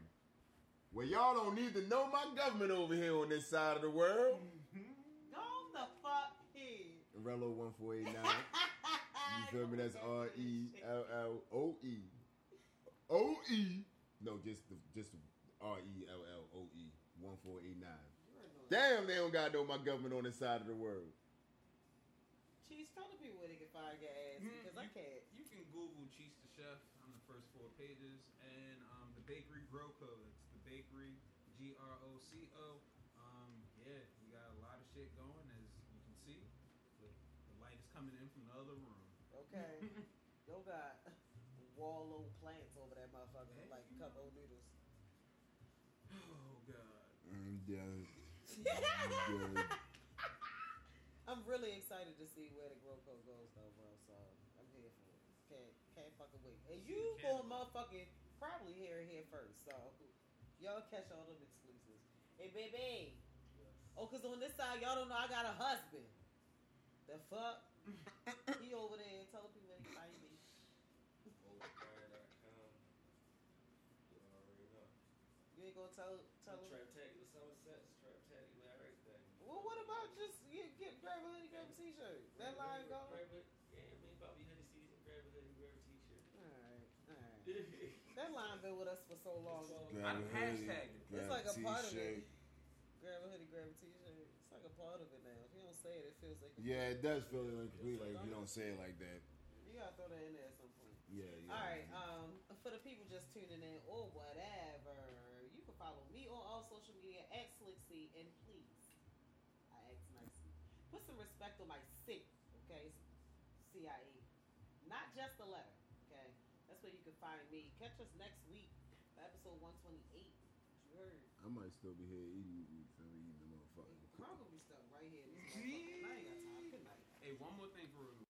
Speaker 3: Where y'all don't need to know my government over here on this side of the world.
Speaker 2: Go the fuck here.
Speaker 3: Rello one four eight nine. You feel me? That's R E L L O E. O E. No, just the just R E L L O E. One four eight nine. Damn, they don't got no my government on this side of the world.
Speaker 2: Cheese, tell the people where they can find your ass
Speaker 5: Mhm.
Speaker 2: because I can't.
Speaker 5: You can Google Cheese the Chef on the first four pages, and um, the Bakery Grow Code. It's the Bakery G R O C E O. Um, yeah, we got a lot of shit going, as you can see. The, the light is coming in from the other room.
Speaker 2: Okay. Yo got wallow plants over that motherfucker
Speaker 5: Hey.
Speaker 2: like couple noodles.
Speaker 5: oh God.
Speaker 3: I'm dead. Mm,
Speaker 2: I'm really excited to see where the Groco goes though, bro. So I'm here for it. Can't can't fucking wait. And you
Speaker 5: Can't
Speaker 2: going motherfucking probably here here first. So y'all catch all them exclusives. Hey baby. Oh, cause on this side y'all don't know I got a husband. The fuck? he over there telling people that he find me.
Speaker 6: Oldfire.com. You already know.
Speaker 2: You ain't gonna tell tell him.
Speaker 6: Trap Taggy with Somerset, Trap Taggy with everything.
Speaker 2: Well, what about just get, get grab a hoodie, grab a t-shirt? That line go. All
Speaker 6: Grab it- Yeah, me and Bobby Honey season, grab a hoodie, grab a t-shirt.
Speaker 2: right, all right. That line been with us for so long.
Speaker 5: I done hashtagged it.
Speaker 2: It's like a part of it. Grab a hoodie, grab a t-shirt. It's like a part of it now. If you don't say it, it feels like. a
Speaker 3: Yeah,
Speaker 2: part.
Speaker 3: it does feel like complete. Like if you don't say it like that.
Speaker 2: You gotta throw that in there at some point.
Speaker 3: Yeah. yeah.
Speaker 2: All right. Um, for the people just tuning in or whatever, you can follow me on all social media at Slicksy, and please, I ask nicely, put some respect on my C, okay? C I E, not just the letter, okay? That's where you can find me. Catch us next week for episode one twenty eight.
Speaker 3: I
Speaker 2: uh,
Speaker 3: might still be here eating, you feel me, eating the motherfucker.
Speaker 2: I'm gonna be stuck right here. in this motherfucker. I ain't got time. Good night.
Speaker 5: Hey, one more thing for real.